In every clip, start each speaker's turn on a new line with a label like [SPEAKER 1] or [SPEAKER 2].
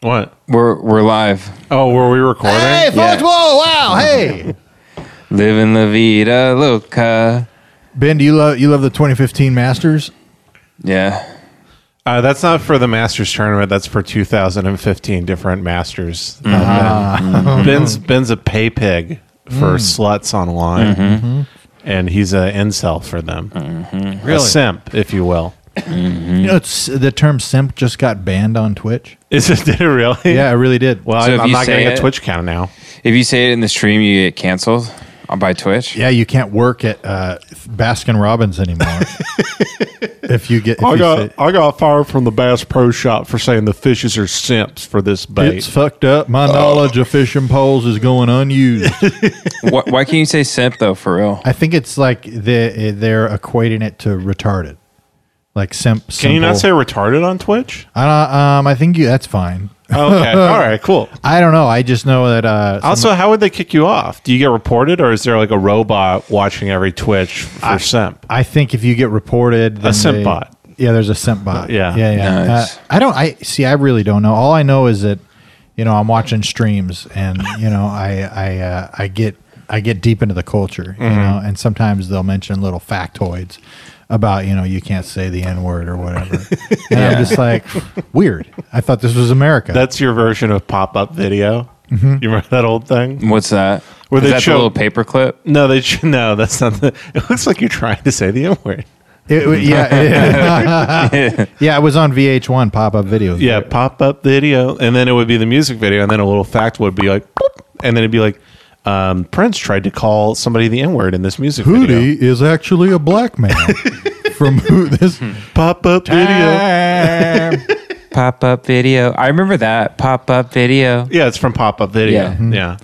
[SPEAKER 1] What?
[SPEAKER 2] We're we're live.
[SPEAKER 1] Oh, were we recording?
[SPEAKER 3] Hey,
[SPEAKER 2] Yeah.
[SPEAKER 3] folks! Whoa, wow! Hey,
[SPEAKER 2] Living la vida loca.
[SPEAKER 3] Ben, do you love you love the 2015 Masters?
[SPEAKER 2] Yeah.
[SPEAKER 1] Uh, that's not for the Masters tournament. That's for 2015 different Masters. Uh, ben- Ben's Ben's a pay pig for sluts online, Mm-hmm. and he's an incel for them. A simp, if you will.
[SPEAKER 3] You know, it's the term "simp" just got banned on Twitch.
[SPEAKER 1] Is it did it really?
[SPEAKER 3] Yeah, I really did.
[SPEAKER 1] Well,
[SPEAKER 2] So
[SPEAKER 1] I'm,
[SPEAKER 2] if
[SPEAKER 1] I'm
[SPEAKER 2] you
[SPEAKER 1] not
[SPEAKER 2] say
[SPEAKER 1] getting a
[SPEAKER 2] it-
[SPEAKER 1] Twitch count now.
[SPEAKER 2] If you say it in the stream, you get canceled by Twitch.
[SPEAKER 3] yeah, you can't work at uh, Baskin Robbins anymore if you get. If you say-
[SPEAKER 1] I got fired from the Bass Pro Shop for saying the fishes are simps for this
[SPEAKER 3] it's fucked up. My
[SPEAKER 1] Oh.
[SPEAKER 3] knowledge of fishing poles is going unused.
[SPEAKER 2] why, why can't you say simp though? For real?
[SPEAKER 3] I think it's like they they're equating it to retarded, like simp.
[SPEAKER 1] Can you not
[SPEAKER 3] simple.
[SPEAKER 1] say retarded on Twitch?
[SPEAKER 3] I don't, um, I think you. That's fine.
[SPEAKER 1] Okay, all right, cool.
[SPEAKER 3] I don't know. I just know that. Uh, some-
[SPEAKER 1] Also, how would they kick you off? Do you get reported, or is there like a robot watching every Twitch for simp?
[SPEAKER 3] I think if you get reported, then
[SPEAKER 1] simp
[SPEAKER 3] they-
[SPEAKER 1] bot.
[SPEAKER 3] Yeah, there's a simp bot.
[SPEAKER 1] Yeah.
[SPEAKER 3] yeah, yeah.
[SPEAKER 2] Nice.
[SPEAKER 3] Uh, I don't. I see. I really don't know. All I know is that you know I'm watching streams, and you know I I uh, I get I get deep into the culture,
[SPEAKER 1] Mm-hmm.
[SPEAKER 3] you know, and sometimes they'll mention little factoids about you know you can't say the n word or whatever, and I'm just like weird. I thought this was America.
[SPEAKER 1] That's your version of pop up video. You remember that old thing?
[SPEAKER 2] What's that?
[SPEAKER 1] Where
[SPEAKER 2] Is
[SPEAKER 1] they
[SPEAKER 2] that
[SPEAKER 1] show-
[SPEAKER 2] the little paperclip?
[SPEAKER 1] No, they should, no, that's not. The, it looks like you're trying to say the N word.
[SPEAKER 3] It- it- yeah, it- yeah. It was on VH1 pop up videos.
[SPEAKER 1] Yeah, pop up video, and then it would be the music video, and then a little fact would be like, boop, and then it'd be like, um, Prince tried to call somebody the N word in this music video.
[SPEAKER 3] Hootie is actually a black man from who this
[SPEAKER 1] Pop up video.
[SPEAKER 2] Pop up video. I remember that pop up video.
[SPEAKER 1] Yeah, it's from pop up video.
[SPEAKER 2] Yeah.
[SPEAKER 1] yeah.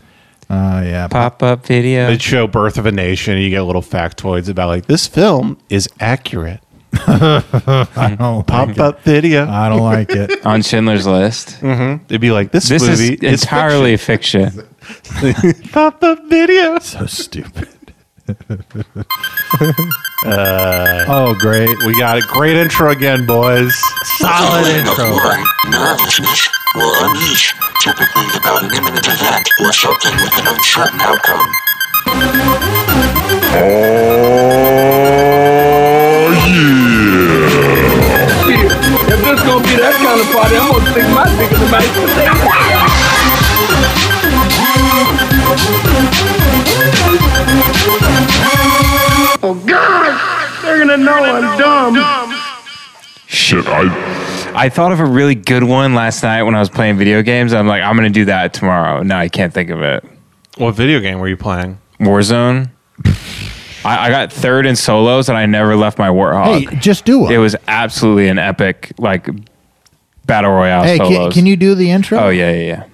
[SPEAKER 1] Mm-hmm.
[SPEAKER 3] Uh, yeah.
[SPEAKER 2] Pop up video.
[SPEAKER 1] They'd show Birth of a Nation. And you get little factoids about like this film is accurate.
[SPEAKER 3] I don't
[SPEAKER 1] Pop
[SPEAKER 3] like it.
[SPEAKER 1] up video.
[SPEAKER 3] I don't like it.
[SPEAKER 2] on Schindler's List.
[SPEAKER 1] They'd be like this,
[SPEAKER 2] This
[SPEAKER 1] movie
[SPEAKER 2] is entirely fiction.
[SPEAKER 1] pop up video.
[SPEAKER 3] So stupid. oh, great.
[SPEAKER 1] We got a great intro again, boys.
[SPEAKER 3] Solid intro.
[SPEAKER 4] Worry, nervousness, or unease, typically about an imminent event or something with an uncertain outcome.
[SPEAKER 5] If this gonna be that kind of party, I'm gonna stick my dick in the mashed potato.
[SPEAKER 4] Shit, I
[SPEAKER 2] I thought of a really good one last night when I was playing video games. I'm like, I'm gonna do that tomorrow. No, I can't think of it.
[SPEAKER 1] What video game were you playing?
[SPEAKER 2] Warzone. I, I got third in solos, and I never left my
[SPEAKER 3] Hey,
[SPEAKER 2] warthog.
[SPEAKER 3] just do it.
[SPEAKER 2] it was absolutely an epic like battle royale.
[SPEAKER 3] hey, can,
[SPEAKER 2] solos.
[SPEAKER 3] can you do the intro?
[SPEAKER 2] Oh yeah, yeah, yeah.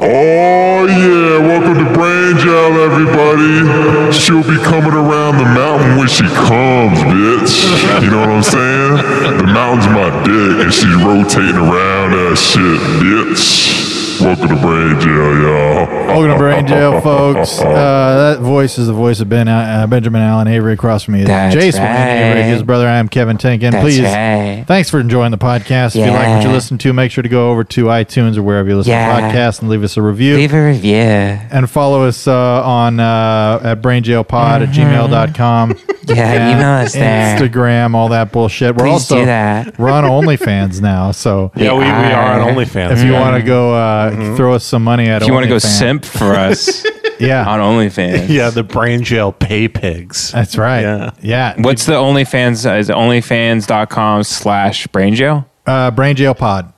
[SPEAKER 6] Oh yeah, welcome to Brain Jail, everybody. She'll be coming around the mountain when she comes, bitch. You know what I'm saying? The mountain's my dick, and she's rotating around that shit, bitch. Welcome to Brain Jail, y'all.
[SPEAKER 3] Welcome to Brain Jail, folks. Uh, that voice is the voice of Ben uh, Benjamin Allen Avery. Across from me is
[SPEAKER 2] That's
[SPEAKER 3] Jason Avery,
[SPEAKER 2] right.
[SPEAKER 3] his brother. I am Kevin Tinkin.
[SPEAKER 2] That's
[SPEAKER 3] Please,
[SPEAKER 2] right.
[SPEAKER 3] thanks for enjoying the podcast. If you like what you
[SPEAKER 2] Yeah.
[SPEAKER 3] listen to, make sure to go over to iTunes or wherever you listen
[SPEAKER 2] Yeah.
[SPEAKER 3] to podcasts and leave us a review.
[SPEAKER 2] a review.
[SPEAKER 3] and follow us uh, on uh, at brainjailpod at gmail.com.
[SPEAKER 2] Mm-hmm. Yeah,
[SPEAKER 3] And Instagram, all that bullshit. We're
[SPEAKER 2] Please
[SPEAKER 3] also
[SPEAKER 2] do that.
[SPEAKER 3] we're on OnlyFans now, so
[SPEAKER 1] Yeah, we, we are on
[SPEAKER 2] are.
[SPEAKER 1] OnlyFans.
[SPEAKER 3] if you want to go uh, throw us some money at
[SPEAKER 2] Mm-hmm. If you want
[SPEAKER 3] want
[SPEAKER 2] to go simp for us
[SPEAKER 3] yeah,
[SPEAKER 2] on OnlyFans,
[SPEAKER 1] yeah, the Brain Jail pay pigs.
[SPEAKER 3] that's right.
[SPEAKER 1] Yeah.
[SPEAKER 3] Yeah, yeah.
[SPEAKER 2] What's the OnlyFans? Is it OnlyFans.com slash brain jail?
[SPEAKER 3] Uh, brainjailpod.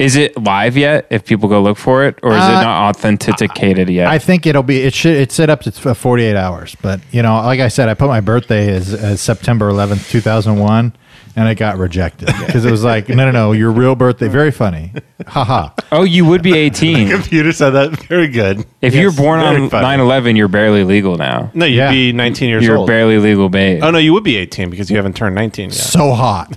[SPEAKER 2] Is it live yet? If people go look for it, or is it
[SPEAKER 3] Uh,
[SPEAKER 2] not authenticated yet?
[SPEAKER 3] I think it'll be it should it's set up to f- 48 hours, but you know, like I said, I put my birthday as, as September 11th, 2001. And it got rejected because it was like, no, no, no, your real birthday. Very funny. Haha.
[SPEAKER 2] oh, you would be 18
[SPEAKER 1] Computer said that very good.
[SPEAKER 2] if you're born
[SPEAKER 1] very
[SPEAKER 2] on
[SPEAKER 1] funny.
[SPEAKER 2] 9/11. You're barely legal now.
[SPEAKER 1] No, you'd
[SPEAKER 3] Yeah.
[SPEAKER 1] be 19 years
[SPEAKER 2] You're
[SPEAKER 1] old.
[SPEAKER 2] barely legal babe.
[SPEAKER 1] oh no, you would be 18 because you haven't turned 19 yet.
[SPEAKER 3] so hot.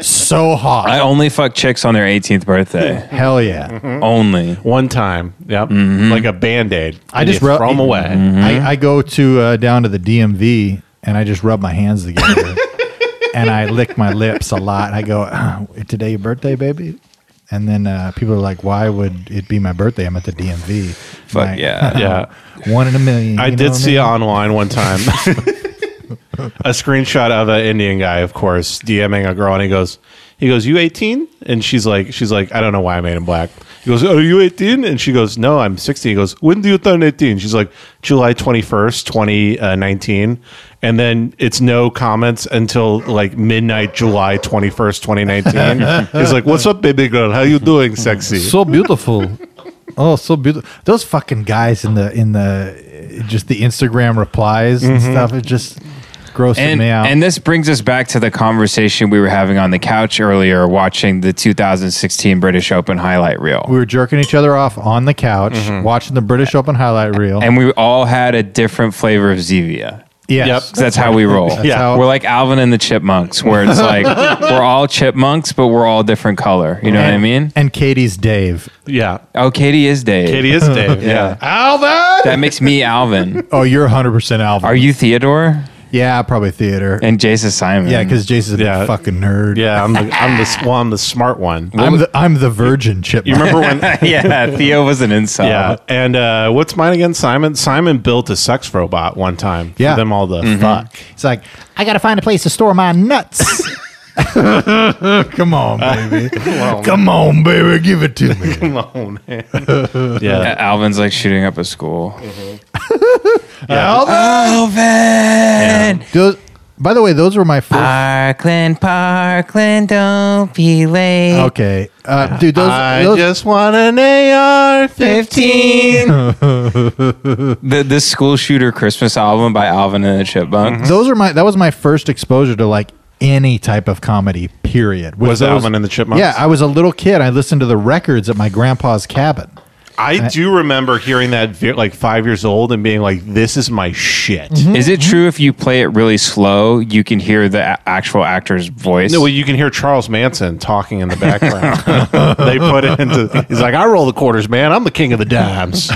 [SPEAKER 3] so hot.
[SPEAKER 2] I only fuck chicks on their 18th birthday.
[SPEAKER 3] Hell yeah.
[SPEAKER 1] Mm-hmm.
[SPEAKER 2] only.
[SPEAKER 1] One time, yep, like a band aid.
[SPEAKER 3] I just
[SPEAKER 1] throw
[SPEAKER 3] wrote-
[SPEAKER 1] them away. Mm-hmm.
[SPEAKER 3] I, I go to uh, down to the DMV and I just rub my hands together and I lick my lips a lot. I go, "Ah, today your birthday, baby? And then uh, people are like, "Why would it be my birthday? I'm at the DMV."
[SPEAKER 2] Fuck
[SPEAKER 3] Like,
[SPEAKER 2] yeah.
[SPEAKER 1] Yeah.
[SPEAKER 3] one in a million.
[SPEAKER 1] I
[SPEAKER 3] you know
[SPEAKER 1] did
[SPEAKER 3] what
[SPEAKER 1] see
[SPEAKER 3] mean?
[SPEAKER 1] online one time a screenshot of an Indian guy, of course, DMing a girl, and he goes, he goes, "You 18?" And she's like, she's like, I don't know why I made him black. He goes, "Are you 18?" And she goes, "No, I'm 16." He goes, "When do you turn 18?" She's like, "July 21st, 2019." And then it's no comments until like midnight, July 21st, 2019. He's like, "What's up, baby girl? How you doing, sexy?"
[SPEAKER 3] so beautiful. Oh, so beautiful. Those fucking guys in the in the just the Instagram replies and
[SPEAKER 1] Mm-hmm.
[SPEAKER 3] stuff. It just grosses
[SPEAKER 2] And,
[SPEAKER 3] me out.
[SPEAKER 2] and this brings us back to the conversation we were having on the couch earlier, watching the 2016 British Open highlight reel.
[SPEAKER 3] we were jerking each other off on the couch, watching the British Open highlight reel.
[SPEAKER 2] Mm-hmm. and we all had a different flavor of Zevia.
[SPEAKER 3] yes,
[SPEAKER 2] 'Cause That's how we roll.
[SPEAKER 3] That's how-
[SPEAKER 2] We're like Alvin and the Chipmunks, where it's like we're all chipmunks, but we're all different color. You know what I mean?
[SPEAKER 3] and Katie's Dave.
[SPEAKER 1] Yeah,
[SPEAKER 2] Oh, Katie is Dave.
[SPEAKER 1] Katie is Dave. yeah.
[SPEAKER 3] Alvin.
[SPEAKER 2] That makes me Alvin.
[SPEAKER 3] Oh, you're 100 percent Alvin.
[SPEAKER 2] Are you Theodore?
[SPEAKER 3] Yeah, probably theater.
[SPEAKER 2] And Jason Simon.
[SPEAKER 3] yeah, because Jason's
[SPEAKER 1] Yeah.
[SPEAKER 3] a fucking nerd.
[SPEAKER 1] Yeah, I'm the I'm the s- well, I'm the smart one.
[SPEAKER 3] I'm the I'm the virgin chip.
[SPEAKER 1] You remember when?
[SPEAKER 2] yeah, Theo was an insult.
[SPEAKER 1] Yeah, and uh, what's mine again? Simon. Simon built a sex robot one time. for
[SPEAKER 3] Yeah.
[SPEAKER 1] them all the fuck.
[SPEAKER 3] It's like I gotta find a place to store my nuts. Come on, baby. Come on, baby. Give it to me.
[SPEAKER 1] Oh, Yeah,
[SPEAKER 2] Uh, Alvin's like shooting up a school.
[SPEAKER 3] Alvin.
[SPEAKER 2] Alvin,
[SPEAKER 3] Those, by the way, those were my first.
[SPEAKER 2] Parkland, Parkland, don't be late.
[SPEAKER 3] okay, uh, dude. Those,
[SPEAKER 1] I
[SPEAKER 3] those
[SPEAKER 1] just want an AR.
[SPEAKER 2] 15. the, the school shooter Christmas album by Alvin and the Chipmunks.
[SPEAKER 3] those are my. That was my first exposure to like any type of comedy. Period.
[SPEAKER 1] Was
[SPEAKER 3] those-
[SPEAKER 1] Alvin and the Chipmunks?
[SPEAKER 3] Yeah, I was a little kid. I listened to the records at my grandpa's cabin.
[SPEAKER 1] I do remember hearing that ve- like five years old and being like, "This is my shit."
[SPEAKER 3] Mm-hmm.
[SPEAKER 2] Is it true if you play it really slow, you can hear the a- actual actor's voice?
[SPEAKER 1] No, well, you can hear Charles Manson talking in the background. they put it into. He's like, "I roll the quarters, man. I'm the king of the dimes."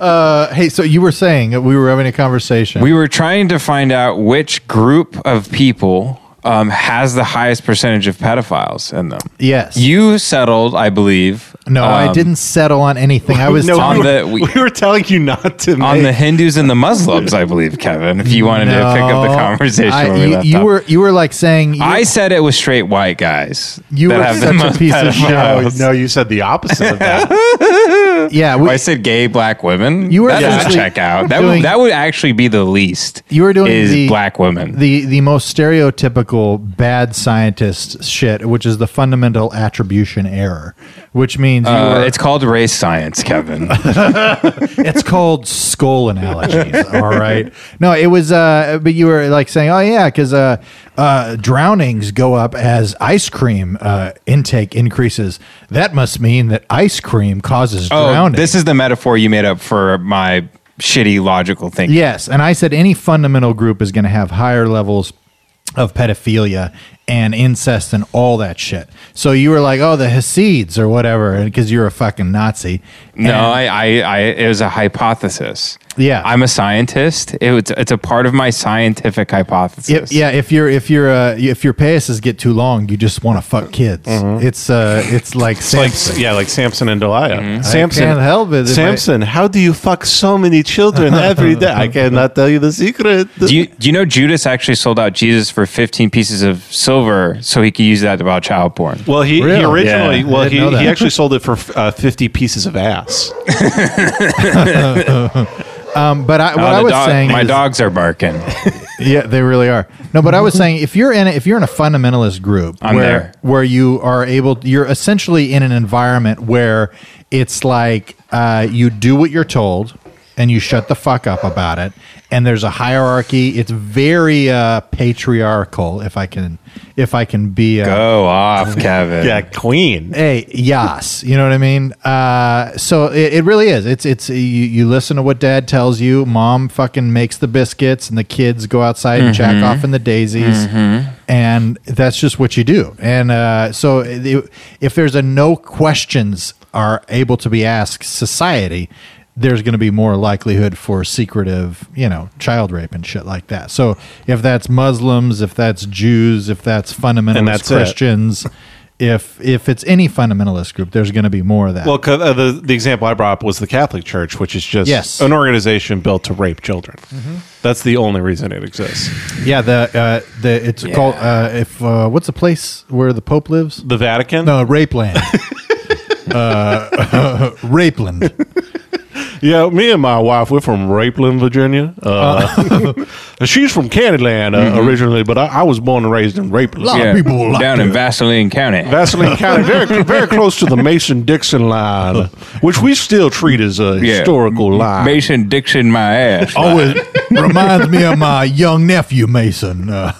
[SPEAKER 3] Uh, hey, so you were saying that we were having a conversation.
[SPEAKER 2] we were trying to find out which group of people um, has the highest percentage of pedophiles in them.
[SPEAKER 3] yes.
[SPEAKER 2] You settled, I believe.
[SPEAKER 3] No, I
[SPEAKER 2] um,
[SPEAKER 3] didn't settle on anything. I was
[SPEAKER 1] no,
[SPEAKER 3] talking-
[SPEAKER 2] on
[SPEAKER 1] we, were,
[SPEAKER 2] the- we-
[SPEAKER 1] we were telling you not to.
[SPEAKER 2] On
[SPEAKER 1] make-
[SPEAKER 2] the Hindus and the Muslims, I believe, Kevin. If you wanted to pick up the
[SPEAKER 3] No.
[SPEAKER 2] conversation,
[SPEAKER 3] I-
[SPEAKER 2] when we
[SPEAKER 3] you,
[SPEAKER 2] left
[SPEAKER 3] you
[SPEAKER 2] off.
[SPEAKER 3] were you were like saying you,
[SPEAKER 2] I said it was straight white guys.
[SPEAKER 3] you
[SPEAKER 2] that
[SPEAKER 3] were
[SPEAKER 2] have the
[SPEAKER 3] such
[SPEAKER 2] most
[SPEAKER 3] a piece of
[SPEAKER 1] no,
[SPEAKER 3] shit.
[SPEAKER 1] no, you said the opposite of that.
[SPEAKER 3] Yeah,
[SPEAKER 2] Oh,
[SPEAKER 3] we,
[SPEAKER 2] I said gay black women.
[SPEAKER 3] You were
[SPEAKER 2] that doesn't
[SPEAKER 3] actually
[SPEAKER 2] check out. That
[SPEAKER 3] doing-
[SPEAKER 2] would that would actually be the least.
[SPEAKER 3] you were doing
[SPEAKER 2] is
[SPEAKER 3] the
[SPEAKER 2] black women.
[SPEAKER 3] the the most stereotypical bad scientist shit, which is the fundamental attribution error, which means you
[SPEAKER 2] Uh,
[SPEAKER 3] were,
[SPEAKER 2] it's called race science, Kevin.
[SPEAKER 3] it's called skull analogies. all right. No, it was. Uh, but you were like saying, oh yeah, because uh, uh, drownings go up as ice cream uh, intake increases. That must mean that ice cream causes
[SPEAKER 2] oh,
[SPEAKER 3] drowning.
[SPEAKER 2] this is the metaphor you made up for my shitty logical thinking.
[SPEAKER 3] Yes, and I said any fundamental group is going to have higher levels of pedophilia and incest and all that shit. So you were like, "Oh, the Hasids or whatever," because you're a fucking Nazi.
[SPEAKER 2] No, I, I, I, it was a hypothesis.
[SPEAKER 3] Yeah.
[SPEAKER 2] I'm a scientist. It, was- it's a part of my scientific hypothesis.
[SPEAKER 3] If, yeah, if you're if you're uh, if your penises get too long, you just want to
[SPEAKER 2] Mm-hmm.
[SPEAKER 3] fuck kids. It's uh, it's like
[SPEAKER 1] like
[SPEAKER 3] Samson.
[SPEAKER 1] yeah, like Samson and Delilah. Samson,
[SPEAKER 3] can't help it. It
[SPEAKER 1] Samson, how do you fuck so many children every day? I cannot tell you the secret.
[SPEAKER 2] Do you, do you know Judas actually sold out Jesus for 15 pieces of silver so he could use that to buy child porn?
[SPEAKER 1] well, he,
[SPEAKER 3] Really?
[SPEAKER 1] he originally
[SPEAKER 2] Yeah.
[SPEAKER 1] well
[SPEAKER 3] I
[SPEAKER 1] he,
[SPEAKER 3] didn't know
[SPEAKER 1] he
[SPEAKER 3] that.
[SPEAKER 1] actually sold it for uh, fifty pieces of ass.
[SPEAKER 3] Um, but I, what
[SPEAKER 2] Oh,
[SPEAKER 3] I
[SPEAKER 2] the
[SPEAKER 3] was
[SPEAKER 2] dog-
[SPEAKER 3] saying,
[SPEAKER 2] my
[SPEAKER 3] is,
[SPEAKER 2] dogs are barking.
[SPEAKER 3] Yeah, they really are. No, but I was saying if you're in a, if you're in a fundamentalist group
[SPEAKER 2] I'm
[SPEAKER 3] where
[SPEAKER 2] there.
[SPEAKER 3] where you are able you're essentially in an environment where it's like uh, you do what you're told and you shut the fuck up about it and there's a hierarchy. It's very uh, patriarchal if I can if I can be uh,
[SPEAKER 2] Go off, Kevin.
[SPEAKER 1] Yeah, queen.
[SPEAKER 3] Hey, yas, you know what I mean. Uh, so it, it really is. It's it's you, you listen to what dad tells you. Mom fucking makes the biscuits, and the kids go outside and jack off in the daisies, and that's just what you do. And uh, so it, if there's a no questions are able to be asked society. There's going to be more likelihood for secretive, you know, child rape and shit like that. So if that's Muslims, if that's Jews, if that's fundamentalist
[SPEAKER 1] that's it.
[SPEAKER 3] Christians, if if it's any fundamentalist group, there's going to be more of that.
[SPEAKER 1] Well, 'cause, uh, the the example I brought up was the Catholic Church, which is just
[SPEAKER 3] Yes.
[SPEAKER 1] an organization built to rape children. That's the only reason it exists.
[SPEAKER 3] yeah, the uh, the it's called uh, if uh, what's the place where the Pope lives?
[SPEAKER 1] The Vatican,
[SPEAKER 3] No, Rapeland. uh, Rapeland.
[SPEAKER 1] yeah. Me and my wife, we're from Rapeland, Virginia. Uh, she's from Candyland uh, originally, but I, I was born and raised in Rapeland.
[SPEAKER 3] lot of people like
[SPEAKER 2] down in
[SPEAKER 3] it.
[SPEAKER 2] Vaseline County.
[SPEAKER 1] Vaseline County, very very close to the Mason Dixon line, which we still treat as a
[SPEAKER 2] Yeah. Mm-hmm.
[SPEAKER 1] historical line.
[SPEAKER 2] Mason Dixon, my ass.
[SPEAKER 3] Always reminds me of my young nephew Mason. Uh,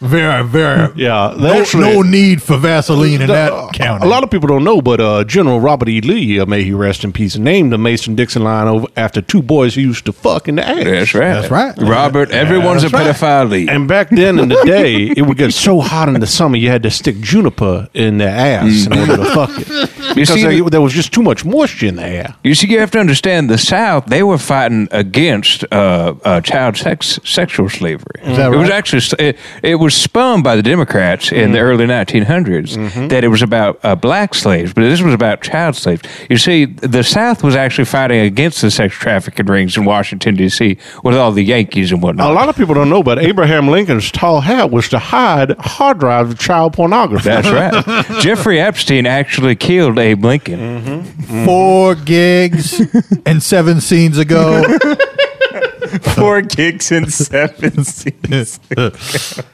[SPEAKER 3] very, very.
[SPEAKER 1] Yeah,
[SPEAKER 3] No,
[SPEAKER 1] actually-
[SPEAKER 3] no need for Vaseline in
[SPEAKER 1] Uh,
[SPEAKER 3] that county.
[SPEAKER 1] A lot of people don't know, but uh, General Robert E. Lee, uh, may he rest in peace, named the Mason Dixon line over after two boys he used to fuck in the ass.
[SPEAKER 2] That's right.
[SPEAKER 3] That's right.
[SPEAKER 2] Robert, everyone's a pedophile lead.
[SPEAKER 1] And back then in the day, it would get so hot in the summer, you had to stick juniper in the ass in order to fuck it.
[SPEAKER 2] You
[SPEAKER 1] Because
[SPEAKER 2] see,
[SPEAKER 1] there, there was just too much moisture in the air.
[SPEAKER 2] you see, you have to understand the South. They were fighting against uh, uh, child sex sexual slavery.
[SPEAKER 3] that
[SPEAKER 2] It was
[SPEAKER 3] right? Mm-hmm.
[SPEAKER 2] actually it, it was spun by the Democrats in the early 1900s that it was about uh, black slaves, but this was about child slaves. You see, the South was actually fighting against the sex trafficking rings in Washington D.C. with all the Yankees and whatnot.
[SPEAKER 1] A lot of people don't know, but Abraham Lincoln's tall hat was to hide hard drives of child pornography.
[SPEAKER 2] That's right. Jeffrey Epstein actually killed Abe Lincoln.
[SPEAKER 3] four gigs Mm-hmm. and seven scenes ago.
[SPEAKER 7] Four gigs and seven seasons.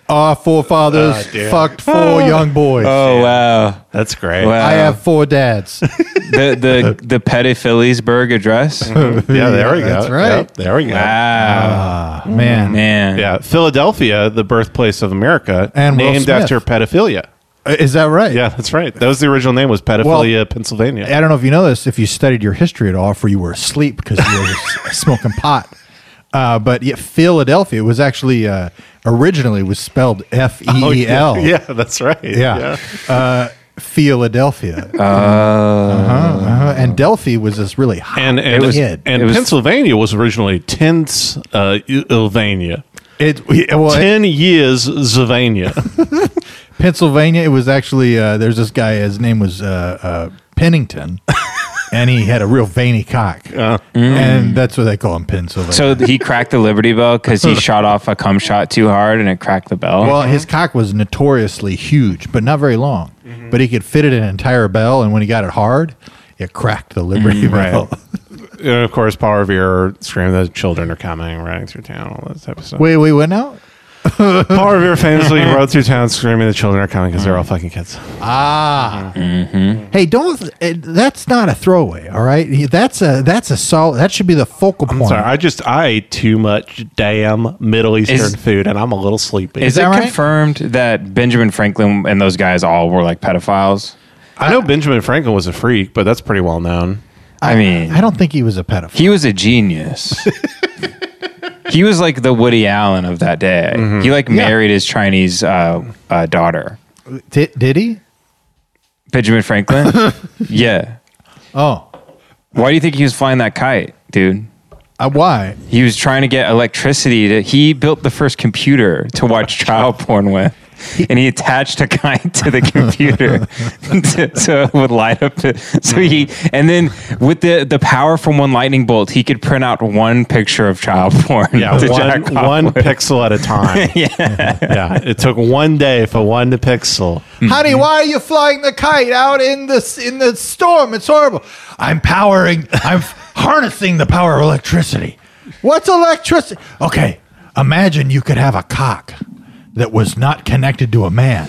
[SPEAKER 3] Our forefathers
[SPEAKER 1] Ah,
[SPEAKER 3] fucked four young boys.
[SPEAKER 2] Oh wow!
[SPEAKER 1] That's great.
[SPEAKER 2] Wow.
[SPEAKER 3] I have four dads.
[SPEAKER 2] the the the Petty Philliesburg address. wow,
[SPEAKER 1] yeah, there we go.
[SPEAKER 3] That's right.
[SPEAKER 1] Yep, there we go.
[SPEAKER 3] Man.
[SPEAKER 2] man.
[SPEAKER 1] Yeah, Philadelphia, the birthplace of America,
[SPEAKER 3] And Will
[SPEAKER 1] named
[SPEAKER 3] Smith.
[SPEAKER 1] after pedophilia.
[SPEAKER 3] Uh, Is that right?
[SPEAKER 1] Yeah, that's right. That was the original name was Pedophilia, Pennsylvania.
[SPEAKER 3] I don't know if you know this, if you studied your history at all, for you were asleep because you were s- smoking pot. Uh, but yeah, Philadelphia was actually uh, originally was spelled F E E L.
[SPEAKER 1] Oh, Yeah, that's right.
[SPEAKER 3] yeah. Uh, Philadelphia. Uh, uh-huh, uh-huh. And Delphi was this really hot
[SPEAKER 1] And and,
[SPEAKER 3] was-
[SPEAKER 1] and
[SPEAKER 3] It
[SPEAKER 2] was-
[SPEAKER 1] Pennsylvania was originally Tens uh, Sylvania.
[SPEAKER 3] it, it- well, it-
[SPEAKER 1] Ten years Sylvania.
[SPEAKER 3] Pennsylvania. It was actually uh, there's this guy. His name was uh, uh, Pennington, and he had a real veiny cock,
[SPEAKER 1] Uh, mm.
[SPEAKER 3] and that's what they call him Pennsylvania.
[SPEAKER 2] So he cracked the Liberty Bell because he shot off a cum shot too hard and it cracked the bell.
[SPEAKER 3] well, his cock was notoriously huge, but not very long.
[SPEAKER 1] Mm-hmm.
[SPEAKER 3] But he could fit it in an entire bell, and when he got it hard, it cracked the Liberty
[SPEAKER 1] Mm,
[SPEAKER 3] Bell.
[SPEAKER 1] and of course, Power of Ear screamed that children are coming, running through town, all that type of stuff.
[SPEAKER 3] Wait, wait, what now?
[SPEAKER 1] Power of Ear famously rode through town screaming the children are coming because they're all fucking kids.
[SPEAKER 3] Ah,
[SPEAKER 1] Mm-hmm.
[SPEAKER 3] hey, don't. eh, that's not a throwaway. All right, that's a that's a solid. That should be the focal point.
[SPEAKER 1] I'm sorry, I just I ate too much damn Middle Eastern
[SPEAKER 2] Is-
[SPEAKER 1] food, and I'm a little sleepy.
[SPEAKER 2] Is it
[SPEAKER 3] that right?
[SPEAKER 2] confirmed that Benjamin Franklin and those guys all were like pedophiles?
[SPEAKER 1] I know Benjamin Franklin was a freak, but that's pretty well known.
[SPEAKER 2] I mean,
[SPEAKER 3] I don't think he was a pedophile.
[SPEAKER 2] he was a genius. he was like the Woody Allen of that day. He like married his Chinese uh, uh, daughter,
[SPEAKER 3] Did, did he?
[SPEAKER 2] Benjamin Franklin. yeah.
[SPEAKER 3] Oh,
[SPEAKER 2] Why do you think he was flying that kite, dude?
[SPEAKER 3] uh, why?
[SPEAKER 2] He was trying to get electricity. To, he built the first computer to watch child porn with. And he attached a kite to the computer to- so it would light up. the- So he, and then with the, the power from one lightning bolt, he could print out one picture of child porn.
[SPEAKER 1] Yeah,
[SPEAKER 2] to
[SPEAKER 1] one,
[SPEAKER 2] jack off
[SPEAKER 1] one
[SPEAKER 2] with.
[SPEAKER 1] pixel at a time. yeah. it took one day for one pixel.
[SPEAKER 3] Honey, why are you flying the kite out in this in the storm? It's horrible. I'm powering. I'm harnessing the power of electricity. What's electricity? Okay, imagine you could have a cock that was not connected to a man.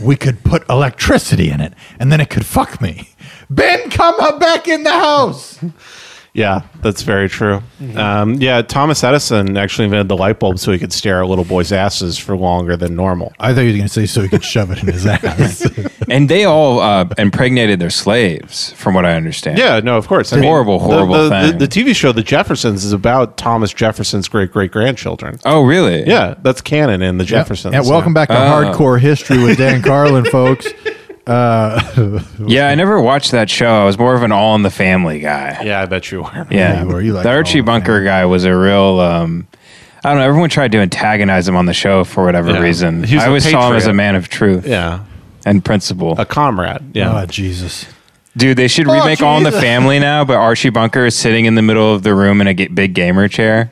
[SPEAKER 3] We could put electricity in it, and then it could fuck me. Ben, come back in the house.
[SPEAKER 1] Yeah, that's very true. Um, yeah, Thomas Edison actually invented the light bulb so he could stare at little boys' asses for longer than normal.
[SPEAKER 3] I thought you were going to say so he could shove it in his ass.
[SPEAKER 2] And they all uh, impregnated their slaves, from what I understand.
[SPEAKER 1] Yeah, no, of course. I
[SPEAKER 2] Horrible,
[SPEAKER 1] the-
[SPEAKER 2] horrible
[SPEAKER 1] the,
[SPEAKER 2] thing.
[SPEAKER 1] The, the TV show The Jeffersons is about Thomas Jefferson's great great grandchildren.
[SPEAKER 2] Oh, really?
[SPEAKER 1] Yeah, that's canon in The Jeffersons.
[SPEAKER 3] And welcome back to Hardcore History with Dan Carlin, folks.
[SPEAKER 2] Yeah, I never watched that show. I was more of an all in the family guy.
[SPEAKER 1] Yeah, I bet you were.
[SPEAKER 2] Yeah,
[SPEAKER 3] you were. You liked
[SPEAKER 2] the
[SPEAKER 3] all
[SPEAKER 2] Archie
[SPEAKER 3] of them.
[SPEAKER 2] Bunker guy was a real. Um, I don't know. Everyone tried to antagonize him on the show for whatever
[SPEAKER 1] Yeah.
[SPEAKER 2] reason.
[SPEAKER 1] He was
[SPEAKER 2] I
[SPEAKER 1] a
[SPEAKER 2] always saw him as
[SPEAKER 1] patriot.
[SPEAKER 2] a man of truth.
[SPEAKER 1] Yeah.
[SPEAKER 2] and principal.
[SPEAKER 1] a comrade. Yeah.
[SPEAKER 3] Oh, Jesus.
[SPEAKER 2] Dude, they
[SPEAKER 3] Oh,
[SPEAKER 2] should remake All in the Family now, but Archie Bunker is sitting in the middle of the room in a ga- big gamer chair,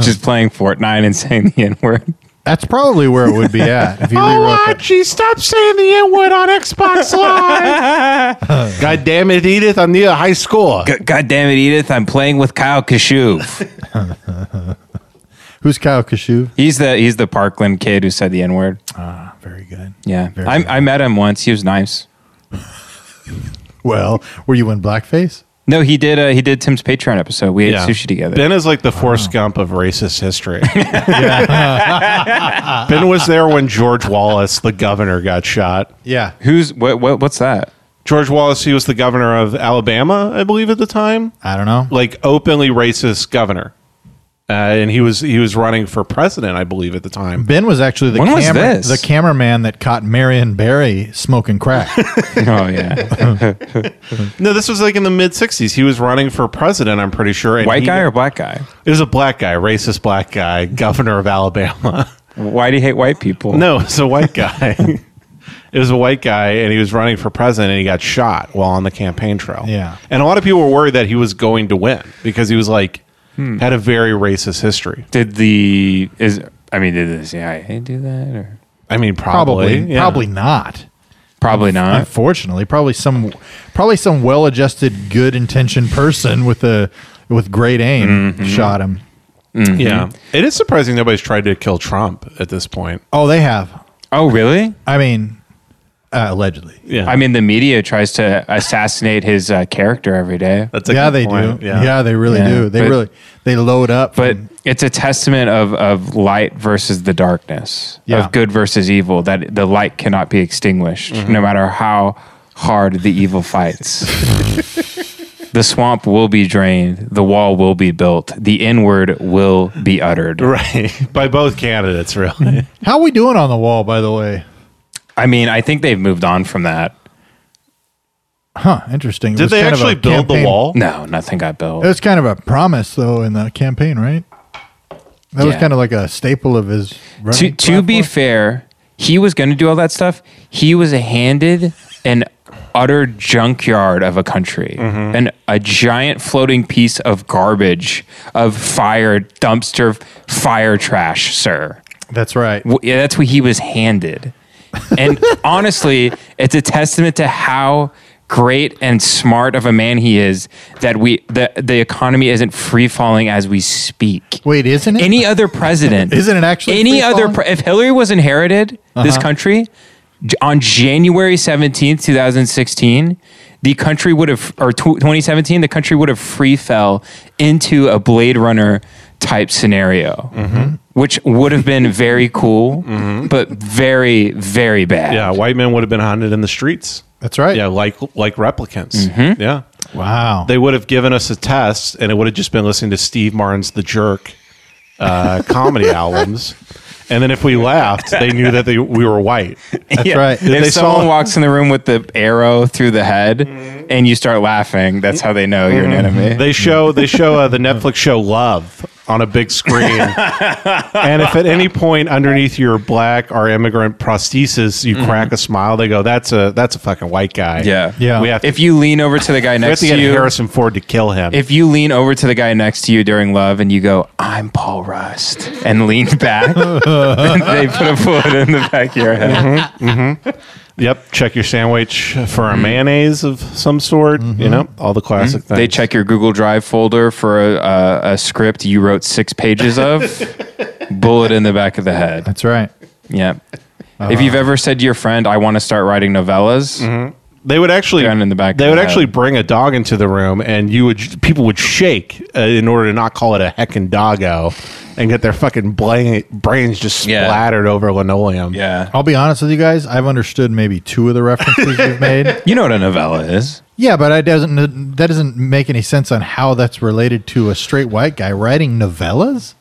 [SPEAKER 2] just playing Fortnite and saying the N word.
[SPEAKER 3] That's probably where it would be at if you
[SPEAKER 1] Oh,
[SPEAKER 3] rewrote it.
[SPEAKER 1] Archie, stop saying the N word on Xbox Live. God damn it, Edith! I need a high score.
[SPEAKER 2] God damn it, Edith, I'm playing with Kyle Kashuv.
[SPEAKER 3] Who's Kyle Kashu?
[SPEAKER 2] he's the he's the Parkland kid who said the N word.
[SPEAKER 3] Ah, very good.
[SPEAKER 2] Yeah.
[SPEAKER 3] Very good.
[SPEAKER 2] I, I met him once. He was nice.
[SPEAKER 3] Well, were you in blackface?
[SPEAKER 2] No, he did uh, he did Tim's Patreon episode. We ate sushi together.
[SPEAKER 1] Ben is like the Forrest Gump of racist history. ben was there when George Wallace, the governor, got shot.
[SPEAKER 3] Yeah.
[SPEAKER 2] Who's what, what what's that?
[SPEAKER 1] George Wallace, he was the governor of Alabama, I believe, at the time,
[SPEAKER 3] I don't know.
[SPEAKER 1] like openly racist governor, uh, and he was he was running for president, I believe, at the time.
[SPEAKER 3] Ben was actually the
[SPEAKER 2] When was
[SPEAKER 3] camera,
[SPEAKER 2] this?
[SPEAKER 3] the cameraman that caught Marion Barry smoking crack.
[SPEAKER 2] Oh yeah.
[SPEAKER 1] No, this was like in the mid '60s. He was running for president, I'm pretty sure. and
[SPEAKER 2] White
[SPEAKER 1] he-
[SPEAKER 2] guy or black guy?
[SPEAKER 1] It was a black guy, racist black guy, governor of Alabama.
[SPEAKER 2] Why do you hate white people?
[SPEAKER 1] No, it was a white guy. it was a white guy, and he was running for president, and he got shot while on the campaign trail.
[SPEAKER 3] Yeah.
[SPEAKER 1] and a lot of people were worried that he was going to win because he was like
[SPEAKER 3] Hmm.
[SPEAKER 1] had a very racist history.
[SPEAKER 2] Did the is I mean did the CIA do that or
[SPEAKER 1] I mean, probably,
[SPEAKER 3] probably,
[SPEAKER 1] yeah.
[SPEAKER 3] probably not.
[SPEAKER 2] probably not?
[SPEAKER 3] Unfortunately, probably some, probably some well-adjusted, good-intentioned person with a with great aim
[SPEAKER 2] Mm-hmm.
[SPEAKER 3] shot him.
[SPEAKER 1] yeah. Mm-hmm. It is surprising nobody's tried to kill Trump at this point.
[SPEAKER 3] Oh, they have.
[SPEAKER 2] Oh really?
[SPEAKER 3] I mean, uh, allegedly.
[SPEAKER 1] Yeah,
[SPEAKER 2] I mean the media tries to assassinate his uh, character every day.
[SPEAKER 1] that's a
[SPEAKER 3] yeah,
[SPEAKER 1] good
[SPEAKER 3] they
[SPEAKER 1] point.
[SPEAKER 3] do. Yeah. they really
[SPEAKER 2] Yeah,
[SPEAKER 3] do. They
[SPEAKER 2] but-
[SPEAKER 3] really they load up.
[SPEAKER 2] but
[SPEAKER 3] and-
[SPEAKER 2] it's a testament of, of light versus the darkness
[SPEAKER 3] Yeah.
[SPEAKER 2] of good versus evil that the light cannot be extinguished no matter how hard the evil fights the swamp will be drained the wall will be built the n-word will be uttered
[SPEAKER 1] right by both candidates, really.
[SPEAKER 3] how we doing on the wall, by the way?
[SPEAKER 2] i mean i think they've moved on from that
[SPEAKER 3] Huh? Interesting. It
[SPEAKER 1] Did
[SPEAKER 3] was
[SPEAKER 1] they
[SPEAKER 3] kind of a
[SPEAKER 1] actually build the
[SPEAKER 3] campaign-
[SPEAKER 1] wall?
[SPEAKER 2] no nothing got built
[SPEAKER 3] It was kind of a promise, though, in the campaign, right? That was
[SPEAKER 2] Yeah.
[SPEAKER 3] kind of like a staple of his.
[SPEAKER 2] to,
[SPEAKER 3] running
[SPEAKER 2] to be
[SPEAKER 3] platform.
[SPEAKER 2] fair, he was going to do all that stuff. He was handed an utter junkyard of a country,
[SPEAKER 3] Mm-hmm.
[SPEAKER 2] and a giant floating piece of garbage, of fire dumpster fire trash, sir.
[SPEAKER 3] that's right.
[SPEAKER 2] W- yeah, that's what he was handed. And honestly, it's a testament to how great and smart of a man he is that we that the economy isn't free falling as we speak
[SPEAKER 3] Wait, isn't it?
[SPEAKER 2] any other president
[SPEAKER 3] Isn't it actually free
[SPEAKER 2] any other
[SPEAKER 3] falling?
[SPEAKER 2] pre- if hillary was inherited this
[SPEAKER 1] Uh-huh.
[SPEAKER 2] country j- on january 17th 2016 the country would have or tw- 2017 the country would have free fell into a blade runner type scenario
[SPEAKER 1] Mm-hmm.
[SPEAKER 2] which would have been very cool but very very bad
[SPEAKER 1] Yeah, white men would have been hunted in the streets.
[SPEAKER 3] that's right. Mm-hmm.
[SPEAKER 1] Yeah, like like replicants. Yeah.
[SPEAKER 3] Wow.
[SPEAKER 1] they would have given us a test and it would have just been listening to Steve Martin's The Jerk uh, comedy albums. And then if we laughed, they knew that they, we were white.
[SPEAKER 2] that's
[SPEAKER 3] right.
[SPEAKER 2] If
[SPEAKER 1] They saw-
[SPEAKER 2] someone walks in the room with the arrow through the head
[SPEAKER 1] Mm-hmm.
[SPEAKER 2] and you start laughing, that's how they know you're an enemy.
[SPEAKER 1] They show they show uh, the Netflix show Love on a big screen. and if at any point underneath your black or immigrant prosthesis you crack a smile, they go, "That's a that's a fucking white guy."
[SPEAKER 2] Mm-hmm. Yeah.
[SPEAKER 3] Yeah.
[SPEAKER 1] we have to,
[SPEAKER 2] If you lean over to the guy
[SPEAKER 1] we have
[SPEAKER 2] next
[SPEAKER 1] to
[SPEAKER 2] to
[SPEAKER 1] get
[SPEAKER 2] you,
[SPEAKER 1] Harrison Ford to kill him.
[SPEAKER 2] if you lean over to the guy next to you during love and you go, I'm Paul Rust, and lean back, they put a bullet in the back of your head.
[SPEAKER 1] yep, check your sandwich for
[SPEAKER 2] Mm-hmm.
[SPEAKER 1] a mayonnaise of some sort. You know, all the classic things.
[SPEAKER 2] They check your Google Drive folder for a, a, a script you wrote six pages of, bullet in the back of the head.
[SPEAKER 3] that's right.
[SPEAKER 2] Yeah. if you've ever said to your friend, I want to start writing novellas,
[SPEAKER 1] They would actually
[SPEAKER 2] Down in the back
[SPEAKER 1] They
[SPEAKER 2] of
[SPEAKER 1] would
[SPEAKER 2] the
[SPEAKER 1] actually
[SPEAKER 2] head.
[SPEAKER 1] bring a dog into the room, and you would people would shake uh, in order to not call it a heckin' doggo, and get their fucking bla- brains just
[SPEAKER 2] Yeah.
[SPEAKER 1] splattered over linoleum.
[SPEAKER 2] yeah.
[SPEAKER 3] I'll be honest with you guys. I've understood maybe two of the references you've made.
[SPEAKER 2] You know what a novella is.
[SPEAKER 3] Yeah, but I doesn't that doesn't make any sense on how that's related to a straight white guy writing novellas.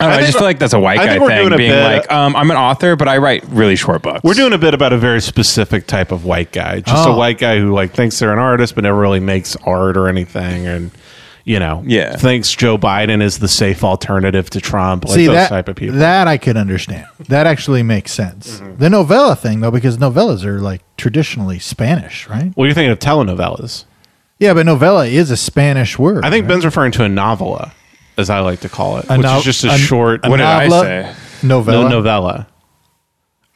[SPEAKER 2] Oh, I, don't know, I
[SPEAKER 1] think
[SPEAKER 2] just
[SPEAKER 1] we're-
[SPEAKER 2] feel like that's a white
[SPEAKER 1] I
[SPEAKER 2] guy
[SPEAKER 1] think we're
[SPEAKER 2] thing,
[SPEAKER 1] doing a
[SPEAKER 2] being
[SPEAKER 1] bit-
[SPEAKER 2] like, um, I'm an author, but I write really short books.
[SPEAKER 1] We're doing a bit about a very specific type of white guy, just
[SPEAKER 3] Oh.
[SPEAKER 1] a white guy who like thinks they're an artist but never really makes art or anything, and you know,
[SPEAKER 2] Yeah.
[SPEAKER 1] thinks Joe Biden is the safe alternative to Trump, like
[SPEAKER 3] See
[SPEAKER 1] those
[SPEAKER 3] that
[SPEAKER 1] type of people. Mm-hmm.
[SPEAKER 3] that I could understand. That actually makes sense. The novella thing though, because novellas are like traditionally Spanish, right?
[SPEAKER 1] well, you're thinking of telenovelas.
[SPEAKER 3] Yeah, but novella is a Spanish word.
[SPEAKER 1] I think
[SPEAKER 3] right?
[SPEAKER 1] Ben's referring to a novella, as I like to call it,
[SPEAKER 3] A
[SPEAKER 1] which
[SPEAKER 3] no-
[SPEAKER 1] is just a,
[SPEAKER 3] a-
[SPEAKER 1] short
[SPEAKER 3] a
[SPEAKER 1] what did I
[SPEAKER 3] novella-
[SPEAKER 1] say?
[SPEAKER 3] novella.
[SPEAKER 1] No novella.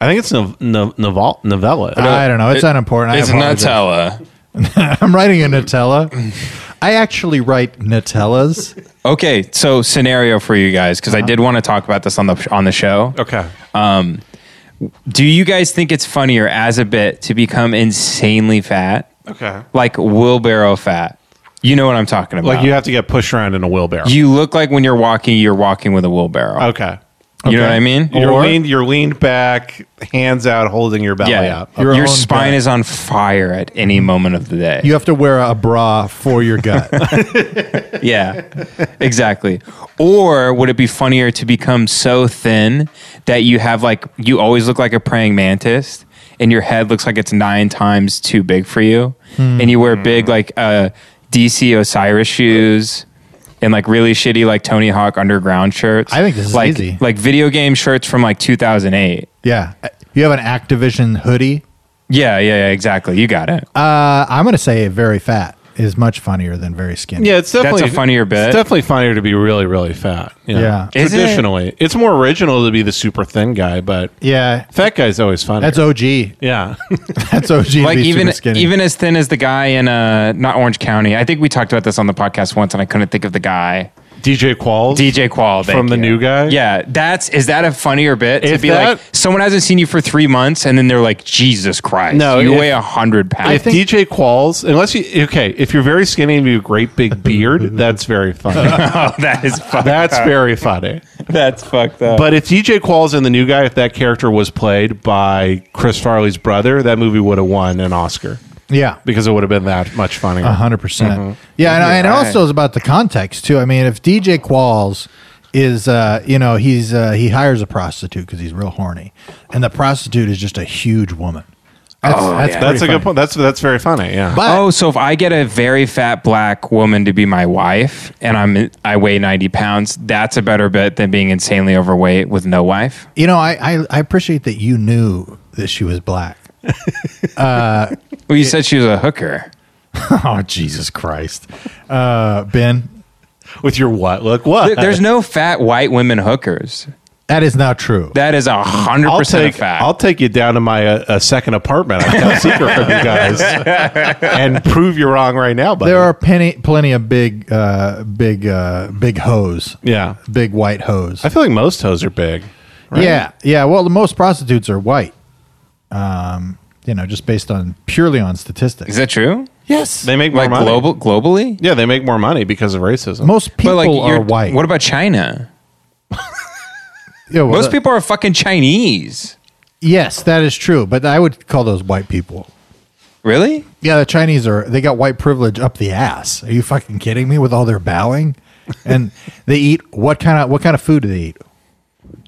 [SPEAKER 1] I think it's no, no, novella. novella.
[SPEAKER 3] I don't know. It's unimportant.
[SPEAKER 7] It's
[SPEAKER 3] I apologize.
[SPEAKER 7] Nutella.
[SPEAKER 3] I'm writing a Nutella. I actually write Nutellas.
[SPEAKER 2] Okay, so scenario for you guys because I did want to talk about this on the on the show.
[SPEAKER 1] Uh-huh. okay.
[SPEAKER 2] Do you guys think it's funnier as a bit to become insanely fat,
[SPEAKER 1] Okay.
[SPEAKER 2] like wheelbarrow fat? You know what I'm talking about.
[SPEAKER 1] Like you have to get pushed around in a wheelbarrow.
[SPEAKER 2] You look like when you're walking, you're walking with a wheelbarrow.
[SPEAKER 1] okay.
[SPEAKER 2] You know what I mean?
[SPEAKER 1] You're
[SPEAKER 2] Or-
[SPEAKER 1] leaned. You're leaned back, hands out, holding your belly
[SPEAKER 2] yeah,
[SPEAKER 1] up.
[SPEAKER 2] your,
[SPEAKER 3] Your own
[SPEAKER 2] spine
[SPEAKER 3] gut.
[SPEAKER 2] is on fire at any moment of the day.
[SPEAKER 3] You have to wear a bra for your gut.
[SPEAKER 2] yeah, exactly. Or would it be funnier to become so thin that you have like you always look like a praying mantis, and your head looks like it's nine times too big for you, and you wear big like uh, DC Osiris shoes. And like really shitty, like Tony Hawk Underground shirts.
[SPEAKER 3] I think this is
[SPEAKER 2] like,
[SPEAKER 3] easy.
[SPEAKER 2] Like video game shirts from like 2008.
[SPEAKER 3] yeah. You have an Activision hoodie.
[SPEAKER 2] Yeah, yeah, yeah, exactly. You got it.
[SPEAKER 3] Uh, I'm going to say very fat is much funnier than very skinny.
[SPEAKER 1] Yeah, it's
[SPEAKER 2] That's
[SPEAKER 1] definitely
[SPEAKER 2] a funnier bit.
[SPEAKER 1] It's definitely funnier to be really, really fat. you know.
[SPEAKER 3] Yeah.
[SPEAKER 2] Is it?
[SPEAKER 1] traditionally, it's more original to be the super thin guy, but
[SPEAKER 3] Yeah.
[SPEAKER 1] fat guy's always funny.
[SPEAKER 3] That's OG.
[SPEAKER 1] yeah.
[SPEAKER 3] That's OG. to
[SPEAKER 2] like
[SPEAKER 3] be
[SPEAKER 2] even
[SPEAKER 3] super skinny.
[SPEAKER 2] even as thin as the guy in uh not Orange County. I think we talked about this on the podcast once, and I couldn't think of the guy.
[SPEAKER 1] DJ Qualls.
[SPEAKER 2] DJ Qual thank
[SPEAKER 1] From the
[SPEAKER 2] you.
[SPEAKER 1] new guy?
[SPEAKER 2] Yeah, that's is that a funnier bit to
[SPEAKER 1] If
[SPEAKER 2] be
[SPEAKER 1] that-
[SPEAKER 2] like someone hasn't seen you for three months, and then they're like, Jesus Christ,
[SPEAKER 1] No,
[SPEAKER 2] you
[SPEAKER 1] if-
[SPEAKER 2] weigh a hundred pounds.
[SPEAKER 1] If DJ Qualls, unless you okay, if you're very skinny and you have a great big beard, that's very funny.
[SPEAKER 2] oh, that is fucked.
[SPEAKER 1] that's very funny.
[SPEAKER 2] that's fucked up.
[SPEAKER 1] But if DJ Qualls and the new guy, if that character was played by Chris Farley's brother, that movie would have won an Oscar
[SPEAKER 3] yeah.
[SPEAKER 1] because it would have been that much funnier.
[SPEAKER 3] A hundred
[SPEAKER 2] Mm-hmm.
[SPEAKER 3] percent. Yeah, and, and it also is about the context too. I mean, if DJ Qualls is, uh, you know, he's uh, he hires a prostitute because he's real horny, and the prostitute is just a huge woman. That's, that's,
[SPEAKER 1] That's a
[SPEAKER 3] pretty
[SPEAKER 1] good point. That's that's very funny. Yeah.
[SPEAKER 3] But
[SPEAKER 2] oh, so if I get a very fat black woman to be my wife, and I'm I weigh ninety pounds, that's a better bit than being insanely overweight with no wife.
[SPEAKER 3] you know, I, I I appreciate that you knew that she was black.
[SPEAKER 2] Well, you said she was a hooker.
[SPEAKER 3] oh Jesus Christ, uh, Ben,
[SPEAKER 1] With your what look? What?
[SPEAKER 2] There- There's no fat white women hookers.
[SPEAKER 3] that is not true.
[SPEAKER 2] That is a hundred
[SPEAKER 1] I'll
[SPEAKER 2] percent a
[SPEAKER 1] take
[SPEAKER 2] fact.
[SPEAKER 1] I'll take you down to my uh, uh, second apartment. I got a secret from you guys and prove you wrong right now. Buddy.
[SPEAKER 3] there are plenty plenty of big uh, big uh, big hoes,
[SPEAKER 1] yeah.
[SPEAKER 3] big white hoes.
[SPEAKER 1] I feel like most hoes are big.
[SPEAKER 3] Yeah, yeah. Well, the most prostitutes are white. Um, you know, just based on purely on statistics.
[SPEAKER 2] is that true?
[SPEAKER 3] yes,
[SPEAKER 1] They make more
[SPEAKER 2] Like
[SPEAKER 1] money.
[SPEAKER 2] global globally?
[SPEAKER 1] Yeah, they make more money because of racism.
[SPEAKER 3] most people are
[SPEAKER 2] you're-
[SPEAKER 3] white.
[SPEAKER 2] What about China?
[SPEAKER 3] Yeah, well,
[SPEAKER 2] Most
[SPEAKER 3] that-
[SPEAKER 2] people are fucking Chinese.
[SPEAKER 3] Yes, that is true. But I would call those white people.
[SPEAKER 2] Really?
[SPEAKER 3] Yeah, the Chinese are. They got white privilege up the ass. Are you fucking kidding me? With all their bowing, and they eat what kind of what kind of food do they eat?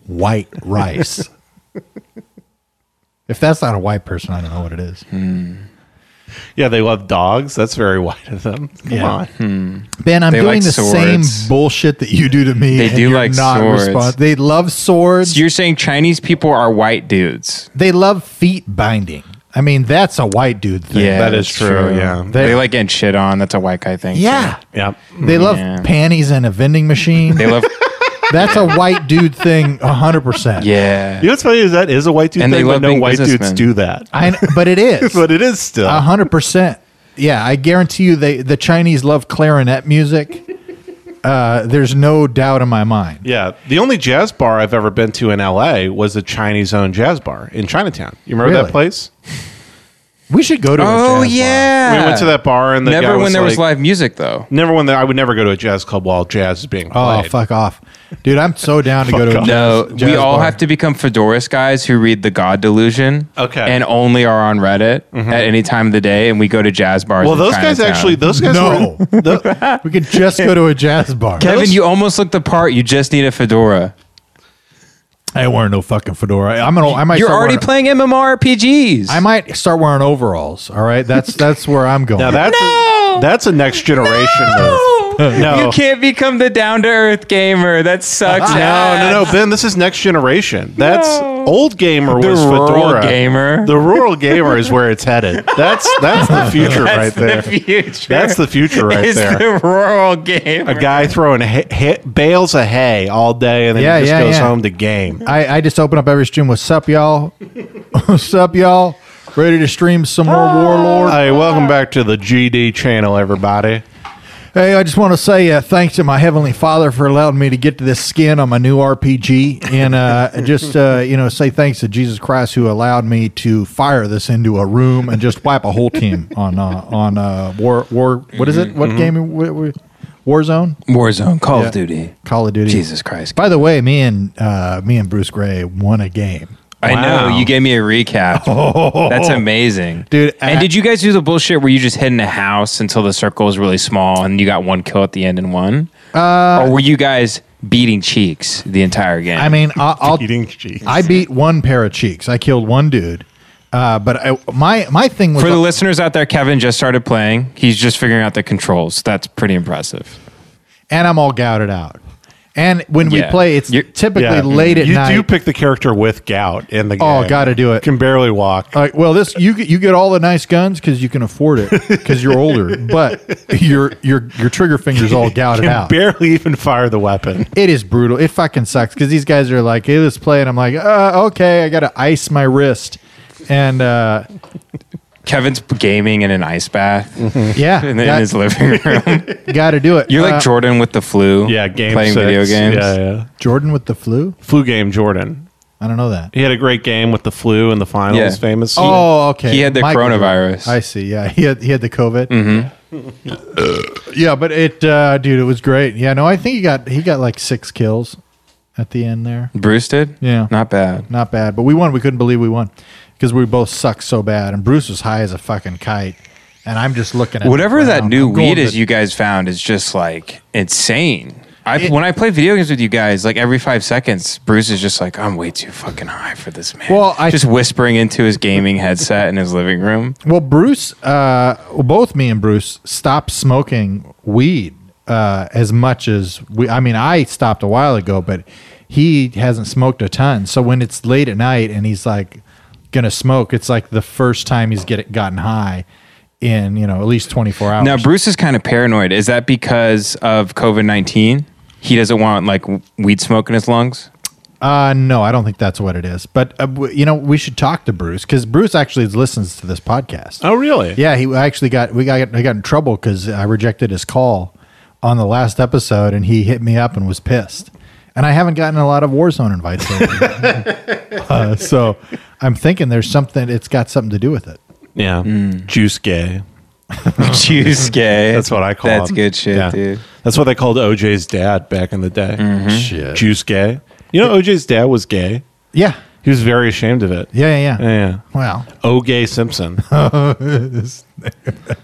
[SPEAKER 3] White rice. if that's not a white person, I don't know what it is.
[SPEAKER 1] yeah, they love dogs. That's very white of them. Come
[SPEAKER 3] Yeah.
[SPEAKER 1] on.
[SPEAKER 2] Hmm.
[SPEAKER 3] Ben, I'm
[SPEAKER 2] They
[SPEAKER 3] doing
[SPEAKER 2] like
[SPEAKER 3] the
[SPEAKER 2] swords.
[SPEAKER 3] same bullshit that you do to me.
[SPEAKER 2] They
[SPEAKER 3] and
[SPEAKER 2] do
[SPEAKER 3] you're
[SPEAKER 2] like swords.
[SPEAKER 3] they love swords.
[SPEAKER 2] So you're saying Chinese people are white dudes?
[SPEAKER 3] they love feet binding. I mean, that's a white dude thing.
[SPEAKER 1] that is
[SPEAKER 2] that's
[SPEAKER 1] true, yeah.
[SPEAKER 2] They, like getting shit on. That's a white guy thing. too.
[SPEAKER 3] Yeah.
[SPEAKER 1] Yeah.
[SPEAKER 3] They love
[SPEAKER 2] Yeah.
[SPEAKER 3] panties and a vending machine.
[SPEAKER 2] They love
[SPEAKER 3] that's a white dude thing, 100%.
[SPEAKER 2] Yeah.
[SPEAKER 1] You know what's funny is that is a white dude
[SPEAKER 2] And they
[SPEAKER 1] thing, but
[SPEAKER 2] love
[SPEAKER 1] no
[SPEAKER 2] being
[SPEAKER 1] white dudes
[SPEAKER 2] businessmen.
[SPEAKER 1] do that.
[SPEAKER 3] I, kn- but it is.
[SPEAKER 1] But it is still.
[SPEAKER 2] uh,
[SPEAKER 3] A hundred percent. Yeah, I guarantee you, they the Chinese love clarinet music. Uh, there's no doubt in my mind.
[SPEAKER 1] Yeah, the only jazz bar I've ever been to in LA was a Chinese-owned jazz bar in Chinatown. You remember that
[SPEAKER 3] Really?
[SPEAKER 1] place?
[SPEAKER 3] We should go to. a
[SPEAKER 2] Oh
[SPEAKER 3] jazz bar.
[SPEAKER 2] yeah.
[SPEAKER 1] We went to that bar and the guy
[SPEAKER 2] Never when there was
[SPEAKER 1] like-
[SPEAKER 2] live music though.
[SPEAKER 1] Never when the, I would never go to a jazz club while jazz is being
[SPEAKER 3] Oh,
[SPEAKER 1] played.
[SPEAKER 3] fuck off, dude! I'm so down to go to.
[SPEAKER 1] Fuck
[SPEAKER 3] a
[SPEAKER 1] off.
[SPEAKER 2] No,
[SPEAKER 3] jazz-
[SPEAKER 2] we
[SPEAKER 3] jazz
[SPEAKER 2] all
[SPEAKER 3] bar.
[SPEAKER 2] have to become Fedoras guys who read the God Delusion.
[SPEAKER 1] Okay. Mm-hmm.
[SPEAKER 2] And only are on Reddit at any time of the day, and we go to jazz bars.
[SPEAKER 1] Well,
[SPEAKER 2] in
[SPEAKER 1] those guys
[SPEAKER 2] Chinatown.
[SPEAKER 1] actually, those guys,
[SPEAKER 3] No.
[SPEAKER 1] were, the-
[SPEAKER 3] We could just go to a jazz bar.
[SPEAKER 2] Kevin, you almost looked the part. You just need a fedora.
[SPEAKER 3] I ain't wearing no fucking fedora. I'm gonna. I might.
[SPEAKER 2] You're
[SPEAKER 3] start
[SPEAKER 2] already playing
[SPEAKER 3] wearing-
[SPEAKER 2] MMORPGs.
[SPEAKER 3] I might start wearing overalls. All right, that's that's where I'm going.
[SPEAKER 1] now that's that's a next generation move. No.
[SPEAKER 2] You can't become the down to earth gamer. That sucks.
[SPEAKER 1] No, no, no, Ben. This is next generation. That's
[SPEAKER 2] No.
[SPEAKER 1] old gamer
[SPEAKER 2] The
[SPEAKER 1] was
[SPEAKER 2] rural
[SPEAKER 1] Fedora.
[SPEAKER 2] gamer.
[SPEAKER 1] The rural gamer is where it's headed. That's that's the future right there.
[SPEAKER 2] The future
[SPEAKER 1] That's the future right
[SPEAKER 2] is
[SPEAKER 1] there.
[SPEAKER 2] the rural gamer.
[SPEAKER 1] a guy throwing ha- ha- bales of hay all day and then
[SPEAKER 3] Yeah,
[SPEAKER 1] he just
[SPEAKER 3] yeah,
[SPEAKER 1] goes
[SPEAKER 3] yeah.
[SPEAKER 1] home to game.
[SPEAKER 3] I, I just open up every stream with sup y'all, sup y'all, ready to stream some more
[SPEAKER 2] Ah.
[SPEAKER 3] Warlord.
[SPEAKER 1] Hey, welcome back to the GD channel, everybody.
[SPEAKER 3] Hey, I just want to say uh, thanks to my heavenly Father for allowing me to get to this skin on my new RPG, and uh, just uh, you know say thanks to Jesus Christ who allowed me to fire this into a room and just wipe a whole team on uh, on uh, war war. What is it? What
[SPEAKER 2] Mm-hmm.
[SPEAKER 3] game? What, what, Warzone,
[SPEAKER 2] Warzone, Call
[SPEAKER 3] Yeah.
[SPEAKER 2] of Duty.
[SPEAKER 3] Call of Duty.
[SPEAKER 2] Jesus Christ.
[SPEAKER 3] By the way, me and uh, me and Bruce Gray won a game.
[SPEAKER 2] I
[SPEAKER 1] Wow.
[SPEAKER 2] know you gave me a recap. That's amazing,
[SPEAKER 3] Dude,
[SPEAKER 2] And
[SPEAKER 3] I-
[SPEAKER 2] did you guys do the bullshit where you just hid in a house until the circle was really small and you got one kill at the end and one? Uh, or were you guys beating cheeks the entire game?
[SPEAKER 3] I mean, I'll, I'll
[SPEAKER 1] Eating cheese.
[SPEAKER 3] I beat one pair of cheeks. I killed one dude. Uh, but I, my my thing was
[SPEAKER 2] for the listeners out there, Kevin just started playing. He's just figuring out the controls. That's pretty impressive.
[SPEAKER 3] and I'm all gouted out. And when
[SPEAKER 2] Yeah.
[SPEAKER 3] we play, it's
[SPEAKER 2] You're-
[SPEAKER 3] typically late at
[SPEAKER 1] you
[SPEAKER 3] night.
[SPEAKER 1] do pick the character with gout in the game.
[SPEAKER 3] Oh, gotta do it. Oh,
[SPEAKER 1] Can barely walk.
[SPEAKER 3] Like, well, this you get- you get all the nice guns because you can afford it because you're older, but your your your trigger finger's all gouted
[SPEAKER 1] Can
[SPEAKER 3] out.
[SPEAKER 1] barely even fire the weapon.
[SPEAKER 3] it is brutal. It fucking sucks because these guys are like, "Hey, let's play," and I'm like, uh, "Okay, I gotta ice my wrist," and uh,
[SPEAKER 2] Kevin's gaming in an ice bath
[SPEAKER 3] yeah,
[SPEAKER 2] in, in his living room.
[SPEAKER 3] got to do it.
[SPEAKER 2] You're
[SPEAKER 3] Uh,
[SPEAKER 2] like Jordan with the flu.
[SPEAKER 1] Yeah, game
[SPEAKER 2] playing
[SPEAKER 1] six.
[SPEAKER 2] video games.
[SPEAKER 1] Yeah, yeah.
[SPEAKER 3] Jordan with the flu.
[SPEAKER 1] Flu game Jordan.
[SPEAKER 3] I don't know that.
[SPEAKER 1] He had a great game with the flu in the finals,
[SPEAKER 2] Yeah.
[SPEAKER 1] famous.
[SPEAKER 3] Oh, okay.
[SPEAKER 2] he had the
[SPEAKER 3] Michael Jordan.
[SPEAKER 2] coronavirus. Mm-hmm.
[SPEAKER 3] I see. Yeah, he had he had the COVID. yeah, but it, uh, dude, it was great. Yeah, no, I think he got he got like six kills at the end there.
[SPEAKER 2] Bruce did.
[SPEAKER 3] Yeah.
[SPEAKER 2] not bad.
[SPEAKER 3] Not bad, but we won. We couldn't believe we won because we both sucked so bad. And Bruce was high as a fucking kite, and I'm just looking at
[SPEAKER 2] Whatever
[SPEAKER 3] the
[SPEAKER 2] that
[SPEAKER 3] ground.
[SPEAKER 2] new
[SPEAKER 3] I'm going
[SPEAKER 2] weed
[SPEAKER 3] to-
[SPEAKER 2] is you guys found is just like insane. I, when I play video games with you guys, like every five seconds, Bruce is just like, "I'm way too fucking high for this man."
[SPEAKER 3] Well, I-
[SPEAKER 2] just whispering into his gaming headset in his living room.
[SPEAKER 3] Well, Bruce, uh, well, both me and Bruce stopped smoking weed uh, as much as we. I mean, I stopped a while ago, but he hasn't smoked a ton. So when it's late at night and he's like gonna smoke, it's like the first time he's get gotten high in you know at least twenty four hours.
[SPEAKER 2] Now, Bruce is kind of paranoid. Is that because of COVID nineteen? He doesn't want like w- weed smoke in his lungs.
[SPEAKER 3] Uh, no, I don't think that's what it is. But uh, w- you know, we should talk to Bruce because Bruce actually listens to this podcast.
[SPEAKER 1] oh really?
[SPEAKER 3] Yeah, he actually got we got I got in trouble because I rejected his call on the last episode, and he hit me up and was pissed. And I haven't gotten a lot of Warzone invites, lately. uh, so I'm thinking there's something. It's got something to do with it.
[SPEAKER 1] Yeah. Juice gay.
[SPEAKER 2] Hmm. Juice gay.
[SPEAKER 1] That's what I call
[SPEAKER 2] That's
[SPEAKER 1] him.
[SPEAKER 2] good shit,
[SPEAKER 1] Yeah.
[SPEAKER 2] dude. Mm-hmm.
[SPEAKER 1] That's what they called OJ's dad back in the day.
[SPEAKER 3] Shit.
[SPEAKER 1] Juice gay. You know, OJ's dad was gay.
[SPEAKER 3] Yeah,
[SPEAKER 1] He was very ashamed of it.
[SPEAKER 3] yeah, yeah. yeah.
[SPEAKER 1] Yeah.
[SPEAKER 3] Wow.
[SPEAKER 1] O'Gay Simpson.
[SPEAKER 2] Oh,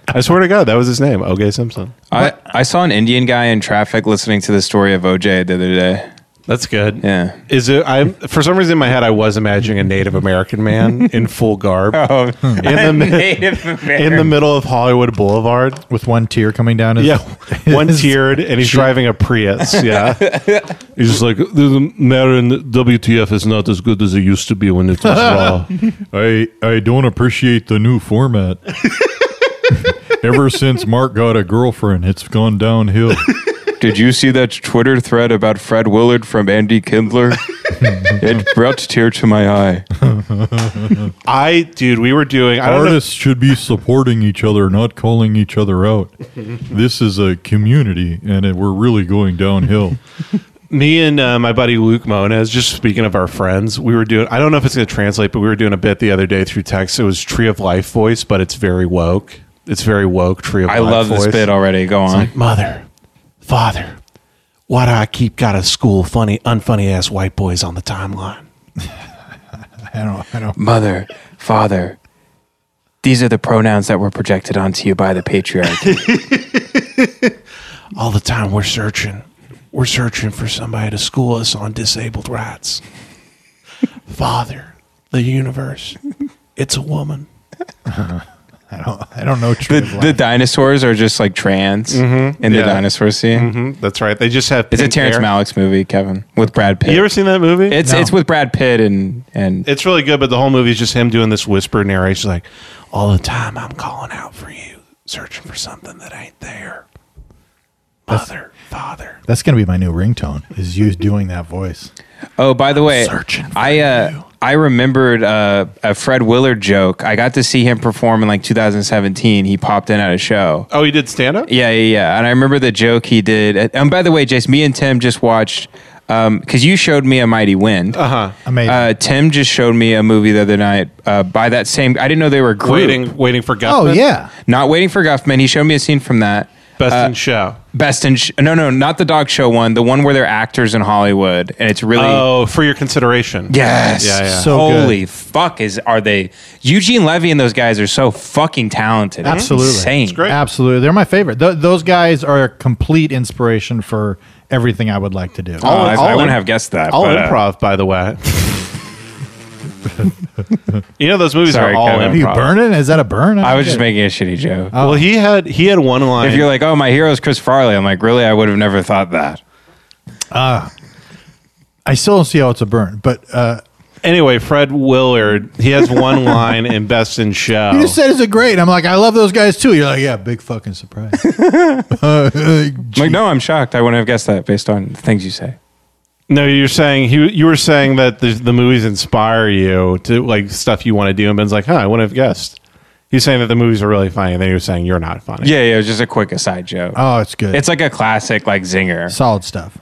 [SPEAKER 1] I swear to God, that was his name, O'Gay Simpson.
[SPEAKER 2] I, I saw an Indian guy in traffic listening to the story of OJ the other day.
[SPEAKER 1] That's good.
[SPEAKER 2] Yeah.
[SPEAKER 1] Is it? I for some reason in my head I was imagining a Native American man in full garb
[SPEAKER 2] Oh,
[SPEAKER 1] in the mi-
[SPEAKER 2] Native
[SPEAKER 1] in the middle of Hollywood Boulevard.
[SPEAKER 3] With one tear coming down his
[SPEAKER 1] Yeah, one tiered, and he's driving a Prius. Yeah, he's just like the matter in WTF is not as good as it used to be when it was raw.
[SPEAKER 8] I I don't appreciate the new format. Ever since Mark got a girlfriend, it's gone downhill.
[SPEAKER 2] Did you see that Twitter thread about Fred Willard from Andy Kindler? it brought tear to my eye.
[SPEAKER 1] I, dude, we were doing. I don't know.
[SPEAKER 8] Artists should be supporting each other, not calling each other out. This is a community, and it, we're really going downhill.
[SPEAKER 1] me and uh, my buddy Luke Moniz, just speaking of our friends, we were doing, I don't know if it's going to translate, but we were doing a bit the other day through text. It was Tree of Life voice, but it's very woke. It's very woke, Tree of
[SPEAKER 2] I
[SPEAKER 1] Life
[SPEAKER 2] love
[SPEAKER 1] voice.
[SPEAKER 2] this bit already. Go on.
[SPEAKER 1] Mother, father, why do I keep got a school funny, unfunny ass white boys on the timeline?
[SPEAKER 3] I don't. I don't.
[SPEAKER 2] Mother, father, these are the pronouns that were projected onto you by the patriarchy.
[SPEAKER 1] All the time we're searching. We're searching for somebody to school us on disabled rights. father, the universe, it's a woman.
[SPEAKER 3] I don't. I don't know. Tree
[SPEAKER 2] The,
[SPEAKER 3] of
[SPEAKER 2] the
[SPEAKER 3] life.
[SPEAKER 2] dinosaurs are just like trans in the
[SPEAKER 1] Yeah.
[SPEAKER 2] dinosaur scene.
[SPEAKER 1] Mhm, That's right. They just have.
[SPEAKER 2] It's a
[SPEAKER 1] pink
[SPEAKER 2] Terrence
[SPEAKER 1] hair.
[SPEAKER 2] Malick's movie, Kevin, with Brad Pitt.
[SPEAKER 1] You ever seen that movie?
[SPEAKER 2] it's
[SPEAKER 3] No.
[SPEAKER 2] it's with Brad Pitt and and
[SPEAKER 1] it's really good, but the whole movie is just him doing this whisper narration, like all the time. I'm calling out for you, searching for something that ain't there. Mother, father.
[SPEAKER 3] That's gonna be my new ringtone. Is you doing that voice?
[SPEAKER 2] oh, by the way,
[SPEAKER 3] searching for
[SPEAKER 2] I uh, I remembered uh, a Fred Willard joke. I got to see him perform in like 2017. He popped in at a show.
[SPEAKER 1] Oh, he did stand up.
[SPEAKER 2] Yeah, yeah, yeah. And I remember the joke he did. And by the way, Jace, me and Tim just watched because you showed me a Mighty Wind. Uh-huh.
[SPEAKER 3] Amazing.
[SPEAKER 2] Tim just showed me a movie the other night uh, by that same. I didn't know they were a group.
[SPEAKER 1] Waiting, waiting for Guffman.
[SPEAKER 3] oh yeah.
[SPEAKER 2] Not waiting for Guffman. He showed me a scene from that.
[SPEAKER 1] best in show.
[SPEAKER 2] Best in sh- no, no, not the dog show one. The one where they're actors in Hollywood, and it's really
[SPEAKER 1] Oh, for your consideration.
[SPEAKER 2] yes.
[SPEAKER 1] Yeah, yeah.
[SPEAKER 3] So good.
[SPEAKER 2] holy fuck is are they Eugene Levy and those guys are so fucking talented. It's
[SPEAKER 3] Absolutely.
[SPEAKER 2] insane.
[SPEAKER 1] great.
[SPEAKER 3] Absolutely, they're my favorite. Th- those guys are a complete inspiration for everything I would like to do.
[SPEAKER 2] Uh, I, I
[SPEAKER 1] all
[SPEAKER 2] wouldn't
[SPEAKER 1] in-
[SPEAKER 2] have guessed that.
[SPEAKER 1] All
[SPEAKER 2] but, uh,
[SPEAKER 1] improv, by the way. you know those movies
[SPEAKER 2] Sorry,
[SPEAKER 1] are all
[SPEAKER 2] Kevin.
[SPEAKER 3] Are you
[SPEAKER 1] improv.
[SPEAKER 3] burning? Is that a burn?
[SPEAKER 2] I was
[SPEAKER 3] don't
[SPEAKER 2] just making a shitty joke.
[SPEAKER 3] Uh,
[SPEAKER 1] well, he had he had one line.
[SPEAKER 2] If you're like, oh, my hero is Chris Farley, I'm like, really? I would have never thought that.
[SPEAKER 3] I still don't see how it's a burn, but uh,
[SPEAKER 1] anyway, Fred Willard, he has one line in Best in Show.
[SPEAKER 3] you just said it's a great. I'm like, I love those guys too. You're like, yeah, big fucking surprise.
[SPEAKER 2] I'm like, no, I'm shocked. I wouldn't have guessed that based on the things you say.
[SPEAKER 1] no, you're saying he, you were saying that the, the movies inspire you to like stuff you want to do, and Ben's like, huh, I wouldn't have guessed. He's saying that the movies are really funny, and then he was saying you're not funny.
[SPEAKER 2] Yeah, yeah, it was just a quick aside joke.
[SPEAKER 3] oh, it's good.
[SPEAKER 2] it's like a classic, like zinger.
[SPEAKER 3] solid stuff.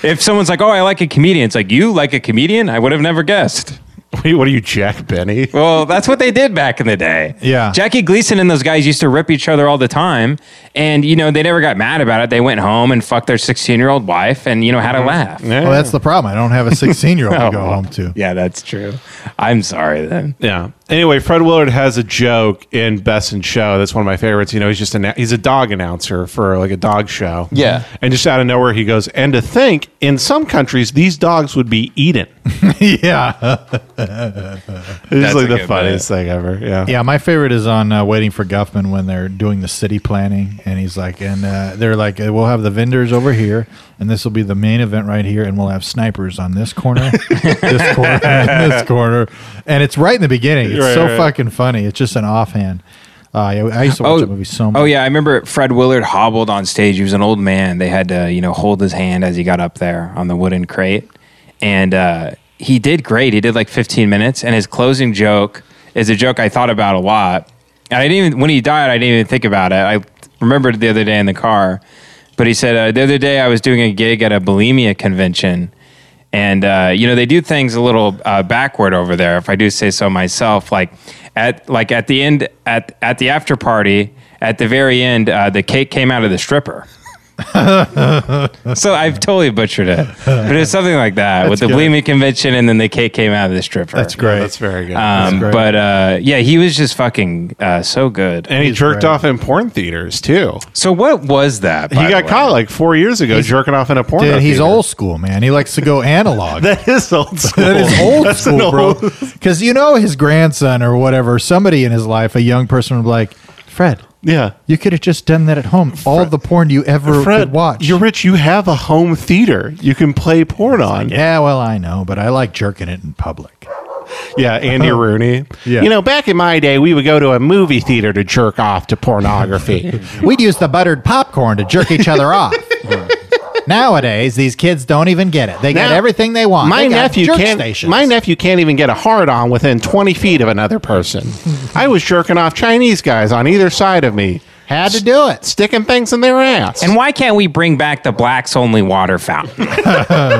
[SPEAKER 2] If someone's like, oh, I like a comedian, it's like, you like a comedian? I would have never guessed.
[SPEAKER 1] Wait, what are you, Jack Benny?
[SPEAKER 2] Well, that's what they did back in the day.
[SPEAKER 3] Yeah.
[SPEAKER 2] Jackie Gleason and those guys used to rip each other all the time. And, you know, they never got mad about it. They went home and fucked their 16 year old wife and, you know, had a laugh. Yeah. Oh,
[SPEAKER 3] Well, that's the problem. I don't have a 16 year old to Mm-hmm. go home to.
[SPEAKER 2] Yeah, that's true. I'm sorry then.
[SPEAKER 1] Yeah. Anyway, Fred Willard has a joke in Best in Show. That's one of my favorites. You know, he's just an he's a dog announcer for like a dog show.
[SPEAKER 2] Yeah.
[SPEAKER 1] And just out of nowhere, he goes, and to think in some countries these dogs would be eaten.
[SPEAKER 3] yeah,
[SPEAKER 1] It's
[SPEAKER 2] That's
[SPEAKER 1] like the
[SPEAKER 2] a good
[SPEAKER 1] funniest thing ever. Yeah.
[SPEAKER 3] yeah. My favorite is on uh, Waiting for Guffman when they're doing the city planning, and he's like, and uh, they're like, uh, we'll have the vendors over here, and this will be the main event right here, and we'll have snipers on this corner, this corner, and this corner, and it's right in the beginning. It's
[SPEAKER 1] Right,
[SPEAKER 3] so
[SPEAKER 1] right.
[SPEAKER 3] fucking funny. It's just an offhand. Uh, I, I used to watch that movie so much.
[SPEAKER 2] Oh yeah, I remember Fred Willard hobbled on stage. He was an old man. They had to, you know, hold his hand as he got up there on the wooden crate, and uh, he did great. He did like 15 minutes, and his closing joke is a joke I thought about a lot. And I didn't even when he died, I didn't even think about it. I remembered it the other day in the car, but he said uh, the other day I was doing a gig at a bulimia convention. And uh, you know they do things a little uh, backward over there, if I do say so myself. Like at like at the end at at the after party at the very end, uh, the cake came out of the stripper. so I've totally butchered it, but it's something like that with the
[SPEAKER 3] good.
[SPEAKER 2] bulimia convention, and then the cake came out of the stripper.
[SPEAKER 3] That's great.
[SPEAKER 1] That's very good.
[SPEAKER 2] Um,
[SPEAKER 3] great.
[SPEAKER 2] But uh, yeah, he was just fucking uh, so good.
[SPEAKER 1] and he
[SPEAKER 3] he's
[SPEAKER 1] jerked
[SPEAKER 3] great.
[SPEAKER 1] off in porn theaters too.
[SPEAKER 2] So what was that? by
[SPEAKER 1] he got
[SPEAKER 2] the way?
[SPEAKER 1] caught like four years ago jerking off in a porn.
[SPEAKER 3] Dude, he's
[SPEAKER 1] theater.
[SPEAKER 3] old school, man. He likes to go analog.
[SPEAKER 1] That is old school.
[SPEAKER 3] That is old
[SPEAKER 1] That's an
[SPEAKER 3] school, bro.
[SPEAKER 1] old-
[SPEAKER 3] Because you know his grandson or whatever, somebody in his life, a young person would be like, Fred,
[SPEAKER 1] Yeah.
[SPEAKER 3] you could have just done that at home. All the porn you ever
[SPEAKER 1] Fred,
[SPEAKER 3] could watch.
[SPEAKER 1] you're rich. You have a home theater. You can play porn on.
[SPEAKER 3] yeah, well, I know, but I like jerking it in public.
[SPEAKER 1] Yeah, Andy Rooney.
[SPEAKER 3] Uh-huh. Yeah.
[SPEAKER 1] You know, back in my day, we would go to a movie theater to jerk off to pornography.
[SPEAKER 3] We'd use the buttered popcorn to jerk each other off. Nowadays, these kids don't even get it. They
[SPEAKER 1] Now,
[SPEAKER 3] get everything they want.
[SPEAKER 1] my
[SPEAKER 3] They got
[SPEAKER 1] nephew
[SPEAKER 3] jerk
[SPEAKER 1] can't.
[SPEAKER 3] stations.
[SPEAKER 1] My nephew can't even get a hard on within twenty feet of another person. I was jerking off Chinese guys on either side of me,
[SPEAKER 3] had to do it.
[SPEAKER 1] sticking things in their ass.
[SPEAKER 2] And why can't we bring back the blacks only water fountain?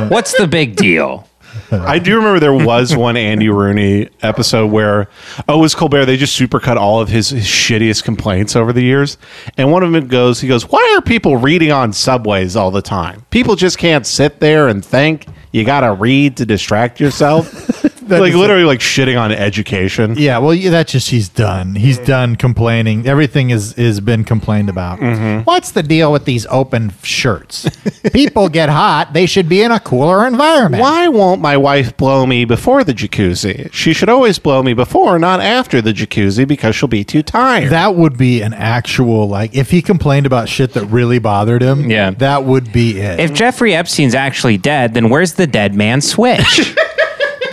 [SPEAKER 2] What's the big deal?
[SPEAKER 1] I do remember there was one Andy Rooney episode where oh, it was Colbert. They just supercut all of his, his shittiest complaints over the years, and one of them goes, he goes, "Why are people reading on subways all the time? People just can't sit there and think. You got to read to distract yourself."
[SPEAKER 3] that
[SPEAKER 1] like
[SPEAKER 3] is-
[SPEAKER 1] literally like shitting on education.
[SPEAKER 3] Yeah, well, yeah, that's just he's done.
[SPEAKER 1] Mm.
[SPEAKER 3] He's done complaining. Everything is is been complained about.
[SPEAKER 1] Mm-hmm.
[SPEAKER 3] What's the deal with these open shirts? People get hot. They should be in a cooler environment.
[SPEAKER 1] Why won't my wife blow me before the jacuzzi? She should always blow me before, not after the jacuzzi, because she'll be too tired.
[SPEAKER 3] That would be an actual like if he complained about shit that really bothered him.
[SPEAKER 2] Yeah.
[SPEAKER 3] that would be it.
[SPEAKER 7] If Jeffrey Epstein's actually dead, then where's the dead man switch?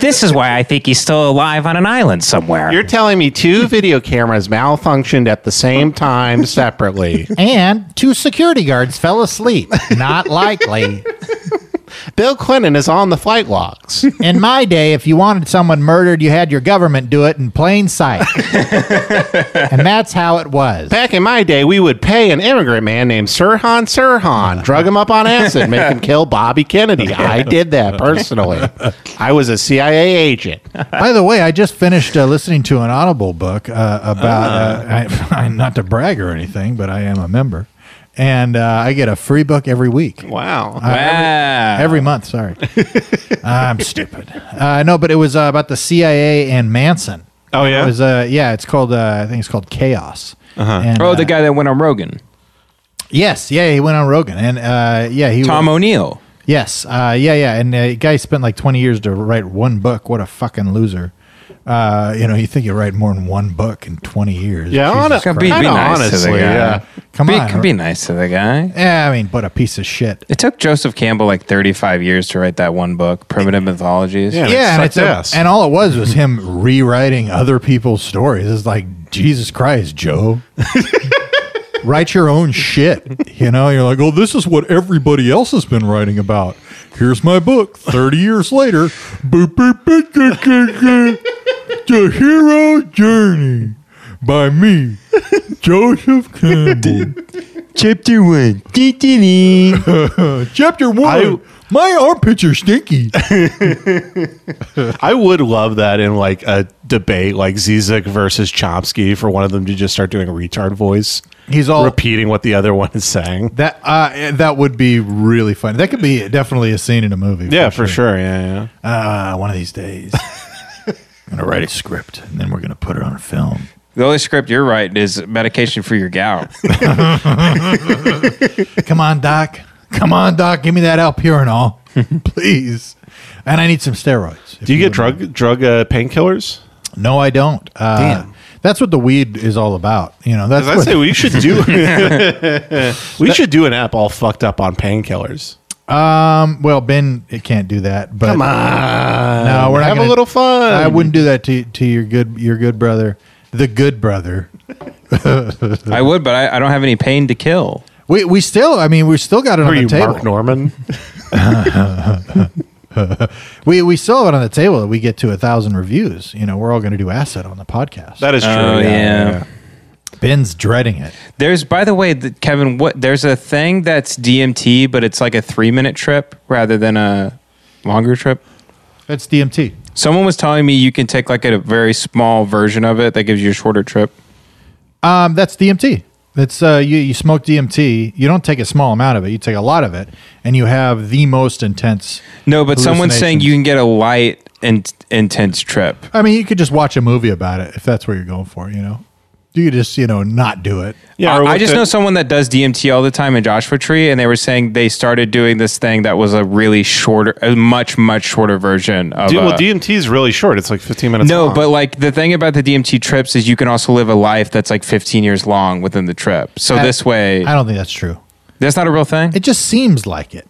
[SPEAKER 7] this is why I think he's still alive on an island somewhere.
[SPEAKER 1] You're telling me two video cameras malfunctioned at the same time separately.
[SPEAKER 3] and two security guards fell asleep. Not likely.
[SPEAKER 1] Bill Clinton is on the flight logs.
[SPEAKER 3] In my day, if you wanted someone murdered, you had your government do it in plain sight. and that's how it was.
[SPEAKER 1] Back in my day, we would pay an immigrant man named Sirhan Sirhan, drug him up on acid, make him kill Bobby Kennedy. I did that personally. I was a CIA agent.
[SPEAKER 3] By the way, I just finished uh, listening to an Audible book uh, about, uh, I, not to brag or anything, but I am a member. And uh, I get a free book every week.
[SPEAKER 1] Wow.
[SPEAKER 3] Uh, every-
[SPEAKER 2] Ah.
[SPEAKER 3] Every month, sorry. I'm stupid. Uh, no, but it was uh, about the CIA and Manson.
[SPEAKER 1] Oh, yeah? Uh-huh.
[SPEAKER 3] It was, uh, yeah, it's called, uh, I think it's called Chaos. And,
[SPEAKER 2] oh, the
[SPEAKER 3] uh,
[SPEAKER 2] guy that went on Rogan,
[SPEAKER 3] Yes, yeah, he went on Rogan. And uh, yeah, he
[SPEAKER 2] Tom O'Neill.
[SPEAKER 3] Yes. Uh, yeah, yeah. And the guy spent like 20 years to write one book. What a fucking loser. Uh, you know, you think you write more than one book in 20 years.
[SPEAKER 1] Yeah,
[SPEAKER 3] Jesus
[SPEAKER 1] hon-
[SPEAKER 3] Christ.
[SPEAKER 2] Be, be
[SPEAKER 1] Kinda
[SPEAKER 2] nice to the
[SPEAKER 1] honestly,
[SPEAKER 2] guy.
[SPEAKER 1] yeah.
[SPEAKER 3] Come
[SPEAKER 2] be,
[SPEAKER 3] on.
[SPEAKER 2] Be nice to the guy.
[SPEAKER 3] yeah, I mean, what a piece of shit.
[SPEAKER 2] It took Joseph Campbell like 35 years to write that one book, Primitive Mythologies.
[SPEAKER 1] Yeah. And it
[SPEAKER 3] yeah, and,
[SPEAKER 1] sucked
[SPEAKER 3] it's a-
[SPEAKER 1] ass.
[SPEAKER 3] and all it was was him rewriting other people's stories. It's like, Jesus Christ, Joe. Write your own shit. You know, you're like,
[SPEAKER 8] Like, oh, this is what everybody else has been writing about. Here's my book, 30 years later. Boop, boop, boop, boop, boop, boop. the Hero Journey by me, Joseph Campbell.
[SPEAKER 2] Chapter one.
[SPEAKER 8] Chapter one. my armpits are stinky.
[SPEAKER 1] I would love that in like a debate, like Zizek versus Chomsky, for one of them to just start doing a retard voice,
[SPEAKER 3] he's all
[SPEAKER 1] repeating what the other one is saying.
[SPEAKER 3] That uh, that would be really fun. That could be definitely a scene in a movie.
[SPEAKER 1] Yeah, for sure. Yeah, yeah.
[SPEAKER 3] Uh, one of these days, I'm gonna write a script and then we're gonna put it on film.
[SPEAKER 2] The only script you're writing is medication for your gout.
[SPEAKER 3] Come on, Doc. Come on, Doc. Give me that Alpurinol, please. And I need some steroids. if
[SPEAKER 1] Do you get
[SPEAKER 3] wouldn't mind.
[SPEAKER 1] drug drug uh, painkillers?
[SPEAKER 3] No, I don't. Uh,
[SPEAKER 1] Damn.
[SPEAKER 3] That's what the weed is all about. You know, that's
[SPEAKER 1] I
[SPEAKER 3] what,
[SPEAKER 1] say we should do we should do an app all fucked up on painkillers.
[SPEAKER 3] um. Well, Ben, it can't do that. But come
[SPEAKER 1] on,
[SPEAKER 3] no, we're not
[SPEAKER 1] have
[SPEAKER 3] gonna-
[SPEAKER 1] a little fun.
[SPEAKER 3] I wouldn't do that to to your good your good brother, the good brother.
[SPEAKER 2] I would, but I, I don't have any pain to kill.
[SPEAKER 3] We we still. I mean, we still got it
[SPEAKER 1] Are
[SPEAKER 3] on
[SPEAKER 1] you
[SPEAKER 3] the table.
[SPEAKER 1] Mark Norman?
[SPEAKER 3] We we still have it on the table that we get to a thousand reviews. You know, we're all going to do acid on the podcast.
[SPEAKER 1] That is true.
[SPEAKER 2] Oh, yeah.
[SPEAKER 3] Ben's dreading it.
[SPEAKER 2] There's, by the way, the, Kevin, what there's a thing that's DMT, but it's like a three minute trip rather than a longer trip.
[SPEAKER 3] That's DMT.
[SPEAKER 2] Someone was telling me you can take like a very small version of it that gives you a shorter trip.
[SPEAKER 3] Um, that's DMT. That's uh, you you smoke DMT. You don't take a small amount of it. You take a lot of it, and you have the most intense.
[SPEAKER 2] No, but someone's saying
[SPEAKER 3] hallucinations.
[SPEAKER 2] you can get a light and intense trip.
[SPEAKER 3] I mean, you could just watch a movie about it if that's where you're going for. You know, you could just you know not do it.
[SPEAKER 1] Yeah,
[SPEAKER 2] I-
[SPEAKER 1] or
[SPEAKER 2] I
[SPEAKER 1] with
[SPEAKER 2] just
[SPEAKER 1] the-
[SPEAKER 2] know someone that does DMT all the time in Joshua Tree, and they were saying they started doing this thing that was a really shorter, a much much shorter version of.
[SPEAKER 1] Dude, well,
[SPEAKER 2] a-
[SPEAKER 1] DMT is really short. It's like 15 minutes.
[SPEAKER 2] no,
[SPEAKER 1] long.
[SPEAKER 2] but like the thing about the DMT trips is you can also live a life that's like 15 years long within the trip. So
[SPEAKER 3] I-
[SPEAKER 2] this way,
[SPEAKER 3] I don't think that's true.
[SPEAKER 2] that's not a real thing.
[SPEAKER 3] It just seems like it.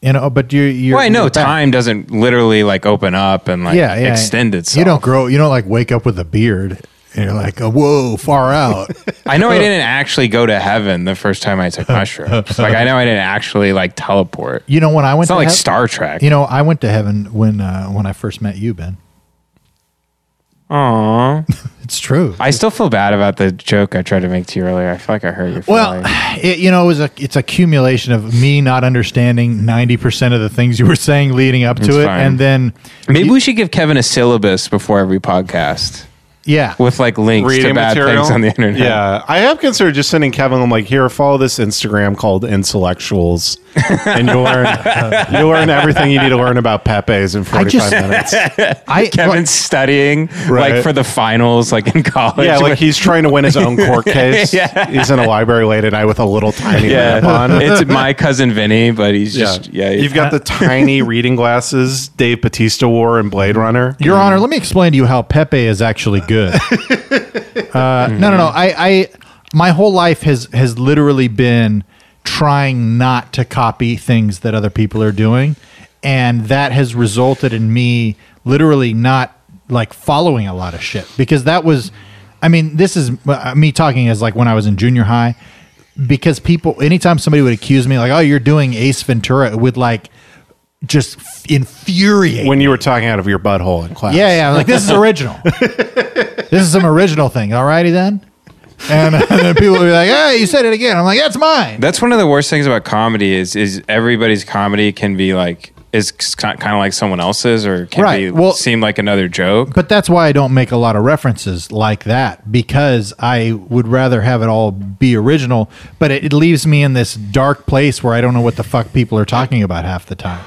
[SPEAKER 3] You know, but you you.
[SPEAKER 2] Well, I know time doesn't literally like open up and like
[SPEAKER 3] yeah, yeah.
[SPEAKER 2] extend itself.
[SPEAKER 3] You don't grow. You don't like wake up with a beard. And you're like, oh, whoa, far out.
[SPEAKER 2] I know I didn't actually go to heaven the first time I took mushrooms. like I know I didn't actually like teleport.
[SPEAKER 3] you know, when I went
[SPEAKER 2] It's
[SPEAKER 3] to
[SPEAKER 2] not like
[SPEAKER 3] heaven-
[SPEAKER 2] Star Trek.
[SPEAKER 3] You know, I went to heaven when uh, when I first met you, Ben.
[SPEAKER 2] Aww.
[SPEAKER 3] It's true.
[SPEAKER 2] I still feel bad about the joke I tried to make to you earlier. I feel like I hurt your
[SPEAKER 3] well,
[SPEAKER 2] feelings.
[SPEAKER 3] it, you know, it was a it's accumulation of me not understanding ninety percent of the things you were saying leading up to
[SPEAKER 2] It's
[SPEAKER 3] it,
[SPEAKER 2] fine.
[SPEAKER 3] and then
[SPEAKER 2] maybe we should give Kevin a syllabus before every podcast.
[SPEAKER 3] Yeah.
[SPEAKER 2] with like links to
[SPEAKER 1] reading
[SPEAKER 2] bad
[SPEAKER 1] material
[SPEAKER 2] things on the internet.
[SPEAKER 1] Yeah, I have considered just sending Kevin. I'm like, here, follow this Instagram called Intellectuals, and you'll learn you'll learn everything you need to learn about Pepe's in 45
[SPEAKER 3] just-
[SPEAKER 1] minutes.
[SPEAKER 3] I
[SPEAKER 2] Kevin's studying
[SPEAKER 1] Right.
[SPEAKER 2] like for the finals, like in college.
[SPEAKER 1] Yeah, like
[SPEAKER 2] with-
[SPEAKER 1] he's trying to win his own court case.
[SPEAKER 2] Yeah.
[SPEAKER 1] He's in a library late at night with a little tiny
[SPEAKER 2] yeah.
[SPEAKER 1] lamp on.
[SPEAKER 2] it's my cousin Vinny, but he's just yeah.
[SPEAKER 1] You've got the tiny reading glasses Dave Batista wore in Blade Runner.
[SPEAKER 3] Your Honor, let me explain to you how Pepe is actually good. uh, No, no, no. I, I, my whole life has has literally been trying not to copy things that other people are doing, and that has resulted in me literally not like following a lot of shit because that was, I mean, this is uh, me talking as like when I was in junior high because people anytime somebody would accuse me like, oh, you're doing Ace Ventura, it would like just f- infuriate
[SPEAKER 1] When you were talking out of your butthole in class.
[SPEAKER 3] yeah, yeah. I'm like, this is original. this is some original thing. Alrighty then. And, then people will be like, hey, you said it again. I'm like, that's mine.
[SPEAKER 2] That's one of the worst things about comedy is is everybody's comedy can be like is kind of like someone else's or can
[SPEAKER 3] Right,
[SPEAKER 2] be
[SPEAKER 3] well-
[SPEAKER 2] seem like another joke.
[SPEAKER 3] But that's why I don't make a lot of references like that because I would rather have it all be original. But it, it leaves me in this dark place where I don't know what the fuck people are talking about half the time.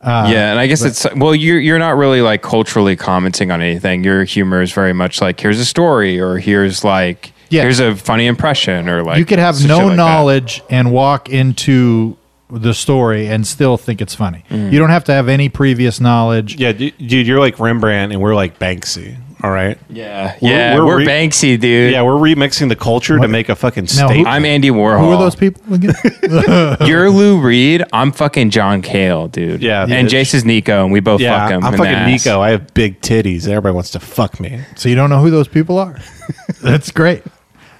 [SPEAKER 3] Uh,
[SPEAKER 2] yeah, and I guess it's well, you're you're not really like culturally commenting on anything. Your humor is very much like here's a story or here's like
[SPEAKER 3] Yeah.
[SPEAKER 2] here's a funny impression or like
[SPEAKER 3] You could have
[SPEAKER 2] shit
[SPEAKER 3] no
[SPEAKER 2] like that.
[SPEAKER 3] knowledge and walk into the story and still think it's funny.
[SPEAKER 2] Mm.
[SPEAKER 3] You don't have to have any previous knowledge.
[SPEAKER 1] Yeah, du- dude, you're like Rembrandt and we're like Banksy. All right.
[SPEAKER 2] Yeah,
[SPEAKER 1] We're-
[SPEAKER 2] yeah,
[SPEAKER 1] we're
[SPEAKER 2] we're,
[SPEAKER 1] re-
[SPEAKER 2] Banksy, dude.
[SPEAKER 1] Yeah, we're remixing the culture to make a fucking
[SPEAKER 3] Now, who-
[SPEAKER 1] statement.
[SPEAKER 2] I'm Andy Warhol.
[SPEAKER 3] Who are those people again?
[SPEAKER 2] You're Lou Reed. I'm fucking John Cale, dude.
[SPEAKER 1] Yeah,
[SPEAKER 2] and
[SPEAKER 1] bitch.
[SPEAKER 2] Jace is Nico, and we both
[SPEAKER 1] yeah,
[SPEAKER 2] fuck him.
[SPEAKER 1] I'm
[SPEAKER 2] in the
[SPEAKER 1] fucking
[SPEAKER 2] ass.
[SPEAKER 1] Nico. I have big titties. Everybody wants to fuck me.
[SPEAKER 3] So you don't know who those people are. That's great.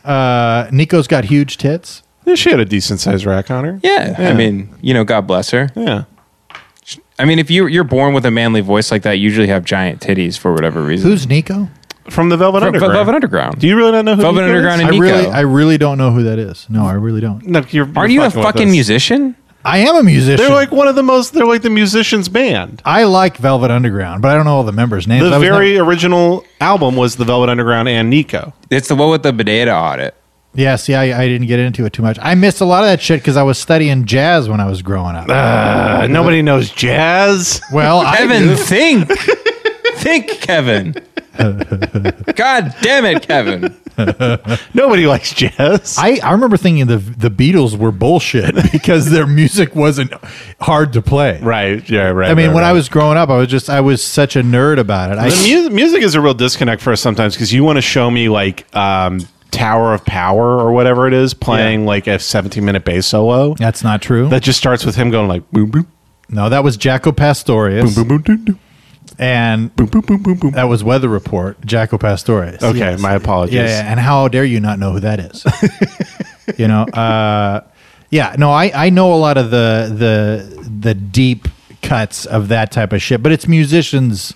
[SPEAKER 3] Uh, Nico's got huge tits.
[SPEAKER 1] Yeah, She had a decent sized rack on her.
[SPEAKER 2] Yeah, I mean, you know, God bless her.
[SPEAKER 1] Yeah.
[SPEAKER 2] I mean, if you you're born with a manly voice like that, you usually have giant titties for whatever reason.
[SPEAKER 3] Who's Nico?
[SPEAKER 1] From the Velvet
[SPEAKER 2] From
[SPEAKER 1] Underground.
[SPEAKER 2] Velvet Underground?
[SPEAKER 1] Do you really not know who
[SPEAKER 2] Velvet
[SPEAKER 1] Nico
[SPEAKER 2] Underground
[SPEAKER 1] Is?
[SPEAKER 2] and
[SPEAKER 3] I
[SPEAKER 2] Nico.
[SPEAKER 3] really, I really don't know who that is. No, I really don't.
[SPEAKER 1] No, you're,
[SPEAKER 2] Aren't
[SPEAKER 1] you're
[SPEAKER 2] you a
[SPEAKER 1] with
[SPEAKER 2] fucking
[SPEAKER 1] us.
[SPEAKER 2] musician?
[SPEAKER 3] I am a musician.
[SPEAKER 1] They're like one of the most. They're like the musicians band.
[SPEAKER 3] I like Velvet Underground, but I don't know all the members' names. I
[SPEAKER 1] The
[SPEAKER 3] was
[SPEAKER 1] very
[SPEAKER 3] never-
[SPEAKER 1] original album was the Velvet Underground and Nico.
[SPEAKER 2] It's the one with the Bedeta audit.
[SPEAKER 3] yeah, see, I, I didn't get into it too much. I missed a lot of that shit because I was studying jazz when I was growing up.
[SPEAKER 1] Uh, nobody knows jazz.
[SPEAKER 3] well, I
[SPEAKER 2] Kevin, think. think, Kevin. God damn it, Kevin.
[SPEAKER 1] Nobody likes jazz.
[SPEAKER 3] I, I remember thinking the the Beatles were bullshit because their music wasn't hard to play.
[SPEAKER 1] right. Yeah. Right.
[SPEAKER 3] I mean,
[SPEAKER 1] right,
[SPEAKER 3] when I
[SPEAKER 1] right.
[SPEAKER 3] was growing up, I was just I was such a nerd about it. I,
[SPEAKER 1] The mu- music is a real disconnect for us sometimes because you want to show me like um, Tower of Power or whatever it is playing like a 17 minute bass solo
[SPEAKER 3] that's not true.
[SPEAKER 1] that just starts with him going like boom boom
[SPEAKER 3] No, that was Jacko Pastorius,
[SPEAKER 1] boom boom boom boom
[SPEAKER 3] and
[SPEAKER 1] boom boom boom boom boom.
[SPEAKER 3] that was Weather Report. Jacko Pastorius.
[SPEAKER 1] Okay,
[SPEAKER 3] Yes.
[SPEAKER 1] my apologies.
[SPEAKER 3] Yeah, yeah, and how dare you not know who that is? you know, uh, yeah, no, I, I know a lot of the the the deep cuts of that type of shit, but it's musicians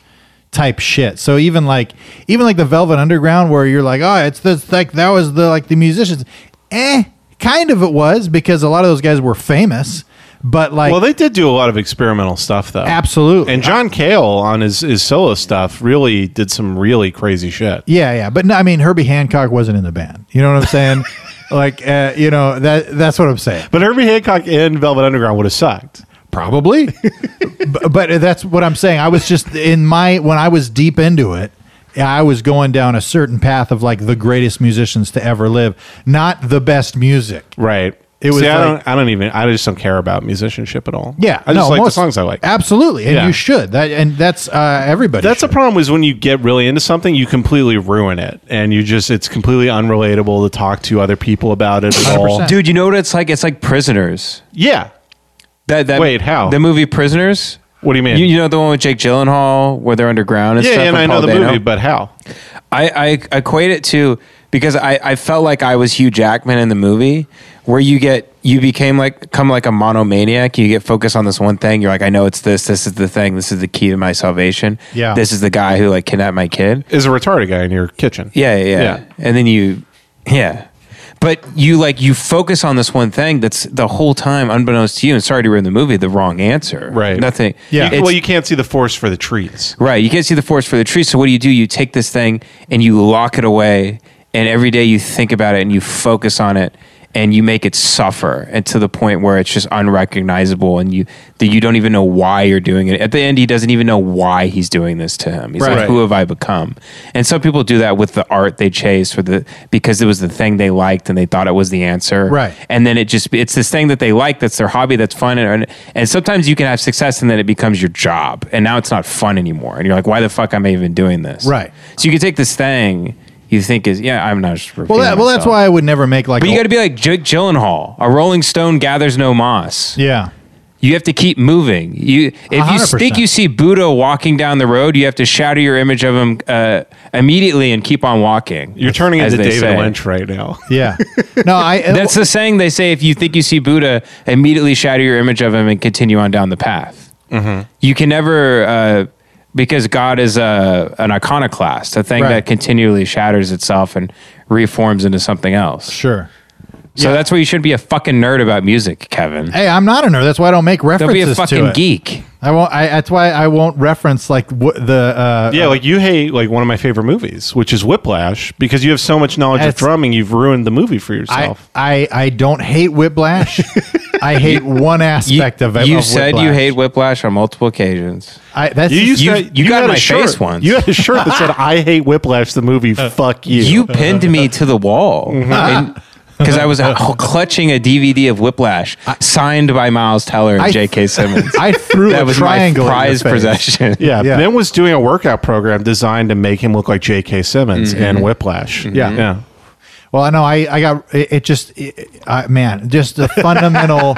[SPEAKER 3] type shit. So even like even like the Velvet Underground, where you're like, oh, it's this like that was the like the musicians, eh? Kind of it was because a lot of those guys were famous, but like
[SPEAKER 1] Well, they did do a lot of experimental stuff though.
[SPEAKER 3] absolutely
[SPEAKER 1] And John Cale on his, his solo stuff really did some really crazy shit.
[SPEAKER 3] Yeah, yeah, but no, I mean, Herbie Hancock wasn't in the band. You know what I'm saying? like, uh, you know that that's what I'm saying.
[SPEAKER 1] But Herbie Hancock in Velvet Underground would have sucked.
[SPEAKER 3] Probably, but, but that's what I'm saying. I was just in my when I was deep into it. I was going down a certain path of like the greatest musicians to ever live, not the best music.
[SPEAKER 1] Right.
[SPEAKER 3] It was
[SPEAKER 1] See, I,
[SPEAKER 3] like-
[SPEAKER 1] don't, I don't even. I just don't care about musicianship at all.
[SPEAKER 3] Yeah,
[SPEAKER 1] I just like
[SPEAKER 3] most-
[SPEAKER 1] the songs I like.
[SPEAKER 3] Absolutely, and
[SPEAKER 1] Yeah.
[SPEAKER 3] you should. That and that's uh, everybody.
[SPEAKER 1] That's
[SPEAKER 3] should.
[SPEAKER 1] the problem is when you get really into something, you completely ruin it, and you just it's completely unrelatable to talk to other people about it at all.
[SPEAKER 3] 100%.
[SPEAKER 2] Dude, you know what it's like? It's like Prisoners.
[SPEAKER 1] Yeah.
[SPEAKER 2] That, that
[SPEAKER 1] Wait, how?
[SPEAKER 2] The movie Prisoners?
[SPEAKER 1] What do you mean?
[SPEAKER 2] You, you know the one with Jake Gyllenhaal where they're underground and
[SPEAKER 1] yeah,
[SPEAKER 2] stuff?
[SPEAKER 1] and I know
[SPEAKER 2] Paul
[SPEAKER 1] the
[SPEAKER 2] Dano?
[SPEAKER 1] movie, but how?
[SPEAKER 2] I, I equate it to because I, I felt like I was Hugh Jackman in the movie where you get you became like become like a monomaniac. You get focused on this one thing. You're like, I know it's this. This is the thing. This is the key to my salvation.
[SPEAKER 3] Yeah.
[SPEAKER 2] This is the guy who like kidnapped my kid.
[SPEAKER 1] Is a retarded guy in your kitchen?
[SPEAKER 2] Yeah, yeah. yeah.
[SPEAKER 1] Yeah.
[SPEAKER 2] And then you, yeah. but you like you focus on this one thing that's the whole time unbeknownst to you and sorry to ruin the movie the wrong answer
[SPEAKER 1] Right.
[SPEAKER 2] nothing
[SPEAKER 3] Yeah.
[SPEAKER 1] You-
[SPEAKER 2] It's-
[SPEAKER 1] well, you can't see the forest for the trees.
[SPEAKER 2] Right. You can't see the forest for the trees. So what do you do? You take this thing and you lock it away. And every day you think about it and you focus on it and you make it suffer and to the point where it's just unrecognizable and you that you don't even know why you're doing it. At the end, he doesn't even know why he's doing this to him. He's
[SPEAKER 1] Right.
[SPEAKER 2] like, "Who have I become?" And some people do that with the art they chase for the because it was the thing they liked and they thought it was the answer
[SPEAKER 3] Right.
[SPEAKER 2] and then it just it's this thing that they like that's their hobby that's fun and and sometimes you can have success and then it becomes your job and now it's not fun anymore and you're like why the fuck am i even doing this
[SPEAKER 3] Right.
[SPEAKER 2] so you can take this thing you think is yeah i'm not just
[SPEAKER 3] Well, that, well, that's why I would never make like.
[SPEAKER 2] but you
[SPEAKER 3] a-
[SPEAKER 2] got to be like Jake Gyllenhaal. A rolling stone gathers no moss.
[SPEAKER 3] yeah.
[SPEAKER 2] You have to keep moving. You, if you
[SPEAKER 3] 100%.
[SPEAKER 2] think you see Buddha walking down the road, you have to shatter your image of him uh, immediately and keep on walking.
[SPEAKER 1] You're turning
[SPEAKER 2] as
[SPEAKER 1] into
[SPEAKER 2] they
[SPEAKER 1] David
[SPEAKER 2] say.
[SPEAKER 1] Lynch right now.
[SPEAKER 3] Yeah. No, I.
[SPEAKER 2] That's the saying they say if you think you see Buddha, immediately shatter your image of him and continue on down the path.
[SPEAKER 3] Mm-hmm.
[SPEAKER 2] You can never, uh, because God is a, an iconoclast, a thing
[SPEAKER 3] Right.
[SPEAKER 2] that continually shatters itself and reforms into something else.
[SPEAKER 3] sure.
[SPEAKER 2] So that's why you shouldn't be a fucking nerd about music, Kevin.
[SPEAKER 3] Hey, I'm not a nerd. That's why I don't make
[SPEAKER 2] Don't
[SPEAKER 3] references
[SPEAKER 2] be a
[SPEAKER 3] to
[SPEAKER 2] fucking
[SPEAKER 3] it.
[SPEAKER 2] geek.
[SPEAKER 3] I won't. I, that's why I won't reference like what the. Uh,
[SPEAKER 1] Yeah, like you hate like one of my favorite movies, which is Whiplash, because you have so much knowledge of
[SPEAKER 3] That's-
[SPEAKER 1] drumming, you've ruined the movie for
[SPEAKER 3] I,
[SPEAKER 1] yourself.
[SPEAKER 3] I I don't hate Whiplash. I hate one aspect of it.
[SPEAKER 2] You
[SPEAKER 3] of
[SPEAKER 2] said you
[SPEAKER 3] Whiplash.
[SPEAKER 2] hate Whiplash on multiple occasions.
[SPEAKER 3] I, that's
[SPEAKER 1] you used
[SPEAKER 3] just-
[SPEAKER 1] to-
[SPEAKER 2] you- you got
[SPEAKER 1] had
[SPEAKER 2] in
[SPEAKER 1] a
[SPEAKER 2] my
[SPEAKER 1] shirt.
[SPEAKER 2] face once. Uh,
[SPEAKER 1] You had a shirt that said "I hate Whiplash," the movie. Fuck you.
[SPEAKER 2] You pinned me to the wall
[SPEAKER 3] Mm-hmm.
[SPEAKER 2] because I was uh, clutching a DVD of Whiplash signed by Miles Teller and
[SPEAKER 3] I-
[SPEAKER 2] J.K. Simmons.
[SPEAKER 3] I threw
[SPEAKER 2] that
[SPEAKER 3] a
[SPEAKER 2] was my
[SPEAKER 3] triangle. at your
[SPEAKER 2] prize
[SPEAKER 3] face.
[SPEAKER 2] possession.
[SPEAKER 1] Yeah,
[SPEAKER 3] Yeah.
[SPEAKER 1] Ben was doing a workout program designed to make him look like J.K. Simmons
[SPEAKER 2] Mm-hmm.
[SPEAKER 1] and Whiplash.
[SPEAKER 3] Yeah.
[SPEAKER 1] yeah.
[SPEAKER 3] Well, I know I, I got it, it just it, I, man, just the fundamental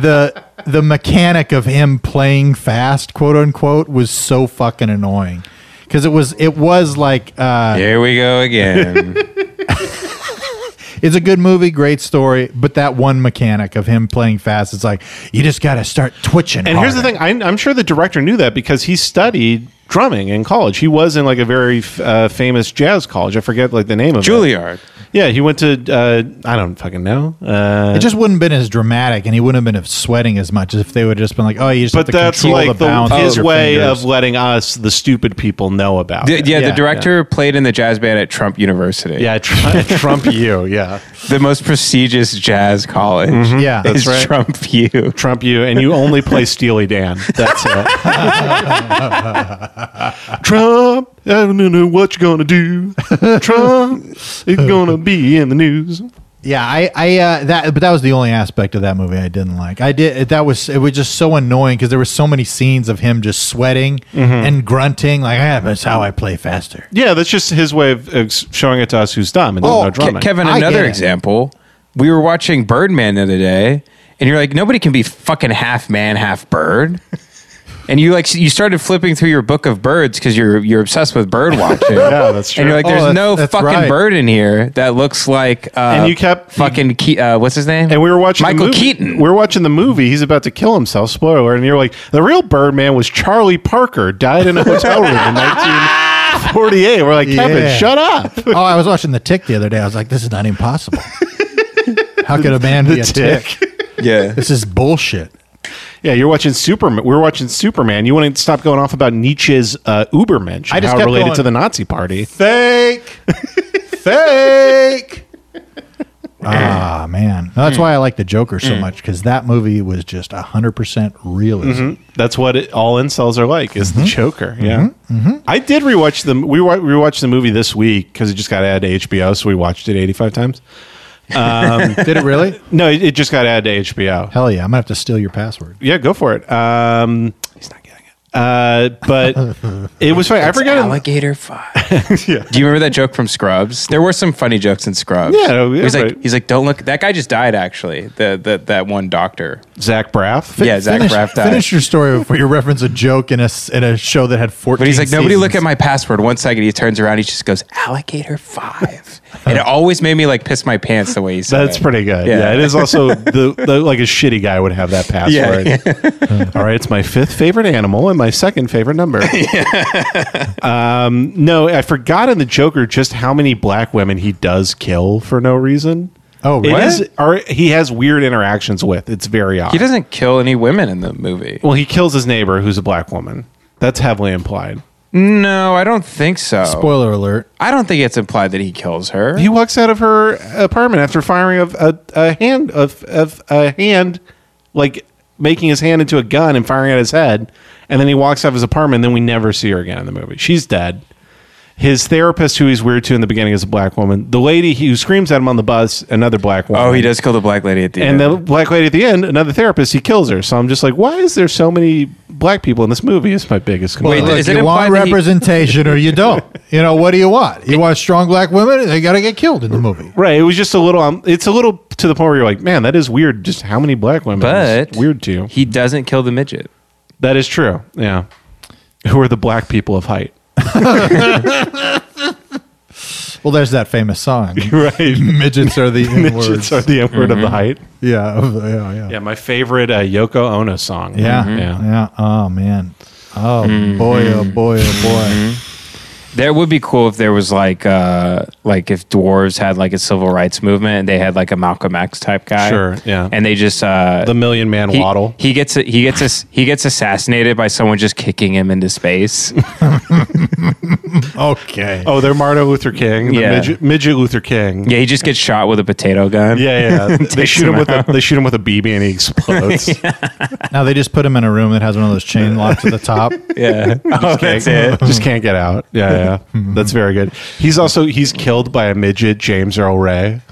[SPEAKER 3] the the mechanic of him playing fast, quote unquote, was so fucking annoying. Cuz it was it was like uh
[SPEAKER 2] Here we go again.
[SPEAKER 3] it's a good movie, great story, but that one mechanic of him playing fast, it's like you just got to start twitching.
[SPEAKER 1] And here's the
[SPEAKER 3] harder.
[SPEAKER 1] thing: I, I'm sure the director knew that because he studied drumming in college. He was in like a very f- uh, famous jazz college. I forget like the name of it.
[SPEAKER 2] Juilliard.
[SPEAKER 1] Yeah, he went to uh, I don't fucking know. Uh,
[SPEAKER 3] It just wouldn't have been as dramatic and he wouldn't have been sweating as much if they would have just been like, "Oh, you just
[SPEAKER 1] but
[SPEAKER 3] have to
[SPEAKER 1] that's
[SPEAKER 3] control
[SPEAKER 1] like
[SPEAKER 3] the bounce
[SPEAKER 1] the,
[SPEAKER 3] with
[SPEAKER 1] his
[SPEAKER 3] your
[SPEAKER 1] way
[SPEAKER 3] fingers."
[SPEAKER 1] of letting us, the stupid people, know about
[SPEAKER 2] The-
[SPEAKER 1] it.
[SPEAKER 2] yeah,
[SPEAKER 3] Yeah,
[SPEAKER 2] the director played in the jazz band at Trump University.
[SPEAKER 1] Yeah, I tr- I Trump you. Yeah,
[SPEAKER 2] The most prestigious jazz college.
[SPEAKER 3] Mm-hmm. Yeah.
[SPEAKER 2] Is
[SPEAKER 3] That's right.
[SPEAKER 2] Trump U.
[SPEAKER 1] Trump you, and you only play Steely Dan. That's it. Trump, I don't know what you're gonna do. Trump is gonna be in the news.
[SPEAKER 3] Yeah, I, I, uh, that, but that was the only aspect of that movie I didn't like. I did that was it was just so annoying because there were so many scenes of him just sweating
[SPEAKER 1] Mm-hmm.
[SPEAKER 3] and grunting. Like, ah, that's how I play faster.
[SPEAKER 1] Yeah, that's just his way of uh, showing it to us who's dumb and doesn't know
[SPEAKER 2] Oh, Ke-
[SPEAKER 1] drumming.
[SPEAKER 2] Kevin,
[SPEAKER 3] I get
[SPEAKER 2] another
[SPEAKER 3] it.
[SPEAKER 2] example. We were watching Birdman the other day, and you're like, nobody can be fucking half man, half bird. And you like you started flipping through your book of birds because you're you're obsessed with bird watching.
[SPEAKER 1] Yeah, that's true.
[SPEAKER 2] And you're like,
[SPEAKER 3] Oh,
[SPEAKER 2] there's
[SPEAKER 3] that's-
[SPEAKER 2] no
[SPEAKER 3] that's
[SPEAKER 2] fucking
[SPEAKER 3] right.
[SPEAKER 2] bird in here that looks like. Uh,
[SPEAKER 1] And you kept-
[SPEAKER 2] fucking Ke- uh, what's his name?
[SPEAKER 1] And we were watching the
[SPEAKER 2] Michael
[SPEAKER 1] movie-
[SPEAKER 2] Keaton.
[SPEAKER 1] We were watching the movie. He's about to kill himself. Spoiler! alert. And you're like, the real Birdman was Charlie Parker, died in a hotel room in 1948. We're like, Kevin,
[SPEAKER 3] Yeah.
[SPEAKER 1] shut up.
[SPEAKER 3] oh, I was watching the Tick the other day. I was like, this is not even possible. how could a man be a tick?
[SPEAKER 2] yeah,
[SPEAKER 3] This is bullshit.
[SPEAKER 1] Yeah, you're watching Superman. We were watching Superman. You wouldn't stop going off about Nietzsche's uh, Ubermensch.
[SPEAKER 3] I
[SPEAKER 1] and
[SPEAKER 3] just
[SPEAKER 1] how it
[SPEAKER 3] kept
[SPEAKER 1] related
[SPEAKER 3] going-
[SPEAKER 1] to the Nazi Party.
[SPEAKER 3] Fake, fake. Ah man, No, that's why I like the Joker so much because that movie was just hundred percent realism.
[SPEAKER 1] That's what it, all incels are like. Is
[SPEAKER 3] Mm-hmm.
[SPEAKER 1] the Joker? Yeah. I did rewatch the we wa- rewatched the movie this week because it just got added to HBO, so we watched it 85 times.
[SPEAKER 3] Did it really?
[SPEAKER 1] No, it, it just got added to HBO.
[SPEAKER 3] Hell yeah! I'm gonna have to steal your password.
[SPEAKER 1] Yeah, go for it. Um, He's not getting it. Uh, but it was funny. I forgot.
[SPEAKER 2] alligator five. Do you remember that joke from Scrubs? There were some funny jokes in Scrubs.
[SPEAKER 1] Yeah, yeah,
[SPEAKER 2] he's
[SPEAKER 1] right.
[SPEAKER 2] like, he's like, don't look. That guy just died. Actually, the, the that one doctor.
[SPEAKER 1] Zach Braff.
[SPEAKER 2] yeah, Zach
[SPEAKER 3] finish,
[SPEAKER 2] Braff died.
[SPEAKER 3] finish your story before you reference a joke in a s- in a show that had fourteen.
[SPEAKER 2] But he's like, nobody look at
[SPEAKER 3] seasons."
[SPEAKER 2] my password. One second, he turns around, he just goes, alligator five. and it always made me like piss my pants the way he said
[SPEAKER 1] That's
[SPEAKER 2] it.
[SPEAKER 1] pretty good. Yeah.
[SPEAKER 2] Yeah.
[SPEAKER 1] it is also the, the like a shitty guy would have that password. Uh, All right, it's my fifth favorite animal and my second favorite number. um, no, I forgot in the Joker just how many black women he does kill for no reason.
[SPEAKER 3] Oh,
[SPEAKER 1] It
[SPEAKER 3] really?
[SPEAKER 1] is- are- he has weird interactions with. It's very odd.
[SPEAKER 2] He doesn't kill any women in the movie.
[SPEAKER 1] well, he kills his neighbor, who's a black woman. That's heavily implied.
[SPEAKER 2] No, I don't think so.
[SPEAKER 3] Spoiler alert.
[SPEAKER 2] I don't think it's implied that he kills her.
[SPEAKER 1] He walks out of her apartment after firing of a, a hand of, of a hand, like making his hand into a gun and firing at his head, and then he walks out of his apartment. And then we never see her again in the movie. She's dead. His therapist, who he's weird to in the beginning, is a black woman. The lady who screams at him on the bus, another black woman.
[SPEAKER 2] oh, he does kill the black lady at the
[SPEAKER 1] And
[SPEAKER 2] end.
[SPEAKER 1] the black lady at the end, another therapist, he kills her. So I'm just like, why is there so many black people in this movie? Is my biggest complaint.
[SPEAKER 2] Wait,
[SPEAKER 3] Look,
[SPEAKER 2] is it
[SPEAKER 3] you want
[SPEAKER 2] implied that he-
[SPEAKER 3] representation or you don't. You know, what do you want? You want strong black women? They got to get killed in the movie.
[SPEAKER 1] Right. It was just a little. Um, it's a little to the point where you're like, man, that is weird. Just how many black women?
[SPEAKER 2] but
[SPEAKER 1] It's weird too.
[SPEAKER 2] He doesn't kill the midget.
[SPEAKER 1] that is true. Yeah. Who are the black people of height?
[SPEAKER 3] Well, there's that famous song.
[SPEAKER 1] Right.
[SPEAKER 3] Midgets are the N
[SPEAKER 1] Midgets
[SPEAKER 3] words.
[SPEAKER 1] are the N word
[SPEAKER 2] Mm-hmm.
[SPEAKER 1] of the height.
[SPEAKER 3] yeah, of the- yeah, yeah, yeah,
[SPEAKER 1] Yeah. My favorite uh, Yoko Ono song.
[SPEAKER 3] yeah,
[SPEAKER 2] Mm-hmm.
[SPEAKER 1] Yeah.
[SPEAKER 3] Oh man. Oh boy, oh boy, oh boy.
[SPEAKER 2] That would be cool if there was like uh like if dwarves had like a civil rights movement and they had like a Malcolm X type guy.
[SPEAKER 1] Sure, yeah.
[SPEAKER 2] And they just uh
[SPEAKER 1] The Million Man
[SPEAKER 2] he,
[SPEAKER 1] Waddle.
[SPEAKER 2] he gets a, he gets a, he gets assassinated by someone just kicking him into space. Mm-hmm.
[SPEAKER 3] Okay.
[SPEAKER 1] Oh, they're Martin Luther King. The
[SPEAKER 2] Yeah.
[SPEAKER 1] midget, midget Luther King.
[SPEAKER 2] yeah, he just gets shot with a potato gun.
[SPEAKER 1] Yeah, yeah. they
[SPEAKER 2] Takes
[SPEAKER 1] shoot
[SPEAKER 2] him
[SPEAKER 1] him with a, they shoot him with a BB and he explodes.
[SPEAKER 3] Now they just put him in a room that has one of those chain locks at the top.
[SPEAKER 2] Yeah. oh,
[SPEAKER 1] can't-
[SPEAKER 2] that's it. Mm-hmm.
[SPEAKER 1] Just can't get out. Yeah, yeah. That's very good. He's also he's killed by a midget, James Earl Ray.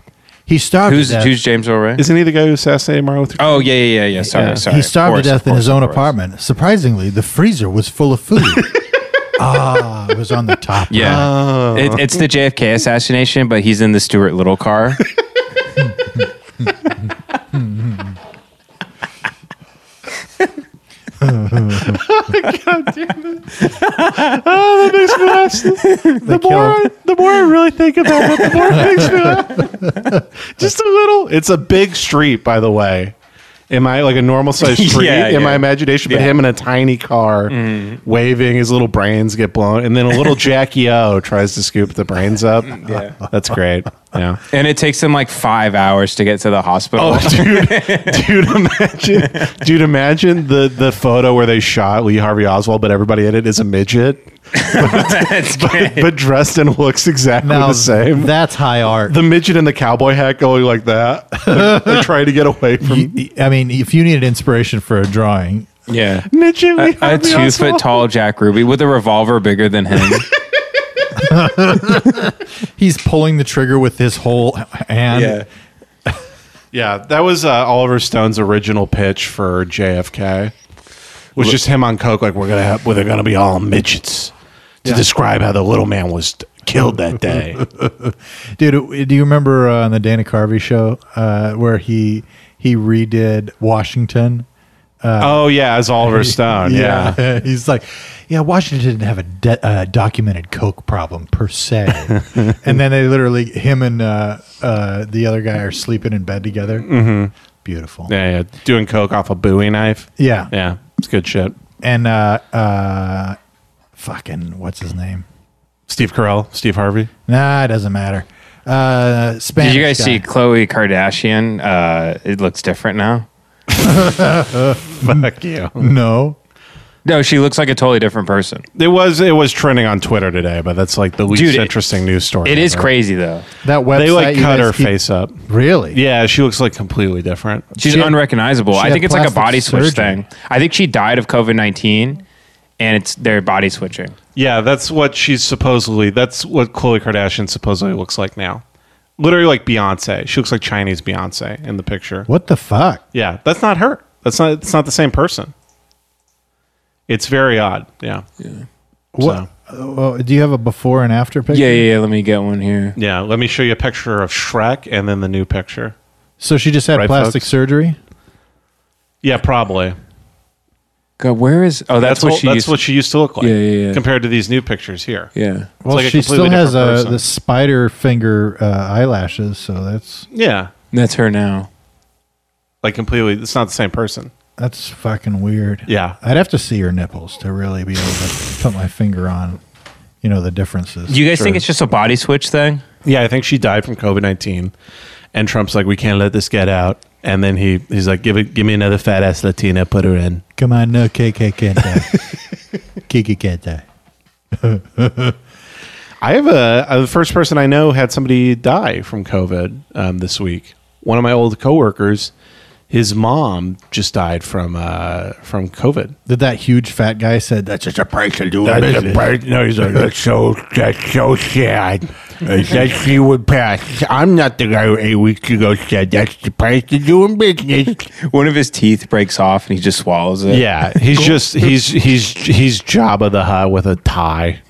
[SPEAKER 3] He starved
[SPEAKER 2] Who's
[SPEAKER 3] to death.
[SPEAKER 2] who's James Earl Ray?
[SPEAKER 1] Isn't he the guy who assassinated Martin Luther King?
[SPEAKER 2] Oh yeah, yeah, yeah, yeah. Sorry,
[SPEAKER 1] Yeah.
[SPEAKER 2] sorry.
[SPEAKER 3] he
[SPEAKER 2] Of
[SPEAKER 3] starved
[SPEAKER 2] course,
[SPEAKER 3] to death
[SPEAKER 2] of
[SPEAKER 3] in
[SPEAKER 2] course,
[SPEAKER 3] his own
[SPEAKER 2] of course.
[SPEAKER 3] apartment. Surprisingly, the freezer was full of food. ah, it was on the top.
[SPEAKER 2] Yeah,
[SPEAKER 3] Oh.
[SPEAKER 2] it, it's the JFK assassination, but he's in the Stuart Little car.
[SPEAKER 1] the more I, the more I really think
[SPEAKER 2] Oh,
[SPEAKER 1] about what the more it makes me laugh. Just a little. It's a big street, by the way. Am I like a normal sized
[SPEAKER 2] Yeah,
[SPEAKER 1] street in
[SPEAKER 2] yeah.
[SPEAKER 1] my imagination? But
[SPEAKER 2] Yeah. Mm-hmm.
[SPEAKER 1] him in a tiny car, waving, his little brains get blown, and then a little Jackie O tries to scoop the brains up. Yeah, that's great. Yeah.
[SPEAKER 2] And it takes them like five hours to get to the hospital.
[SPEAKER 1] Oh, dude, dude, imagine, dude, imagine the the photo where they shot Lee Harvey Oswald, but everybody in it is a midget,
[SPEAKER 2] That's great.
[SPEAKER 1] but dressed and looks exactly
[SPEAKER 3] Now,
[SPEAKER 1] the same.
[SPEAKER 3] That's high art.
[SPEAKER 1] the midget in the cowboy hat going like that, like, they're trying to get away from
[SPEAKER 3] Y- I mean, if you needed inspiration for a drawing,
[SPEAKER 2] yeah.
[SPEAKER 1] midget. Lee
[SPEAKER 2] A
[SPEAKER 1] Harvey
[SPEAKER 2] two foot
[SPEAKER 1] Oswald.
[SPEAKER 2] tall Jack Ruby with a revolver bigger than him.
[SPEAKER 3] he's pulling the trigger with his whole hand.
[SPEAKER 1] Yeah, that was uh, Oliver Stone's original pitch for JFK. Was just him on coke, like we're gonna have, well, they're gonna be all midgets to describe how the little man was killed that day.
[SPEAKER 3] Dude, it- do you remember uh, on the Dana Carvey show uh, where he he redid Washington?
[SPEAKER 1] oh yeah, as Oliver Stone. Oh, yeah.
[SPEAKER 3] he's like, yeah, Washington didn't have a de- uh, documented coke problem per se, and then they literally him and uh, uh, the other guy are sleeping in bed together. Beautiful.
[SPEAKER 1] Mm-hmm. Yeah, yeah. Doing coke off a Bowie knife.
[SPEAKER 3] Yeah.
[SPEAKER 1] Yeah. It's good shit.
[SPEAKER 3] And uh, uh, fucking what's his name?
[SPEAKER 1] Steve Carell, Steve Harvey.
[SPEAKER 3] Nah, it doesn't matter. Uh, Spanish.
[SPEAKER 2] Did you guys
[SPEAKER 3] guy.
[SPEAKER 2] see Khloe Kardashian? Uh, it looks different now.
[SPEAKER 1] Fuck you.
[SPEAKER 3] No.
[SPEAKER 2] No, she looks like a totally different person.
[SPEAKER 1] It was it was trending on Twitter today, but that's like the least
[SPEAKER 2] Dude, it-
[SPEAKER 1] interesting news story.
[SPEAKER 2] It is
[SPEAKER 1] ever.
[SPEAKER 2] crazy though.
[SPEAKER 3] That website.
[SPEAKER 1] They like
[SPEAKER 3] you
[SPEAKER 1] cut
[SPEAKER 3] guys
[SPEAKER 1] her
[SPEAKER 3] keep-
[SPEAKER 1] face up.
[SPEAKER 3] Really?
[SPEAKER 1] Yeah, she looks like completely different.
[SPEAKER 2] She's
[SPEAKER 3] She had-
[SPEAKER 2] unrecognizable.
[SPEAKER 3] she
[SPEAKER 2] I
[SPEAKER 3] had
[SPEAKER 2] think it's like a
[SPEAKER 3] plastic
[SPEAKER 2] body switch
[SPEAKER 3] surgery.
[SPEAKER 2] thing. I think she died of COVID nineteen, and it's their body switching.
[SPEAKER 1] Yeah, that's what she's supposedly that's what Khloe Kardashian supposedly looks like now. Literally like Beyonce. She looks like Chinese Beyonce in the picture.
[SPEAKER 3] What the fuck?
[SPEAKER 1] Yeah, that's not her. That's not it's not the same person. It's very odd. Yeah.
[SPEAKER 3] What? Oh, do you have a before and after picture?
[SPEAKER 2] Yeah, yeah, yeah. Let me get one here.
[SPEAKER 1] Yeah, let me show you a picture of Shrek and then the new picture.
[SPEAKER 3] So she just had
[SPEAKER 1] Right,
[SPEAKER 3] plastic
[SPEAKER 1] folks?
[SPEAKER 3] surgery.
[SPEAKER 1] Yeah, probably.
[SPEAKER 2] God, where is? Oh, that's,
[SPEAKER 1] That's,
[SPEAKER 2] what
[SPEAKER 1] what,
[SPEAKER 2] she.
[SPEAKER 1] that's
[SPEAKER 2] used,
[SPEAKER 1] what she used to look like.
[SPEAKER 2] Yeah, yeah, yeah.
[SPEAKER 1] Compared to these new pictures here.
[SPEAKER 2] Yeah.
[SPEAKER 3] Well,
[SPEAKER 1] like a
[SPEAKER 3] she still
[SPEAKER 1] completely
[SPEAKER 3] has
[SPEAKER 1] different
[SPEAKER 3] uh,
[SPEAKER 1] person.
[SPEAKER 3] the spider finger uh, eyelashes, so that's
[SPEAKER 1] Yeah,
[SPEAKER 2] That's her now.
[SPEAKER 1] like completely. It's not the same person.
[SPEAKER 3] that's fucking weird.
[SPEAKER 1] Yeah.
[SPEAKER 3] I'd have to see her nipples to really be able to put my finger on, you know, the differences.
[SPEAKER 2] Do you guys think it's just a body switch thing?
[SPEAKER 1] Yeah, I think she died from COVID nineteen, and Trump's like, we can't let this get out. And then he he's like, give it, give me another fat ass Latina, put her in.
[SPEAKER 3] Come on, no, KK can't die. Kiki can't die.
[SPEAKER 1] I have a, a- the first person I know had somebody die from COVID um, this week. One of my old coworkers, his mom just died from uh, from COVID.
[SPEAKER 3] Did that huge fat guy said that's just a price to do business.
[SPEAKER 1] no, he's like, that's so that's so sad. that she would pass. I'm not the guy who eight weeks ago said that's the price to doing business.
[SPEAKER 2] One of his teeth breaks off and he just swallows it.
[SPEAKER 1] Yeah, he's just he's he's he's Jabba the Hutt with a tie.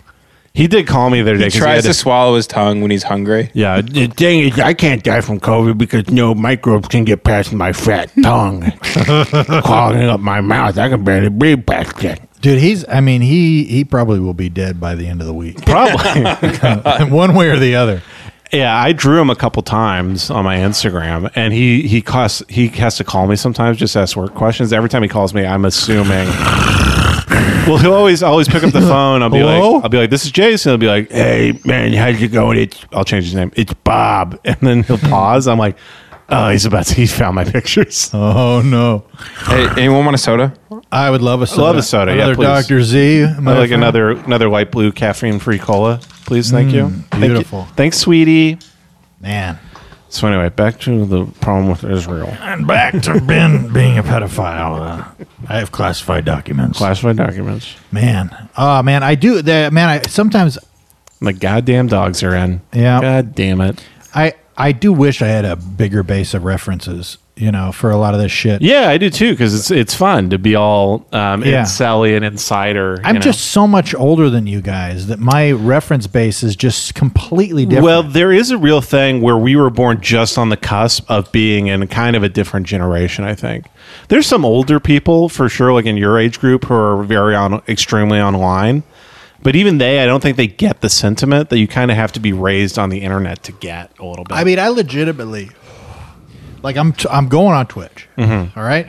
[SPEAKER 1] He did call me the other day.
[SPEAKER 2] He
[SPEAKER 1] 'cause he
[SPEAKER 2] tries
[SPEAKER 1] had
[SPEAKER 2] to swallow his tongue when he's hungry.
[SPEAKER 1] Yeah,
[SPEAKER 9] Uh, The thing is, I can't die from COVID because no microbes can get past my fat tongue, clogging up my mouth. I can barely breathe past it.
[SPEAKER 3] Dude, he's I mean, he he probably will be dead by the end of the week.
[SPEAKER 1] probably.
[SPEAKER 3] One way or the other.
[SPEAKER 1] yeah, I drew him a couple times on my Instagram, and he he costs he has to call me sometimes just to ask work questions. Every time he calls me, I'm assuming. well, he'll always I'll always pick up the phone. I'll be
[SPEAKER 3] Hello?
[SPEAKER 1] like, I'll be like, this is Jason. He'll be like,
[SPEAKER 9] Hey, man, how's it going? It's
[SPEAKER 1] I'll change his name. It's Bob, and then he'll pause. I'm like, oh, he's about to, he found my pictures.
[SPEAKER 3] Oh no.
[SPEAKER 2] Hey, anyone want a soda?
[SPEAKER 3] I would love a soda.
[SPEAKER 1] love a soda, yeah,
[SPEAKER 3] Another
[SPEAKER 1] please.
[SPEAKER 3] Dr. Z. my
[SPEAKER 1] I'd like
[SPEAKER 3] friend.
[SPEAKER 1] another another light blue caffeine free cola, please. Thank you. Thank you.
[SPEAKER 3] Mm, beautiful.
[SPEAKER 1] Thanks, sweetie.
[SPEAKER 3] man.
[SPEAKER 1] So anyway, back to the problem with Israel.
[SPEAKER 3] And back to Ben being a pedophile. Uh, I have classified documents.
[SPEAKER 1] Classified documents.
[SPEAKER 3] man. Oh man, I do that man, I sometimes
[SPEAKER 1] The goddamn dogs are in.
[SPEAKER 3] Yeah.
[SPEAKER 1] God damn it.
[SPEAKER 3] I I do wish I had a bigger base of references, you know, for a lot of this shit.
[SPEAKER 1] Yeah, I do too because it's it's fun to be all um,
[SPEAKER 3] Yeah.
[SPEAKER 1] in Sally and insider.
[SPEAKER 3] I'm
[SPEAKER 1] you know.
[SPEAKER 3] just so much older than you guys that my reference base is just completely different.
[SPEAKER 1] Well, there is a real thing where we were born just on the cusp of being in kind of a different generation, I think. There's some older people for sure, like in your age group, who are very on extremely online. But even they, I don't think they get the sentiment that you kind of have to be raised on the internet to get a little bit.
[SPEAKER 3] I mean, I legitimately, like, I'm t- I'm going on Twitch.
[SPEAKER 1] Mm-hmm.
[SPEAKER 3] all right,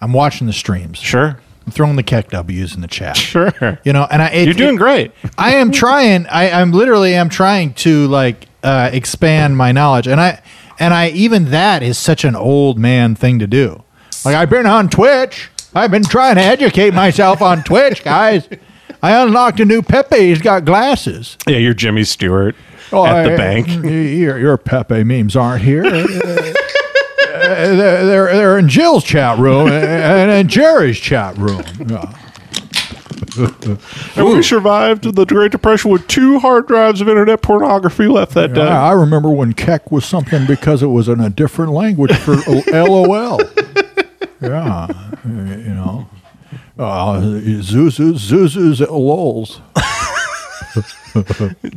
[SPEAKER 3] I'm watching the streams.
[SPEAKER 1] sure.
[SPEAKER 3] I'm throwing the keck W's in the chat.
[SPEAKER 1] Sure.
[SPEAKER 3] You know, and I it-
[SPEAKER 1] You're doing
[SPEAKER 3] it-
[SPEAKER 1] great.
[SPEAKER 3] I am trying. I, I'm literally am trying to like uh, expand my knowledge, and I and I even that is such an old man thing to do. Like I've been on Twitch. I've been trying to educate myself on Twitch, guys. I unlocked a new Pepe. He's got glasses.
[SPEAKER 1] Yeah, you're Jimmy Stewart
[SPEAKER 3] Oh,
[SPEAKER 1] at the
[SPEAKER 3] I-
[SPEAKER 1] bank.
[SPEAKER 3] Your, your Pepe memes aren't here. Uh, they're, they're, they're in Jill's chat room uh, and in Jerry's chat room. Yeah.
[SPEAKER 1] And we survived the Great Depression with two hard drives of internet pornography left that day.
[SPEAKER 3] I, I remember when Keck was something because it was in a different language for LOL. Yeah, you know, uh, Zuzu, Zuzu's lols.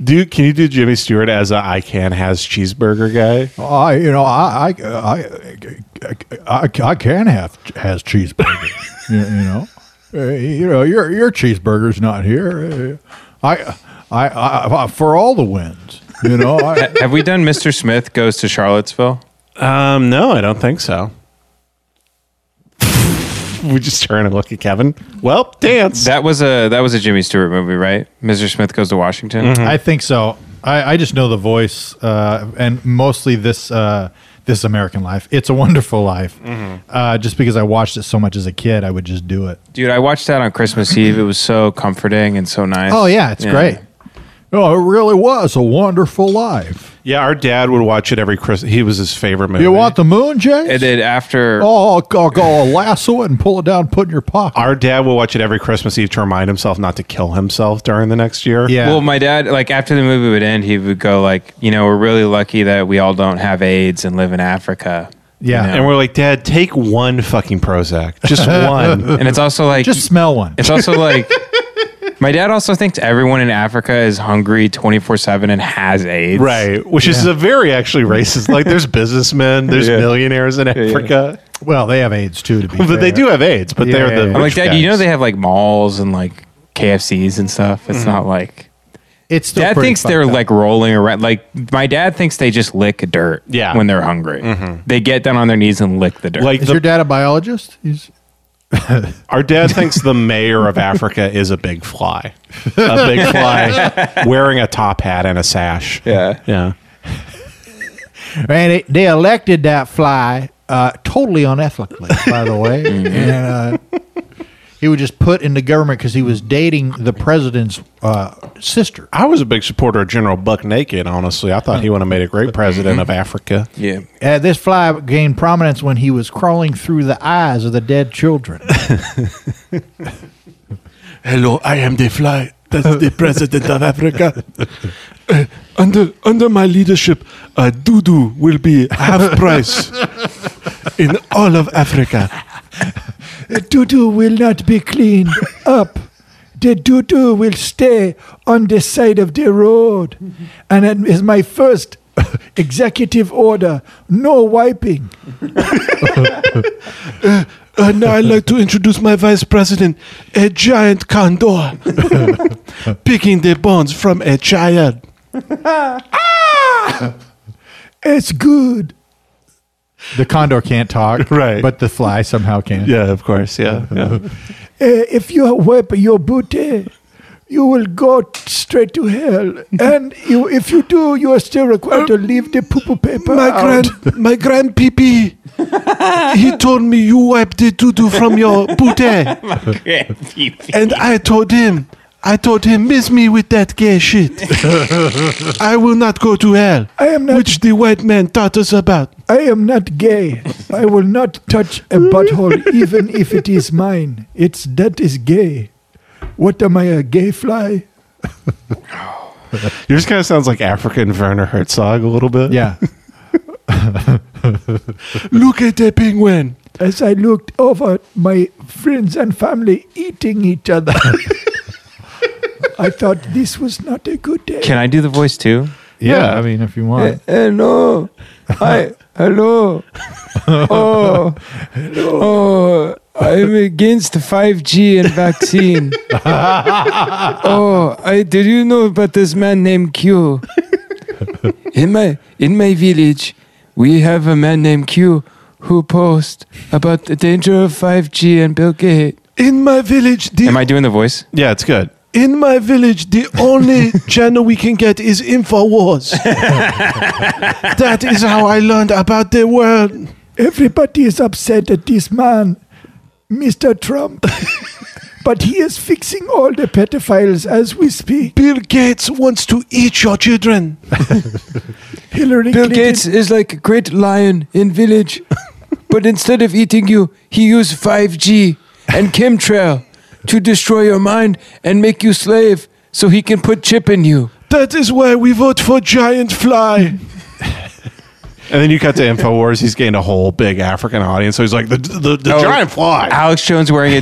[SPEAKER 1] Do you, can you do Jimmy Stewart as a I can has cheeseburger guy?
[SPEAKER 3] I, you know, I, I, I, I, I can have has cheeseburger. you, you know, Uh, you know, your your cheeseburger's not here. Uh, I, I, I, I for all the wins. You know, I,
[SPEAKER 2] Have we done Mr. Smith goes to Charlottesville?
[SPEAKER 1] Um, no, I don't think so. we just turn and look at Kevin. Well, dance.
[SPEAKER 2] That was a that was a Jimmy Stewart movie, right? Mr. Smith goes to Washington.
[SPEAKER 1] Hmm.
[SPEAKER 3] I think so. I, I just know the voice, uh, and mostly this uh, this American Life. It's a Wonderful Life.
[SPEAKER 1] Mm-hmm.
[SPEAKER 3] Uh, just because I watched it so much as a kid, I would just do it.
[SPEAKER 2] Dude, I watched that on Christmas Eve. It was so comforting and so nice.
[SPEAKER 3] Oh yeah, it's great. Oh, it really was a wonderful life.
[SPEAKER 1] yeah, our dad would watch it every Christmas. He was his favorite movie.
[SPEAKER 3] You want the moon, Jay?
[SPEAKER 2] And then after
[SPEAKER 3] Oh, I'll, I'll go I'll lasso it and pull it down, and put it in your pocket.
[SPEAKER 1] our dad will watch it every Christmas Eve to remind himself not to kill himself during the next year.
[SPEAKER 3] yeah.
[SPEAKER 2] Well, my dad, like after the movie would end, he would go like, you know, we're really lucky that we all don't have AIDS and live in Africa.
[SPEAKER 3] yeah.
[SPEAKER 1] And we're like, Dad, take one fucking Prozac. Just one.
[SPEAKER 2] And it's also like
[SPEAKER 3] Just smell one.
[SPEAKER 2] It's also like my dad also thinks everyone in Africa is hungry 24 7 and has AIDS.
[SPEAKER 1] right. Which is a very actually racist. Like, there's businessmen, there's millionaires in Africa,
[SPEAKER 3] Well, they have AIDS too, to be.
[SPEAKER 1] but they
[SPEAKER 3] fair.
[SPEAKER 1] do have AIDS, but
[SPEAKER 3] Yeah,
[SPEAKER 1] they're
[SPEAKER 3] yeah,
[SPEAKER 1] the.
[SPEAKER 3] yeah.
[SPEAKER 2] I'm like,
[SPEAKER 1] rich
[SPEAKER 2] Dad, you know,
[SPEAKER 1] guys."
[SPEAKER 2] they have like malls and like KFCs and stuff. It's not like.
[SPEAKER 3] It's still
[SPEAKER 2] Dad
[SPEAKER 3] pretty
[SPEAKER 2] thinks they're
[SPEAKER 3] fucked up.
[SPEAKER 2] like rolling around. Like, my dad thinks they just lick dirt
[SPEAKER 1] Yeah.
[SPEAKER 2] when they're hungry. They get down on their knees and lick the dirt.
[SPEAKER 1] Like,
[SPEAKER 3] Is
[SPEAKER 1] the
[SPEAKER 3] your dad a biologist? He's
[SPEAKER 1] Our dad thinks the mayor of Africa is a big fly, a big fly wearing a top hat and a sash.
[SPEAKER 2] Yeah.
[SPEAKER 1] yeah.
[SPEAKER 3] Man, they, they elected that fly uh, totally unethically, by the way. and uh, he was just put in the government because he was dating the president's uh, sister.
[SPEAKER 1] I was a big supporter of General Buck Naked, honestly. I thought he would have made a great president of Africa.
[SPEAKER 2] Yeah.
[SPEAKER 3] Uh, this fly gained prominence when he was crawling through the eyes of the dead children.
[SPEAKER 1] Hello, I am the fly. That's the president of Africa.
[SPEAKER 10] Uh, Under under my leadership, uh, Dudu will be half price in all of Africa.
[SPEAKER 3] Dudu will not be cleaned up. The Dudu will stay on the side of the road. And it is my first executive order no wiping.
[SPEAKER 10] Uh, now I'd like to introduce my vice president, a giant condor, picking the bones from a child.
[SPEAKER 3] It's good. The condor can't talk,
[SPEAKER 10] Right.
[SPEAKER 3] But the fly somehow can.
[SPEAKER 10] Yeah, of course. Yeah, yeah.
[SPEAKER 3] Uh, if you wipe your booty, you will go straight to hell. And you, if you do, you are still required to leave the poo poo paper.
[SPEAKER 10] Um, My grand, my grand pee he told me you wiped the doo from your booty, and I told him, I told him, miss me with that gay shit. I will not go to hell,
[SPEAKER 3] I am not
[SPEAKER 10] which the white man taught us about.
[SPEAKER 3] I am not gay. I will not touch a butthole, even if it is mine. It's that is gay. What am I, a gay fly?
[SPEAKER 1] Yours kind of sounds like African Werner Herzog a little bit.
[SPEAKER 3] Yeah.
[SPEAKER 10] Look at the penguin.
[SPEAKER 3] As I looked over, my friends and family eating each other. I thought this was not a good day.
[SPEAKER 2] Can I do the voice too?
[SPEAKER 3] yeah, I mean, if you want.
[SPEAKER 2] Hello. Hi. Hello. Oh. Oh. I'm against 5G and vaccine. oh, I did you know about this man named Q? In my in my village, we have a man named Q who posts about the danger of 5G and Bill Gates.
[SPEAKER 10] In my village, the
[SPEAKER 2] Am I doing the voice?
[SPEAKER 1] Yeah, it's good.
[SPEAKER 10] in my village, the only channel we can get is Infowars. that is how I learned about the world.
[SPEAKER 3] Everybody is upset at this man, Mr. Trump. but he is fixing all the pedophiles as we speak.
[SPEAKER 10] Bill Gates wants to eat your children.
[SPEAKER 3] Hillary
[SPEAKER 2] Bill
[SPEAKER 3] Clinton.
[SPEAKER 2] Gates is like a great lion in village, but instead of eating you, he used 5G and chemtrail to destroy your mind and make you slave so he can put chip in you.
[SPEAKER 10] That is why we vote for Giant Fly.
[SPEAKER 1] And then you cut to Infowars. He's gained a whole big African audience. So he's like the the, the
[SPEAKER 2] Oh.
[SPEAKER 1] giant fly.
[SPEAKER 2] Alex Jones wearing a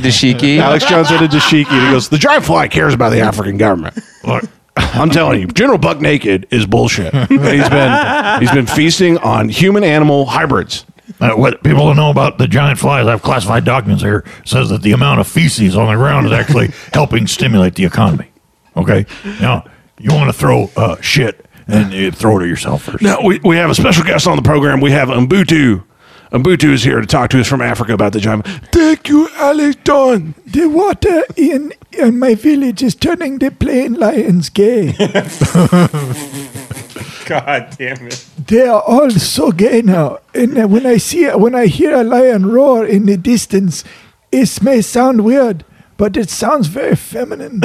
[SPEAKER 2] dashiki.
[SPEAKER 1] Alex Jones at a dashiki. And he goes, the giant fly cares about the African government. Look, I'm telling you, General Buck Naked is bullshit. And he's been he's been feasting on human animal hybrids.
[SPEAKER 11] Uh, what people don't know about the giant flies, I have classified documents here, says that the amount of feces on the ground is actually helping stimulate the economy. Okay? Now, you want to throw uh, shit and you throw it at yourself first.
[SPEAKER 1] Now we, we have a special guest on the program. We have Umbutu. Umbutu is here to talk to us from Africa about the giant.
[SPEAKER 10] Thank you, Alex Don.
[SPEAKER 3] The water in, in my village is turning the plain lions gay. God damn it. They are all so gay now. And uh, when I see when I hear a lion roar in the distance, it may sound weird, but it sounds very feminine.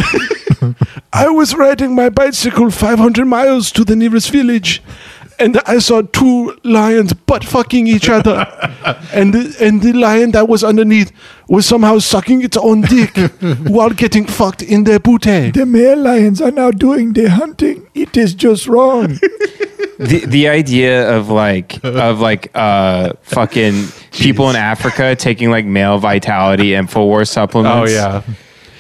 [SPEAKER 10] I was riding my bicycle 500 miles to the nearest village, and I saw two lions butt fucking each other, and the, and the lion that was underneath was somehow sucking its own dick while getting fucked in their booty.
[SPEAKER 3] the male lions are now doing the hunting. It is just wrong.
[SPEAKER 2] The, the idea of like of like uh fucking people in Africa taking like male vitality and full war
[SPEAKER 12] Oh,
[SPEAKER 1] Oh,
[SPEAKER 2] supplements.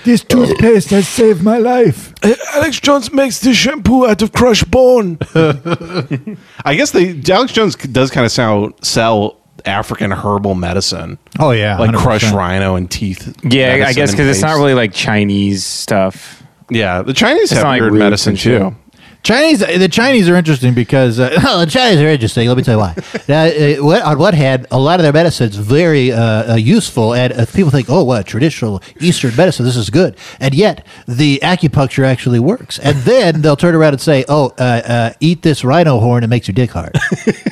[SPEAKER 3] this toothpaste has saved my life.
[SPEAKER 10] Uh, Alex Jones makes the shampoo out of crushed bone.
[SPEAKER 1] I guess they Alex Jones does kind of sound sell African herbal medicine.
[SPEAKER 3] Oh yeah,
[SPEAKER 1] like crushed rhino and teeth.
[SPEAKER 2] Yeah, I
[SPEAKER 1] medicine
[SPEAKER 2] guess
[SPEAKER 1] and
[SPEAKER 2] because it's not
[SPEAKER 1] paste.
[SPEAKER 2] really like Chinese stuff.
[SPEAKER 1] Yeah, the Chinese
[SPEAKER 2] not
[SPEAKER 1] have
[SPEAKER 2] like
[SPEAKER 1] weird
[SPEAKER 2] roots
[SPEAKER 1] medicine
[SPEAKER 2] and shit.
[SPEAKER 1] too.
[SPEAKER 3] Chinese, the Chinese are interesting because uh, the Chinese are interesting. Let me tell you why. Now, uh, what, on one hand, a lot of their medicines very uh, uh, useful, and uh, people think, "Oh, what traditional Eastern medicine? This is good." And yet, the acupuncture actually works. And then they'll turn around and say, "Oh, uh, uh, eat this rhino horn; it makes your dick hard."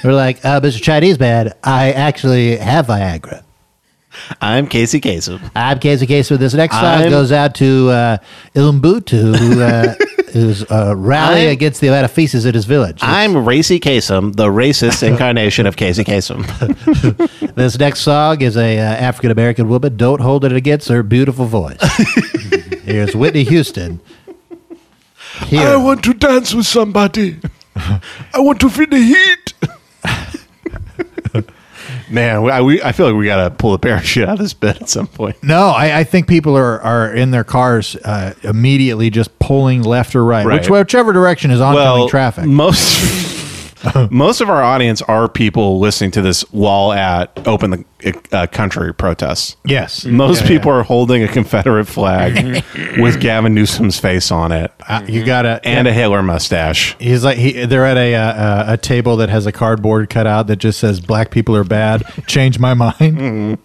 [SPEAKER 3] We're like, uh, "Mr. Chinese man, I actually have Viagra."
[SPEAKER 12] I'm Casey Kasem.
[SPEAKER 3] I'm Casey Kasem. This next song
[SPEAKER 12] I'm-
[SPEAKER 3] goes out to uh, Ilmbutu, who uh, is uh, rallying
[SPEAKER 12] I'm-
[SPEAKER 3] against the amount of feces in his village.
[SPEAKER 12] I'm Racy Kasem, the racist incarnation of Casey Kasem.
[SPEAKER 3] This next song is a uh, African American woman. Don't hold it against her beautiful voice. Here's Whitney Houston.
[SPEAKER 10] I
[SPEAKER 3] Here,
[SPEAKER 10] want to dance with somebody. I want to feel the heat.
[SPEAKER 1] Man, we- I, we, I feel like we got to pull the parachute out of this bit at some point.
[SPEAKER 3] no, I, I think people are, are in their cars uh, immediately just pulling left or right,
[SPEAKER 1] Right.
[SPEAKER 3] Which, whichever direction is oncoming
[SPEAKER 1] Well,
[SPEAKER 3] traffic.
[SPEAKER 1] Most most of our audience are people listening to this while at open the uh, country protests.
[SPEAKER 3] Yes.
[SPEAKER 1] most
[SPEAKER 3] Yeah,
[SPEAKER 1] people are holding a Confederate flag with Gavin Newsom's face on it. uh,
[SPEAKER 3] you gotta
[SPEAKER 1] and a Hitler mustache.
[SPEAKER 3] He's like he. They're at a uh, uh, a table that has a cardboard cutout that just says "Black people are bad." Change my mind.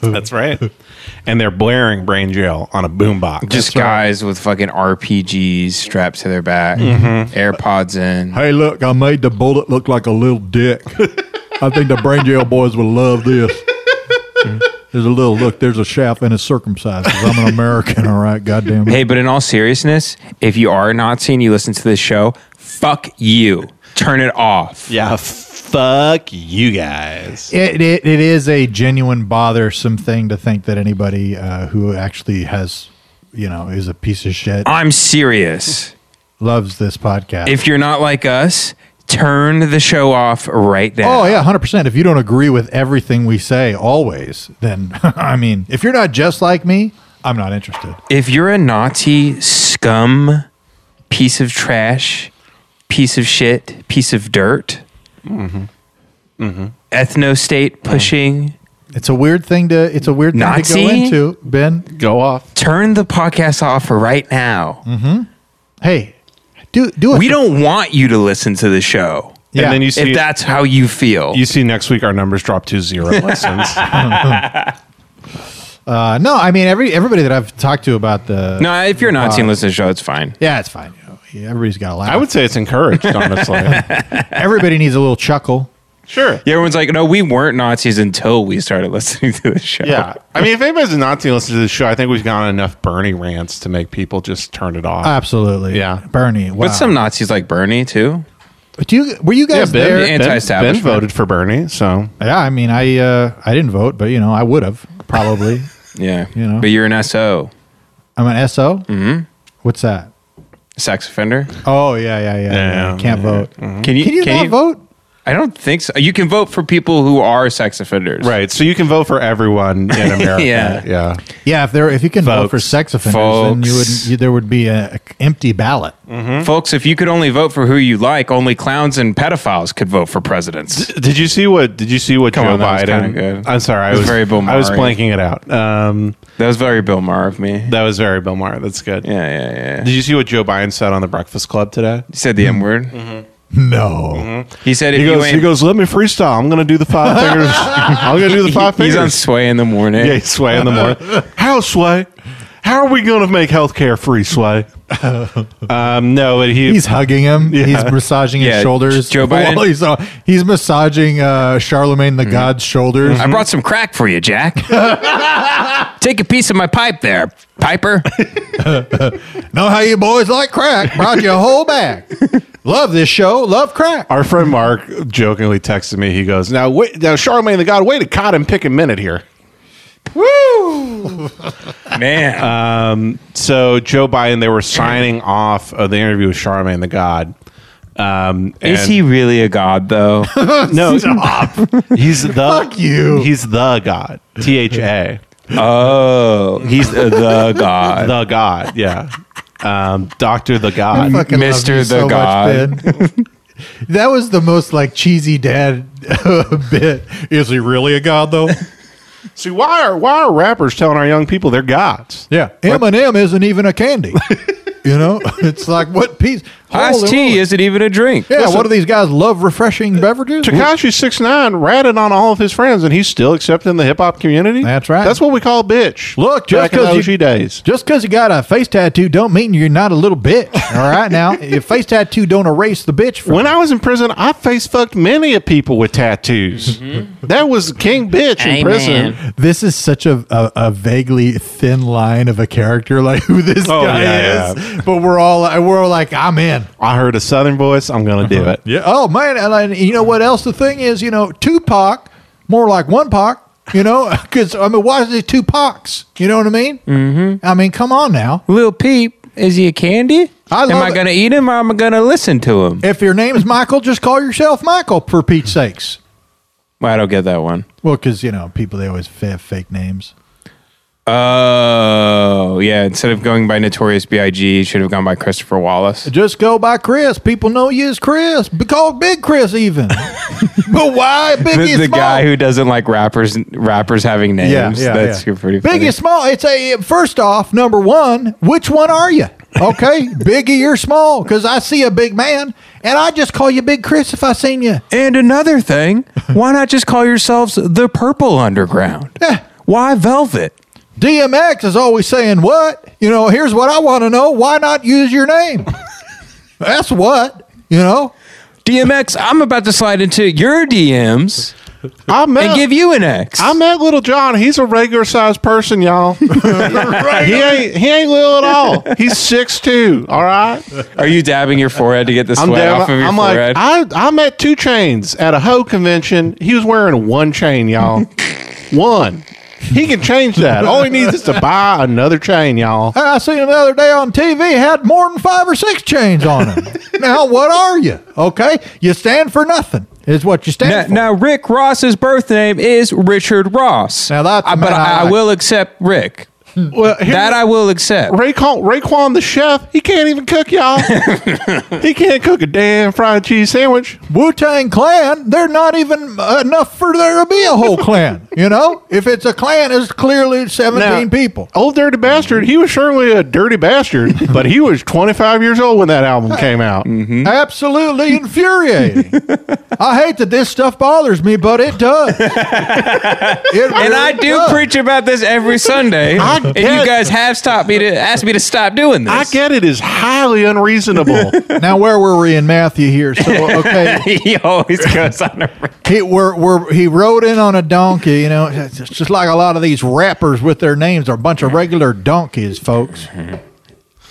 [SPEAKER 1] That's right. And they're blaring Brain Jail on a boombox.
[SPEAKER 2] Just guys with fucking RPGs strapped to their back,
[SPEAKER 3] Mhm.
[SPEAKER 2] AirPods in.
[SPEAKER 8] Hey, look, I made the bullet look like a little dick. I think the brain jail boys would love this.
[SPEAKER 3] There's a little look. There's a shaft and it's circumcised. 'cause I'm an American, all right. Goddamn.
[SPEAKER 2] Hey, but in all seriousness, if you are a Nazi and you listen to this show, fuck you. Turn it off.
[SPEAKER 1] Uh,
[SPEAKER 12] Yeah, fuck you guys.
[SPEAKER 3] It, it it is a genuine bothersome thing to think that anybody uh, who actually has, you know, is a piece of shit
[SPEAKER 2] I'm serious.
[SPEAKER 3] loves this podcast.
[SPEAKER 2] If you're not like us, turn the show off right now.
[SPEAKER 3] Oh yeah, hundred percent. If you don't agree with everything we say, always, then I mean, if you're not just like me, I'm not interested.
[SPEAKER 2] If you're a Nazi scum, piece of trash, piece of shit, piece of dirt, ethno state pushing,
[SPEAKER 3] It's a weird thing to. It's a weird thing
[SPEAKER 2] Nazi?
[SPEAKER 3] to go into. Ben,
[SPEAKER 1] go off.
[SPEAKER 2] turn the podcast off right now.
[SPEAKER 3] Mm-hmm. Hey, do do.
[SPEAKER 2] We don't want you to listen to the show.
[SPEAKER 1] Yeah. And then you see-
[SPEAKER 2] if that's how you feel.
[SPEAKER 1] You see, next week our numbers drop to zero listens.
[SPEAKER 3] Uh, no, I mean every everybody that I've talked to about the.
[SPEAKER 2] no, if you're a Nazi and
[SPEAKER 3] Uh,
[SPEAKER 2] listen to the show, it's fine.
[SPEAKER 3] Yeah, it's fine. You know, yeah, everybody's got a laugh.
[SPEAKER 1] I would say it's encouraged, honestly.
[SPEAKER 3] Everybody needs a little chuckle.
[SPEAKER 1] Sure.
[SPEAKER 2] Yeah, everyone's like, no, we weren't Nazis until we started listening to the show.
[SPEAKER 1] Yeah. I mean, if anybody's a Nazi listening to this show, I think we've gotten enough Bernie rants to make people just turn it off.
[SPEAKER 3] Absolutely.
[SPEAKER 1] Yeah.
[SPEAKER 3] Bernie. Wow.
[SPEAKER 2] But some Nazis like Bernie too.
[SPEAKER 3] Do you were you guys
[SPEAKER 1] Ben,
[SPEAKER 3] there?
[SPEAKER 1] Ben- Ben, voted for Bernie, so
[SPEAKER 3] Yeah, I mean, I uh, I didn't vote, but you know, I would have probably.
[SPEAKER 2] Yeah.
[SPEAKER 3] You know.
[SPEAKER 2] But you're an SO.
[SPEAKER 3] I'm an SO.
[SPEAKER 2] Mm-hmm.
[SPEAKER 3] What's that?
[SPEAKER 2] Sex offender.
[SPEAKER 3] Oh yeah, yeah, yeah. yeah, Can't vote.
[SPEAKER 2] Mm-hmm. Can you
[SPEAKER 3] Can you not vote?
[SPEAKER 2] I don't think so. You can vote for people who are sex offenders.
[SPEAKER 1] Right. So you can vote for everyone in America.
[SPEAKER 2] Yeah.
[SPEAKER 1] Yeah.
[SPEAKER 3] Yeah, if there if you can vote for sex offenders, then you would
[SPEAKER 2] Folks.
[SPEAKER 3] you, there would be a, a empty ballot.
[SPEAKER 2] Mm-hmm. Folks, if you could only vote for who you like, only clowns and pedophiles could vote for presidents.
[SPEAKER 1] Did you see what? Did you see what
[SPEAKER 2] Come
[SPEAKER 1] Joe
[SPEAKER 2] on, that was
[SPEAKER 1] Biden?
[SPEAKER 2] kinda good.
[SPEAKER 1] I'm sorry, I
[SPEAKER 2] It was
[SPEAKER 1] was
[SPEAKER 2] very Bill
[SPEAKER 1] I was
[SPEAKER 2] Maher-y.
[SPEAKER 1] blanking it out. Um,
[SPEAKER 2] that was very Bill Maher of me.
[SPEAKER 1] That was very Bill Maher. That's good.
[SPEAKER 2] Yeah, yeah, yeah.
[SPEAKER 1] Did you see what Joe Biden said on the Breakfast Club today?
[SPEAKER 2] He said the M word.
[SPEAKER 3] No.
[SPEAKER 2] He said
[SPEAKER 1] Hmm. Mm-hmm. He
[SPEAKER 2] if you
[SPEAKER 1] goes.
[SPEAKER 2] ain't-
[SPEAKER 1] He goes. Let me freestyle. I'm gonna do the five fingers. I'm gonna do the five
[SPEAKER 2] He's on
[SPEAKER 1] fingers.
[SPEAKER 2] sway in the morning.
[SPEAKER 1] yeah, sway in the morning. How sway? How are we gonna make healthcare free, sway? um, no, but he
[SPEAKER 3] He's hugging him. He's massaging his
[SPEAKER 1] Yeah,
[SPEAKER 3] shoulders.
[SPEAKER 1] Joe Biden- Mm-hmm.
[SPEAKER 3] Well, he's, uh, he's massaging uh, Charlemagne the God's shoulders.
[SPEAKER 2] I brought some crack for you, Jack. Take a piece of my pipe there, Piper.
[SPEAKER 1] Mm-hmm.
[SPEAKER 3] know how you boys like crack. Brought you a whole bag. Love this show. Love crack.
[SPEAKER 1] Our friend Mark jokingly texted me. He goes, "Now, wait, now, Charlemagne the God, wait to caught him pick a minute here."
[SPEAKER 2] Woo! Man.
[SPEAKER 3] Uh,
[SPEAKER 1] Um, so Joe Biden, they were signing off of the interview with Charlemagne the God. Um,
[SPEAKER 2] Is he really a god though?
[SPEAKER 1] no, he's the fuck
[SPEAKER 3] you.
[SPEAKER 1] He's the God. T H A.
[SPEAKER 2] Oh, he's the god.
[SPEAKER 1] The God. Yeah. Um, Doctor the God.
[SPEAKER 3] I fucking love you so much, Ben. that was the most like cheesy dad bit. Is he really a god though?
[SPEAKER 1] See, why are why are rappers telling our young people they're gods?
[SPEAKER 3] Yeah, Eminem isn't even a candy. you know, it's like what piece?
[SPEAKER 2] Iced tea isn't even a drink.
[SPEAKER 3] Yeah,
[SPEAKER 1] Listen- Uh,
[SPEAKER 3] what do these guys love? Refreshing beverages.
[SPEAKER 1] Takashi six nine ratted on all of his friends, and he's still accepted in the hip hop community. That's right. That's what we call bitch.
[SPEAKER 3] Look,
[SPEAKER 1] Back
[SPEAKER 3] just
[SPEAKER 1] in the
[SPEAKER 3] because
[SPEAKER 1] OG
[SPEAKER 3] you
[SPEAKER 1] days.
[SPEAKER 3] just because you got a face tattoo, don't mean you're not a little bitch. All right, now your face tattoo don't erase the bitch. From
[SPEAKER 1] When I was in prison, I face fucked many of people with tattoos. That was king bitch in prison.
[SPEAKER 3] This is such a, a, a vaguely thin line of a character, like who this
[SPEAKER 1] Oh,
[SPEAKER 3] guy
[SPEAKER 1] yeah,
[SPEAKER 3] is. But we're all we're all like, I'm in.
[SPEAKER 1] I heard a southern voice. I'm gonna do
[SPEAKER 2] Uh-huh.
[SPEAKER 1] it.
[SPEAKER 3] Yeah. Oh man, and, I- you know what else? The thing is, you know, Tupac, more like one Pac. You know, because I mean, why is it two Pacs? You know what I mean? Mm-hmm. I mean, come on now.
[SPEAKER 2] Lil Peep, is he a candy?
[SPEAKER 3] I
[SPEAKER 2] am
[SPEAKER 3] love
[SPEAKER 2] I
[SPEAKER 3] it.
[SPEAKER 2] going to eat him or am I going to listen to him?
[SPEAKER 3] If your name is Michael, just call yourself Michael, for Pete's sakes.
[SPEAKER 2] Well, I don't get that one.
[SPEAKER 3] Well, because, you know, people, they always have fake names.
[SPEAKER 2] Oh, yeah. Instead of going by Notorious B.I.G., he should have gone by Christopher Wallace.
[SPEAKER 3] Just go by Chris. People know you as Chris. Be called Big Chris, even. but why Biggie
[SPEAKER 2] the, the
[SPEAKER 3] Small?
[SPEAKER 2] guy who doesn't like rappers rappers having names.
[SPEAKER 3] yeah,
[SPEAKER 2] That's
[SPEAKER 3] yeah.
[SPEAKER 2] pretty funny.
[SPEAKER 3] Biggie Small. It's a first off number one. Which one are you? Okay, Biggie, you're small because I see a big man, and I just call you Big Chris if I seen you.
[SPEAKER 2] And another thing, why not just call yourselves the Purple Underground? Why Velvet?
[SPEAKER 3] DMX is always saying what? You know, here's what I want to know. Why not use your name? That's what you know.
[SPEAKER 2] DMX, I'm about to slide into your DMs
[SPEAKER 1] I met,
[SPEAKER 2] and give you an X.
[SPEAKER 1] I met Little John. He's a regular sized person, y'all. He ain't he ain't little at all. He's six two. All right.
[SPEAKER 2] Are you dabbing your forehead to get the sweat
[SPEAKER 1] down-
[SPEAKER 2] off of your
[SPEAKER 1] I'm
[SPEAKER 2] forehead?
[SPEAKER 1] like, I, I met two chains at a hoe convention. He was wearing one chain, y'all. one. He can change that. All he needs is to buy another chain, y'all.
[SPEAKER 3] And I seen him the other day on TV had more than five or six chains on him. now what are you? Okay, you stand for nothing is what you stand
[SPEAKER 2] now,
[SPEAKER 3] for.
[SPEAKER 2] now, Rick Ross's birth name is Richard Ross. Now
[SPEAKER 3] that's
[SPEAKER 2] I, but
[SPEAKER 3] man I
[SPEAKER 2] I, I
[SPEAKER 3] like.
[SPEAKER 2] will accept Rick.
[SPEAKER 1] Well, here-
[SPEAKER 2] that I will accept.
[SPEAKER 1] Raekwon, Raekwon the chef, he can't even cook, y'all. he can't cook a damn fried cheese sandwich.
[SPEAKER 3] Wu Tang Clan, they're not even enough for there to be a whole clan. You know, if it's a clan, it's clearly seventeen
[SPEAKER 1] Now,
[SPEAKER 3] people.
[SPEAKER 1] Old Dirty Bastard, he was certainly a dirty bastard, but he was 25 years old when that album came out.
[SPEAKER 2] hmm?
[SPEAKER 3] Absolutely infuriating. I hate that this stuff bothers me, but it does. It
[SPEAKER 2] And
[SPEAKER 3] really
[SPEAKER 2] I do
[SPEAKER 3] does.
[SPEAKER 2] preach about this every Sunday.
[SPEAKER 1] I
[SPEAKER 2] and you
[SPEAKER 1] get-
[SPEAKER 2] guys have stopped me to ask me to stop doing this.
[SPEAKER 1] I get it is highly unreasonable.
[SPEAKER 3] Now, where were we in Matthew here? So, okay,
[SPEAKER 2] he always goes on a
[SPEAKER 3] he we're, we're, he rode in on a donkey. You know, it's just like a lot of these rappers with their names are a bunch of regular donkeys, folks.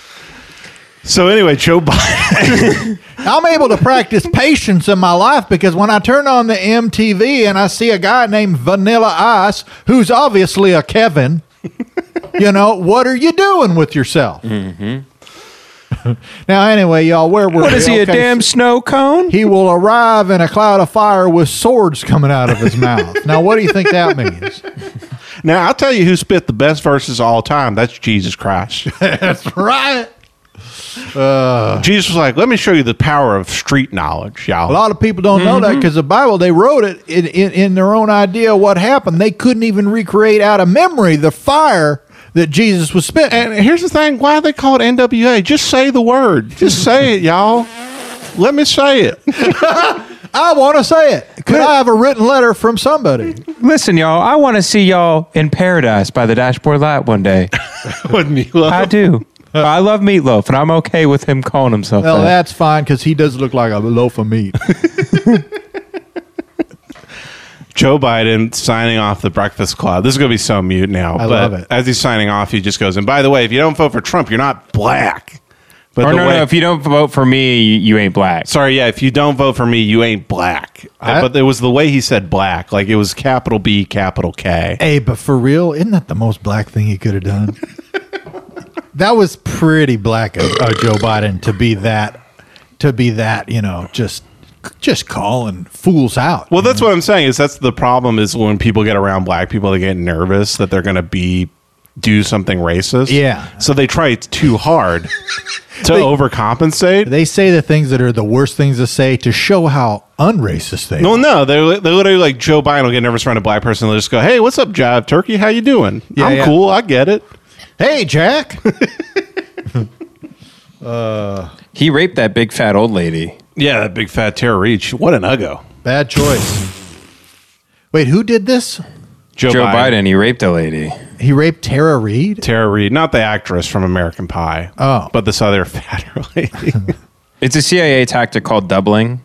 [SPEAKER 1] so, anyway, Joe Biden.
[SPEAKER 3] I'm able to practice patience in my life because when I turn on the MTV and I see a guy named Vanilla Ice, who's obviously a Kevin, you know, what are you doing with yourself? Now, anyway, y'all, where were
[SPEAKER 2] Mm-hmm. What
[SPEAKER 3] we?
[SPEAKER 2] is he, a
[SPEAKER 3] Okay,
[SPEAKER 2] damn snow cone?
[SPEAKER 3] He will arrive in a cloud of fire with swords coming out of his mouth. Now, what do you think that means?
[SPEAKER 1] Now I'll tell you who spit the best verses of all time. That's Jesus Christ.
[SPEAKER 3] That's right.
[SPEAKER 1] Jesus was like, "Let me show you the power of street knowledge, y'all."
[SPEAKER 3] A lot of people don't know that because the Bible, they wrote it in, in, in their own idea of what happened. They couldn't even recreate out of memory the fire that Jesus was spitting.
[SPEAKER 1] and here's the thing: why they call it NWA? Just say the word. Just say it, y'all. Let me say it.
[SPEAKER 3] I want to say it. Could I have a written letter from somebody?
[SPEAKER 2] Listen, y'all, I want to see y'all in paradise by the dashboard light one day.
[SPEAKER 1] Wouldn't you love
[SPEAKER 2] I do. I love Meatloaf, and I'm okay with him calling himself
[SPEAKER 3] Well,
[SPEAKER 2] that.
[SPEAKER 3] that's fine because he does look like a loaf of meat.
[SPEAKER 1] Joe Biden signing off the Breakfast Club. This is going to be so mute now.
[SPEAKER 3] I
[SPEAKER 1] but
[SPEAKER 3] love it.
[SPEAKER 1] As he's signing off, he just goes, "And by the way, if you don't vote for Trump, you're not black." But
[SPEAKER 2] Or
[SPEAKER 1] the
[SPEAKER 2] no,
[SPEAKER 1] way-
[SPEAKER 2] no, if you don't vote for me, you, you ain't black.
[SPEAKER 1] Sorry, yeah. If you don't vote for me, you ain't black.
[SPEAKER 3] I-
[SPEAKER 1] but it was the way he said black, like it was capital B, capital K.
[SPEAKER 3] hey, but for real, isn't that the most black thing he could have done? that was pretty black of, of Joe Biden to be that, to be that, you know, just just calling fools out.
[SPEAKER 1] Well, that's what I'm saying. Is that's the problem? Is when people get around black people, they get nervous that they're going to be do something racist.
[SPEAKER 3] Yeah.
[SPEAKER 1] So they try too hard to overcompensate.
[SPEAKER 3] They say the things that are the worst things to say to show how unracist they
[SPEAKER 1] well,
[SPEAKER 3] are.
[SPEAKER 1] no, they they literally like Joe Biden will get nervous around a black person. They'll just go, "Hey, what's up, Jive Turkey? How you doing? I'm
[SPEAKER 3] yeah.
[SPEAKER 1] cool. I get it."
[SPEAKER 3] Hey, Jack. Uh,
[SPEAKER 2] He raped that big fat old lady.
[SPEAKER 1] Yeah, that big fat Tara Reach. What an uggo.
[SPEAKER 3] Bad choice. Wait, who did this?
[SPEAKER 1] Joe,
[SPEAKER 2] Joe
[SPEAKER 1] Biden.
[SPEAKER 2] Biden. He raped a lady.
[SPEAKER 3] He raped Tara Reed?
[SPEAKER 1] Tara Reid, not the actress from American Pie.
[SPEAKER 3] Oh.
[SPEAKER 1] But this other fat lady.
[SPEAKER 2] It's a CIA tactic called doubling.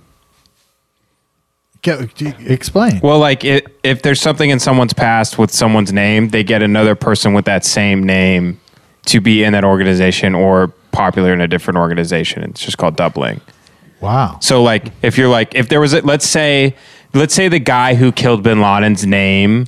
[SPEAKER 3] Ca- d- Explain.
[SPEAKER 2] Well, like i if there's something in someone's past with someone's name, they get another person with that same name to be in that organization or popular in a different organization. It's just called doubling.
[SPEAKER 3] Wow.
[SPEAKER 2] So like if you're like if there was a, let's say let's say the guy who killed bin Laden's name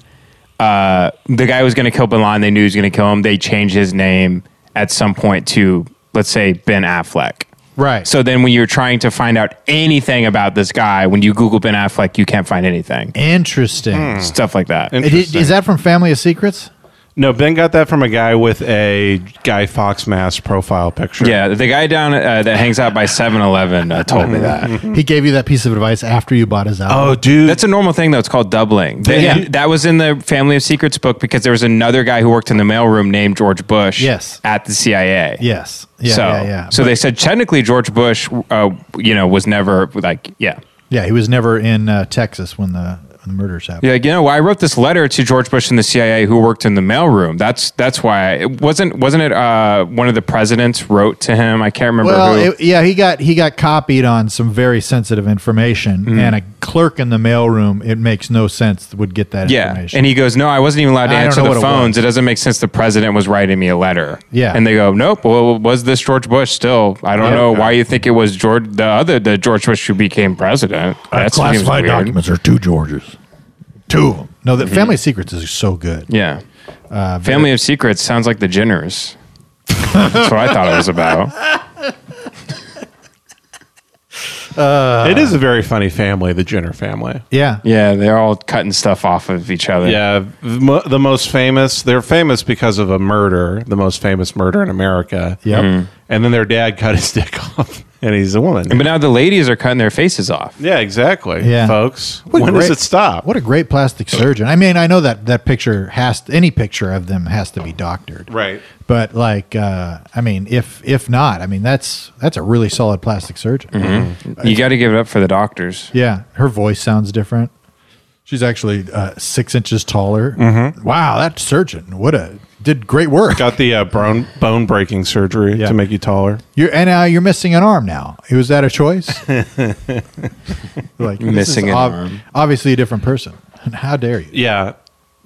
[SPEAKER 2] uh the guy who was going to kill bin Laden they knew he was going to kill him they changed his name at some point to let's say Ben Affleck.
[SPEAKER 3] Right.
[SPEAKER 2] So then when you're trying to find out anything about this guy when you google Ben Affleck you can't find anything.
[SPEAKER 3] Interesting.
[SPEAKER 2] Stuff like that.
[SPEAKER 3] It- Is, that from Family of Secrets?
[SPEAKER 1] no, Ben got that from a guy with a Guy Fox mask profile picture.
[SPEAKER 2] Yeah, the guy down uh, that hangs out by 7-Eleven uh, told me that.
[SPEAKER 3] He gave you that piece of advice after you bought his album.
[SPEAKER 1] Oh, dude.
[SPEAKER 2] That's a normal thing, though. It's called doubling. They-
[SPEAKER 3] Yeah.
[SPEAKER 2] That was in the Family of Secrets book because there was another guy who worked in the mailroom named George Bush
[SPEAKER 3] Yes.
[SPEAKER 2] at the CIA.
[SPEAKER 3] Yes. Yeah,
[SPEAKER 2] so,
[SPEAKER 3] yeah, yeah.
[SPEAKER 2] So they said technically George Bush, uh, you know, was never like, yeah.
[SPEAKER 3] Yeah, he was never in uh, Texas when the, when the murders happened.
[SPEAKER 2] Yeah, like, you know, I wrote this letter to George Bush and the CIA who worked in the mailroom. That's that's why it wasn't wasn't it uh, one of the presidents wrote to him? I can't remember
[SPEAKER 3] Well,
[SPEAKER 2] who.
[SPEAKER 3] it, yeah, he got he got copied on some very sensitive information,
[SPEAKER 2] Mm.
[SPEAKER 3] and a clerk in the mailroom. It makes no sense would get that
[SPEAKER 2] Yeah.
[SPEAKER 3] information.
[SPEAKER 2] And he goes, No, I wasn't even allowed to
[SPEAKER 3] I don't
[SPEAKER 2] answer
[SPEAKER 3] know
[SPEAKER 2] the
[SPEAKER 3] what it
[SPEAKER 2] phones.
[SPEAKER 3] was.
[SPEAKER 2] It, doesn't make sense. The president was writing me a letter.
[SPEAKER 3] Yeah.
[SPEAKER 2] And they go, Nope. Well, was this George Bush still? I don't
[SPEAKER 11] Yeah.
[SPEAKER 2] know why you think it was George, the other, the George Bush who became president.
[SPEAKER 11] Uh,
[SPEAKER 2] That seems
[SPEAKER 11] classified
[SPEAKER 2] weird.
[SPEAKER 11] documents are two Georges. Two of
[SPEAKER 2] Mm-hmm.
[SPEAKER 11] them.
[SPEAKER 3] No, the Family Secrets is so good.
[SPEAKER 2] Yeah.
[SPEAKER 3] Uh, very-
[SPEAKER 2] Family of Secrets sounds like the Jenners. That's what I thought it was about.
[SPEAKER 1] it is a very funny family, the Jenner family.
[SPEAKER 3] Yeah.
[SPEAKER 2] Yeah. They're all cutting stuff off of each other.
[SPEAKER 1] Yeah, the mo- the most famous. They're famous because of a murder, the most famous murder in America.
[SPEAKER 2] Yep. Mhm.
[SPEAKER 1] And then their dad cut his dick off, and he's a woman.
[SPEAKER 2] But now the ladies are cutting their faces off.
[SPEAKER 1] Yeah, exactly.
[SPEAKER 3] Yeah.
[SPEAKER 1] folks.
[SPEAKER 3] What a
[SPEAKER 1] when does
[SPEAKER 3] great-
[SPEAKER 1] it stop?
[SPEAKER 3] What a great plastic surgeon. I mean, I know that that picture has any picture of them has to be doctored.
[SPEAKER 1] Right.
[SPEAKER 3] But like, uh, I mean, if if not, I mean, that's that's a really solid plastic surgeon.
[SPEAKER 2] Mhm. You got to give it up for the doctors.
[SPEAKER 3] Yeah, her voice sounds different. She's actually uh, six inches taller.
[SPEAKER 2] Mm-hmm.
[SPEAKER 3] Wow, that surgeon! What a did great work.
[SPEAKER 1] Got the uh, bone bone breaking surgery to make you taller.
[SPEAKER 3] You're and uh, you're missing an arm now. Was that a choice? like this is
[SPEAKER 1] Missing an
[SPEAKER 3] ob-
[SPEAKER 1] arm.
[SPEAKER 3] Obviously, a different person. How dare you?
[SPEAKER 1] Yeah,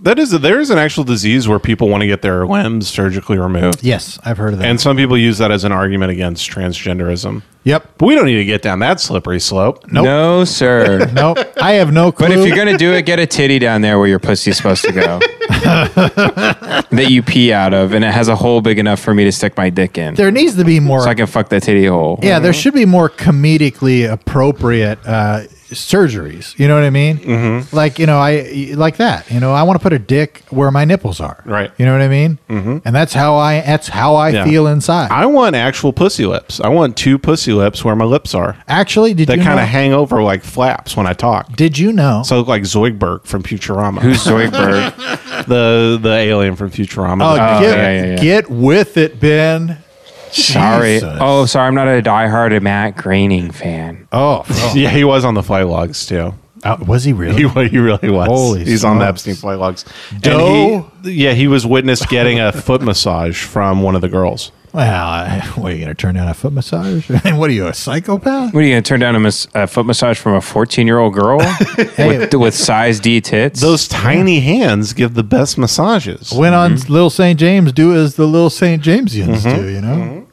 [SPEAKER 1] that is. A, there is an actual disease where people want to get their limbs surgically removed.
[SPEAKER 3] Yes, I've heard of that.
[SPEAKER 1] And some people use that as an argument against transgenderism.
[SPEAKER 3] Yep.
[SPEAKER 1] But we don't need to get down that slippery slope.
[SPEAKER 3] Nope.
[SPEAKER 2] No, sir.
[SPEAKER 3] nope. I have no clue.
[SPEAKER 2] But if you're gonna do it, get a titty down there where your pussy's supposed to go. that you pee out of, and it has a hole big enough for me to stick my dick in.
[SPEAKER 3] there needs to be more
[SPEAKER 2] so I can fuck that titty hole.
[SPEAKER 3] Yeah, there
[SPEAKER 1] Mhm.
[SPEAKER 3] should be more comedically appropriate uh, surgeries. You know what I mean? Mm-hmm. Like you know, I like that. You know, I want to put a dick where my nipples are.
[SPEAKER 1] Right.
[SPEAKER 3] You know what I mean? Mm-hmm. And that's how I that's how I
[SPEAKER 1] Yeah.
[SPEAKER 3] feel inside.
[SPEAKER 1] I want actual pussy lips. I want two pussy lips where my lips are.
[SPEAKER 3] Actually, did
[SPEAKER 1] they
[SPEAKER 3] you
[SPEAKER 1] kind
[SPEAKER 3] know-
[SPEAKER 1] of hang over like flaps when I talk?
[SPEAKER 3] Did you know?
[SPEAKER 1] So I look like Zoidberg from Futurama.
[SPEAKER 2] Who's Zoidberg?
[SPEAKER 1] the the alien from Futurama.
[SPEAKER 3] Oh, get,
[SPEAKER 2] yeah, yeah, yeah.
[SPEAKER 3] get with it, Ben.
[SPEAKER 2] Sorry.
[SPEAKER 3] Jesus.
[SPEAKER 2] Oh, sorry. I'm not a diehard Matt Groening fan.
[SPEAKER 3] Oh,
[SPEAKER 1] yeah, he was on the fly logs too.
[SPEAKER 3] Uh, was he really?
[SPEAKER 1] He, wa- he really was.
[SPEAKER 3] Holy
[SPEAKER 1] He's on the
[SPEAKER 3] smokes.
[SPEAKER 1] Epstein fly logs. And
[SPEAKER 3] Doe?
[SPEAKER 1] he- yeah, he was witnessed getting a foot massage from one of the girls.
[SPEAKER 3] Well, I- what are you going to turn down a foot massage? And what are you, a psychopath?
[SPEAKER 2] What are you gonna turn down a, mas- a foot massage from a 14 year old girl with, with size D tits?
[SPEAKER 1] Those tiny hands give the best massages.
[SPEAKER 3] Went on
[SPEAKER 2] Mm-hmm.
[SPEAKER 3] Little St. James, do as the Little St. Jamesians do, you know?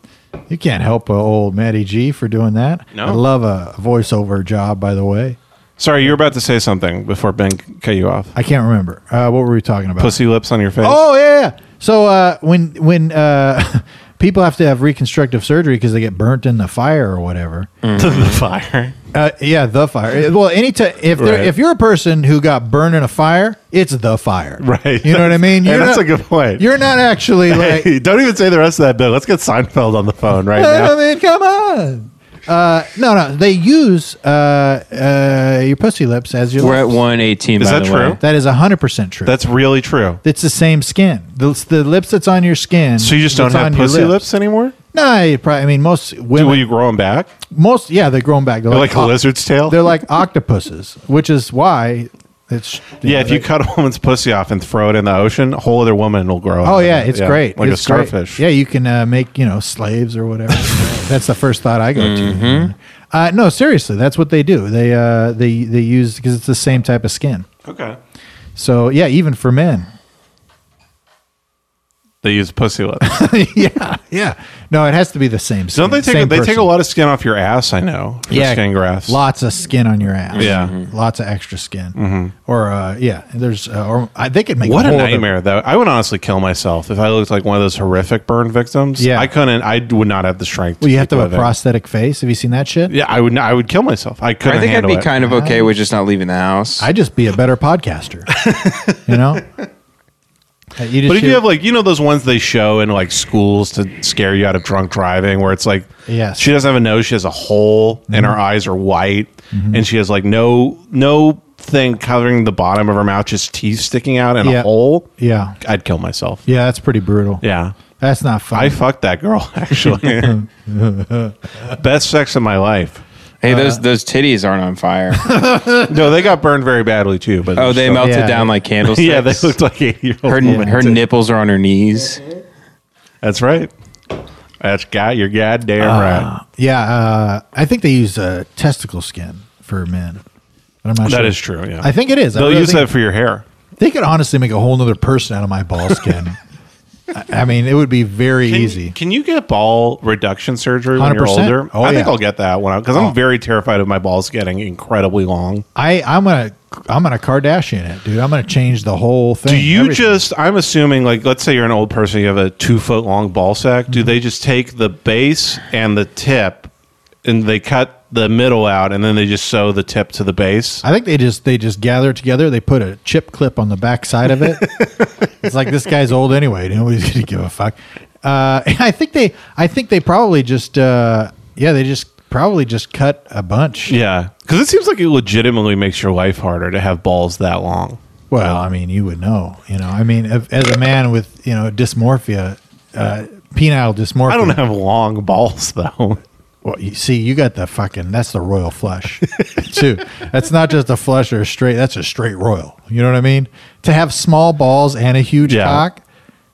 [SPEAKER 3] You can't help a old Matty G for doing that.
[SPEAKER 1] No.
[SPEAKER 3] I love a voiceover job, by the way.
[SPEAKER 1] Sorry, you were about to say something before Ben c- cut you off.
[SPEAKER 3] I can't remember. Uh, what were we talking about?
[SPEAKER 1] Pussy lips on your face.
[SPEAKER 3] Oh yeah. So uh, when when uh, people have to have reconstructive surgery because they get burnt in the fire or whatever.
[SPEAKER 1] the fire.
[SPEAKER 3] Uh, yeah, the fire. Well, anytime if there
[SPEAKER 1] Right.
[SPEAKER 3] if you're a person who got burned in a fire, it's the fire.
[SPEAKER 1] Right.
[SPEAKER 3] You know what I mean?
[SPEAKER 1] Hey,
[SPEAKER 3] You're
[SPEAKER 1] that's
[SPEAKER 3] not-
[SPEAKER 1] a good point.
[SPEAKER 3] You're not actually like.
[SPEAKER 1] Hey, don't even say the rest of that bit. Let's get Seinfeld on the phone right
[SPEAKER 3] I
[SPEAKER 1] now.
[SPEAKER 3] mean, come on. Uh, no, no. They use uh, uh, your pussy lips as your.
[SPEAKER 2] We're at
[SPEAKER 3] lips.
[SPEAKER 2] 118.
[SPEAKER 1] Is
[SPEAKER 2] by
[SPEAKER 1] that
[SPEAKER 2] the
[SPEAKER 1] true?
[SPEAKER 2] Way.
[SPEAKER 3] That is hundred percent true.
[SPEAKER 1] That's really true.
[SPEAKER 3] it's the same skin. The, the lips that's on your skin.
[SPEAKER 1] So you just don't
[SPEAKER 3] that's
[SPEAKER 1] have
[SPEAKER 3] on your
[SPEAKER 1] pussy lips anymore?
[SPEAKER 3] No, you probably. I mean, most women.
[SPEAKER 1] will you grow them back?
[SPEAKER 3] Most, yeah, they grow them back. They're,
[SPEAKER 1] They're like a lizard's tail?
[SPEAKER 3] They're like octopuses, which is why it's.
[SPEAKER 1] Yeah, if you cut a woman's pussy off and throw it in the ocean, a whole other woman will grow. out
[SPEAKER 3] Oh
[SPEAKER 1] of
[SPEAKER 3] yeah,
[SPEAKER 1] it.
[SPEAKER 3] it's great.
[SPEAKER 1] like
[SPEAKER 3] It's
[SPEAKER 1] a
[SPEAKER 3] great.
[SPEAKER 1] starfish.
[SPEAKER 3] Yeah, you can uh, make you know slaves or whatever. that's the first thought I go
[SPEAKER 1] Mm-hmm.
[SPEAKER 3] to. Uh, no, seriously, that's what they do. They uh, they they use because it's the same type of skin.
[SPEAKER 1] Okay.
[SPEAKER 3] So yeah, even for men.
[SPEAKER 1] They use pussy lips.
[SPEAKER 3] yeah, yeah. No, it has to be the same. Skin,
[SPEAKER 1] Don't they take
[SPEAKER 3] same
[SPEAKER 1] they take a
[SPEAKER 3] person.
[SPEAKER 1] lot of skin off your ass? I know. for
[SPEAKER 3] Yeah,
[SPEAKER 1] skin grafts.
[SPEAKER 3] Lots of skin on your ass. Mm-hmm.
[SPEAKER 1] Yeah. Mhm.
[SPEAKER 3] lots of extra skin.
[SPEAKER 1] Mhm.
[SPEAKER 3] Or uh, yeah, there's uh, or I, they could make
[SPEAKER 1] what a
[SPEAKER 3] whole other-
[SPEAKER 1] nightmare though. I would honestly kill myself if I looked like one of those horrific burn victims. Yeah, I couldn't. I would not have the strength.
[SPEAKER 3] Well, you have to
[SPEAKER 1] keep
[SPEAKER 3] have a
[SPEAKER 1] living.
[SPEAKER 3] prosthetic face. Have you seen that shit?
[SPEAKER 1] Yeah, I would. Not, I would kill myself. I couldn't.
[SPEAKER 2] I think I'd
[SPEAKER 1] handle
[SPEAKER 2] be
[SPEAKER 1] it.
[SPEAKER 2] kind of okay with just not leaving the house.
[SPEAKER 3] I'd just be a better podcaster. you know. Uh, You just
[SPEAKER 1] but if you
[SPEAKER 3] hear-
[SPEAKER 1] have like you know those ones they show in like schools to scare you out of drunk driving, where it's like
[SPEAKER 3] Yes. Mm-hmm.
[SPEAKER 1] she doesn't have a nose, she has a hole, and her eyes are white, and she has like no no thing covering the bottom of her mouth, just teeth sticking out and
[SPEAKER 3] Yeah.
[SPEAKER 1] a hole.
[SPEAKER 3] Yeah.
[SPEAKER 1] I'd kill myself.
[SPEAKER 3] Yeah, Mm-hmm. that's pretty brutal.
[SPEAKER 1] Yeah,
[SPEAKER 3] That's not fun.
[SPEAKER 1] I fucked that girl actually. Best sex of my life.
[SPEAKER 2] Hey, those
[SPEAKER 3] uh,
[SPEAKER 2] those titties aren't on fire.
[SPEAKER 1] no, they got burned very badly too. But
[SPEAKER 2] Oh, they
[SPEAKER 1] still-
[SPEAKER 2] melted down like candlesticks.
[SPEAKER 1] yeah, they looked like eight year old.
[SPEAKER 2] Her, her nipples are on her knees.
[SPEAKER 1] That's right. That's got you're goddamn
[SPEAKER 3] Ah.
[SPEAKER 1] right.
[SPEAKER 3] Yeah, uh, I think they use uh, testicle skin for men. But I'm not
[SPEAKER 1] That
[SPEAKER 3] sure.
[SPEAKER 1] is true. Yeah,
[SPEAKER 3] I think it is. I
[SPEAKER 1] They'll
[SPEAKER 3] really
[SPEAKER 1] use
[SPEAKER 3] think-
[SPEAKER 1] that for your hair.
[SPEAKER 3] They could honestly make a whole nother person out of my ball skin. I, I mean, it would be very
[SPEAKER 1] Can,
[SPEAKER 3] easy.
[SPEAKER 1] can you get ball reduction surgery when you're
[SPEAKER 3] 100%.
[SPEAKER 1] older?
[SPEAKER 3] Oh,
[SPEAKER 1] I think
[SPEAKER 3] yeah.
[SPEAKER 1] I'll get that one because
[SPEAKER 3] Oh.
[SPEAKER 1] I'm very terrified of my balls getting incredibly long.
[SPEAKER 3] I I'm gonna I'm gonna Kardashian it, dude. I'm gonna change the whole thing.
[SPEAKER 1] Do you
[SPEAKER 3] everything.
[SPEAKER 1] just? I'm assuming, like, let's say you're an old person, you have a two foot long ball sack.
[SPEAKER 3] Mm-hmm.
[SPEAKER 1] Do they just take the base and the tip, and they cut the middle out, and then they just sew the tip to the base?
[SPEAKER 3] I think they just they just gather it together. They put a chip clip on the back side of it. it's like this guy's old anyway. Nobody's gonna give a fuck. Uh, I think they I think they probably just uh, yeah they just probably just cut a bunch.
[SPEAKER 1] Yeah, because it seems like it legitimately makes your life harder to have balls that long.
[SPEAKER 3] Well, I mean, you would know. You know, I mean, if, as a man with you know dysmorphia, uh, penile dysmorphia.
[SPEAKER 1] I don't have long balls though.
[SPEAKER 3] Well, you see, you got the fucking that's the royal flush, too. That's not just a flush or a straight. That's a straight royal. You know what I mean? To have small balls and a huge cock.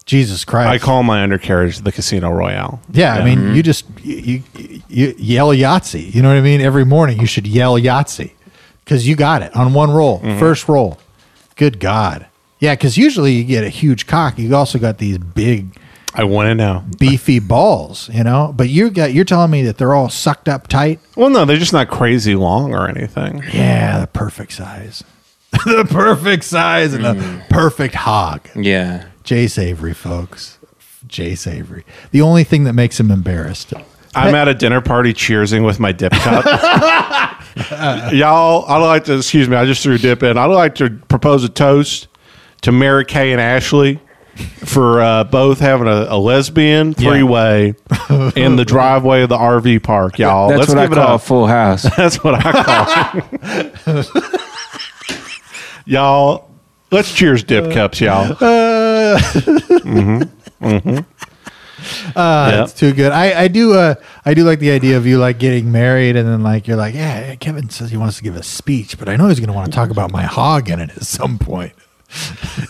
[SPEAKER 3] Jesus Christ!
[SPEAKER 1] I call Mm-hmm. my undercarriage the Casino Royale.
[SPEAKER 3] Yeah, I mean, you just you, you you yell Yahtzee. You know what I mean? Every morning you should yell Yahtzee because you got it on one roll,
[SPEAKER 1] Mhm.
[SPEAKER 3] first roll. Good God, yeah, because usually you get a huge cock. You also got these big.
[SPEAKER 1] I want to know
[SPEAKER 3] beefy balls, you know. But you got you're telling me that they're all sucked up tight.
[SPEAKER 1] Well, no, they're just not crazy long or anything.
[SPEAKER 3] Yeah, the perfect size. the perfect size and
[SPEAKER 1] Hmm.
[SPEAKER 3] the perfect hog.
[SPEAKER 2] Yeah.
[SPEAKER 3] Jace Avery, folks. Jace Avery. The only thing that makes him embarrassed.
[SPEAKER 1] I'm at a dinner party cheersing with my dip cup. Y'all, I'd like to, excuse me, I just threw dip in. I'd like to propose a toast to Mary Kay and Ashley for uh, both having a, a lesbian three way in the driveway of the RV park, y'all.
[SPEAKER 2] That's what I
[SPEAKER 1] it
[SPEAKER 2] call
[SPEAKER 1] up.
[SPEAKER 2] a full house.
[SPEAKER 1] That's what I call it. y'all, let's cheers dip cups, y'all.
[SPEAKER 3] Uh,
[SPEAKER 1] Mm-hmm. Mm-hmm.
[SPEAKER 3] uh,
[SPEAKER 1] Yep.
[SPEAKER 3] It's too good. I, I do uh, I do like the idea of you like getting married and then like you're like, yeah, Kevin says he wants to give a speech, but I know he's going to want to talk about my hog in it at some point.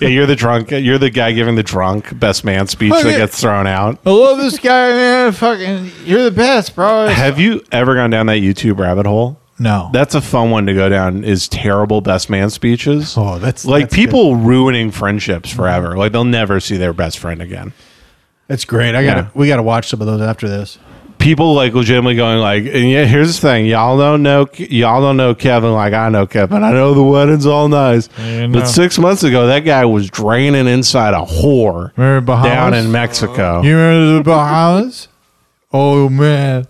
[SPEAKER 1] Yeah, you're the drunk. You're the guy giving the drunk best man speech
[SPEAKER 3] Okay.
[SPEAKER 1] that gets thrown out.
[SPEAKER 3] I love this guy, man. Fucking, you're the best, bro.
[SPEAKER 1] Have you ever gone down that YouTube rabbit hole?
[SPEAKER 3] No.
[SPEAKER 1] That's a fun one to go down is terrible best man speeches.
[SPEAKER 3] Oh, that's
[SPEAKER 1] like
[SPEAKER 3] that's
[SPEAKER 1] people ruining friendships forever. Like they'll never see their best friend again.
[SPEAKER 3] That's great. I
[SPEAKER 1] Yeah.
[SPEAKER 3] gotta we gotta watch some of those after this.
[SPEAKER 1] People like legitimately going like, and yeah, here's the thing, y'all don't know, y'all don't know Kevin like I know Kevin. I know the wedding's all nice,
[SPEAKER 3] You know.
[SPEAKER 1] but six months ago that guy was draining inside a whore
[SPEAKER 3] Remember Bahamas?
[SPEAKER 1] down in Mexico.
[SPEAKER 3] You remember the Bahamas? Oh man.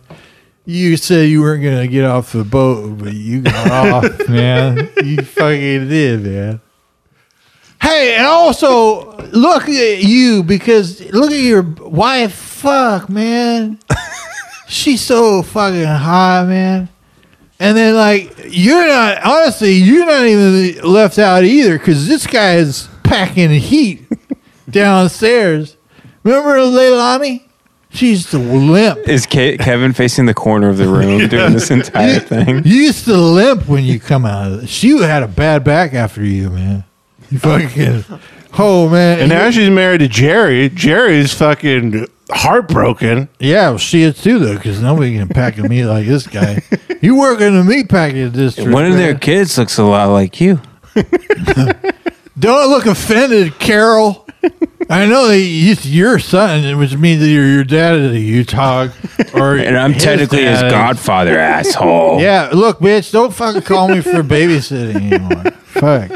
[SPEAKER 3] You said you weren't gonna get off the boat, but you got off, man. You fucking did, man. Hey, and also look at you because look at your wife. Fuck, man. She's so fucking hot, man. And then like you're not honestly, you're not even left out either because this guy is packing heat downstairs. Remember Leilani? She's the limp.
[SPEAKER 2] Is Ke- Kevin facing the corner of the room doing this entire thing?
[SPEAKER 3] You used to limp when you come out of it. She had a bad back after you, man. You fucking. Oh, man.
[SPEAKER 12] And now
[SPEAKER 3] You-
[SPEAKER 12] she's married to Jerry. Jerry's fucking heartbroken.
[SPEAKER 3] Yeah, well, she is too, though, because nobody can pack a meat like this guy. You work in the meat packing district.
[SPEAKER 2] One of
[SPEAKER 3] man.
[SPEAKER 2] their kids looks a lot like you.
[SPEAKER 3] Don't look offended, Carol. I know that it's your son, which means that you're your dad is a Utah, or
[SPEAKER 2] And I'm technically his
[SPEAKER 3] dad is-
[SPEAKER 2] godfather, asshole.
[SPEAKER 3] Yeah, look, bitch, don't fucking call me for babysitting anymore. Fuck.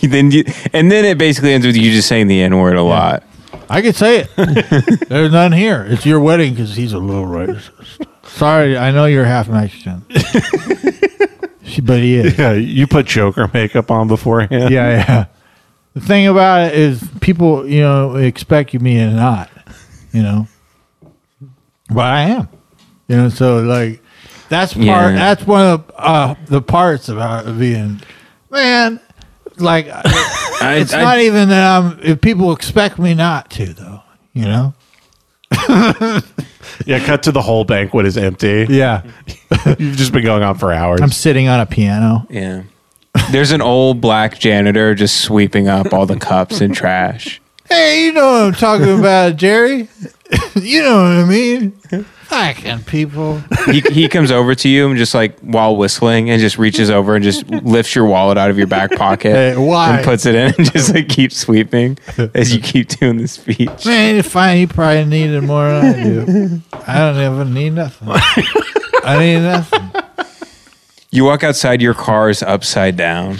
[SPEAKER 2] then you, and then it basically ends with you just saying the N word a lot.
[SPEAKER 3] I could say it. There's none here. It's your wedding because he's a little racist. Sorry, I know you're half Mexican. but he is.
[SPEAKER 1] Yeah, you put Joker makeup on beforehand.
[SPEAKER 3] Yeah, yeah. The thing about it is, people, you know, expect me to not, you know, but I am, you know. So like, that's part.
[SPEAKER 2] Yeah.
[SPEAKER 3] That's one of the, uh, the parts about it being, man. Like, it's
[SPEAKER 2] I-
[SPEAKER 3] not even that I'm. If people expect me not to, though, you know.
[SPEAKER 1] Yeah, cut to the whole banquet is empty.
[SPEAKER 3] Yeah.
[SPEAKER 1] You've just been going on for hours.
[SPEAKER 3] I'm sitting on a piano.
[SPEAKER 2] Yeah. There's an old black janitor just sweeping up all the cups and trash.
[SPEAKER 3] Hey, you know what I'm talking about, Jerry. you know what I mean. Fucking people.
[SPEAKER 2] He, he comes over to you and just like while whistling and just reaches over and just lifts your wallet out of your back pocket
[SPEAKER 3] Hey, why?
[SPEAKER 2] and puts it in and just like keeps sweeping as you keep doing the speech.
[SPEAKER 3] Man, it's fine. You probably needed more than I do. I don't even need nothing. I need nothing.
[SPEAKER 2] You walk outside, your car is upside down.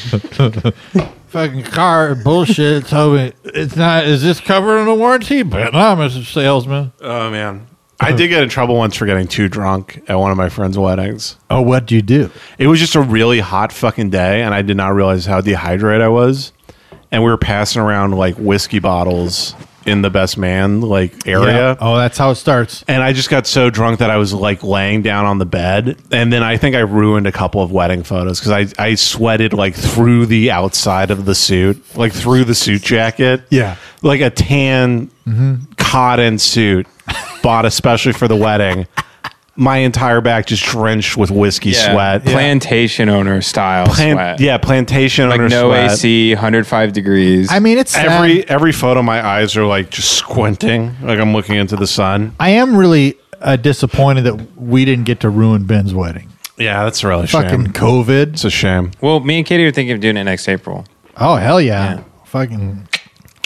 [SPEAKER 3] Fucking car bullshit told me it's not. Is this covered in a warranty? But no, I'm a salesman.
[SPEAKER 1] Oh man. I did get in trouble once for getting too drunk at one of my friends' weddings.
[SPEAKER 3] Oh, what'd you do?
[SPEAKER 1] It was just a really hot fucking day, and I did not realize how dehydrated I was. And we were passing around like whiskey bottles in the best man like area.
[SPEAKER 3] Yeah. Oh, that's how it starts.
[SPEAKER 1] And I just got so drunk that I was like laying down on the bed. And then I think I ruined a couple of wedding photos because I, I sweated like through the outside of the suit, like through the suit jacket.
[SPEAKER 3] Yeah.
[SPEAKER 1] Like a tan cotton suit bought especially for the wedding. My entire back just drenched with whiskey sweat.
[SPEAKER 2] Plantation owner style
[SPEAKER 1] Plan-
[SPEAKER 2] sweat.
[SPEAKER 1] yeah, plantation
[SPEAKER 2] Like
[SPEAKER 1] owner
[SPEAKER 2] no
[SPEAKER 1] sweat.
[SPEAKER 2] AC, 105 degrees.
[SPEAKER 3] I mean, it's
[SPEAKER 1] every every photo. My eyes are like just squinting, like I'm looking into the sun.
[SPEAKER 3] I am really uh, disappointed that we didn't get to ruin Ben's wedding.
[SPEAKER 1] Yeah, that's really
[SPEAKER 3] Fucking
[SPEAKER 1] shame.
[SPEAKER 3] COVID.
[SPEAKER 1] It's a shame.
[SPEAKER 2] Well, me and Katie are thinking of doing it next April.
[SPEAKER 3] Oh hell yeah! Fucking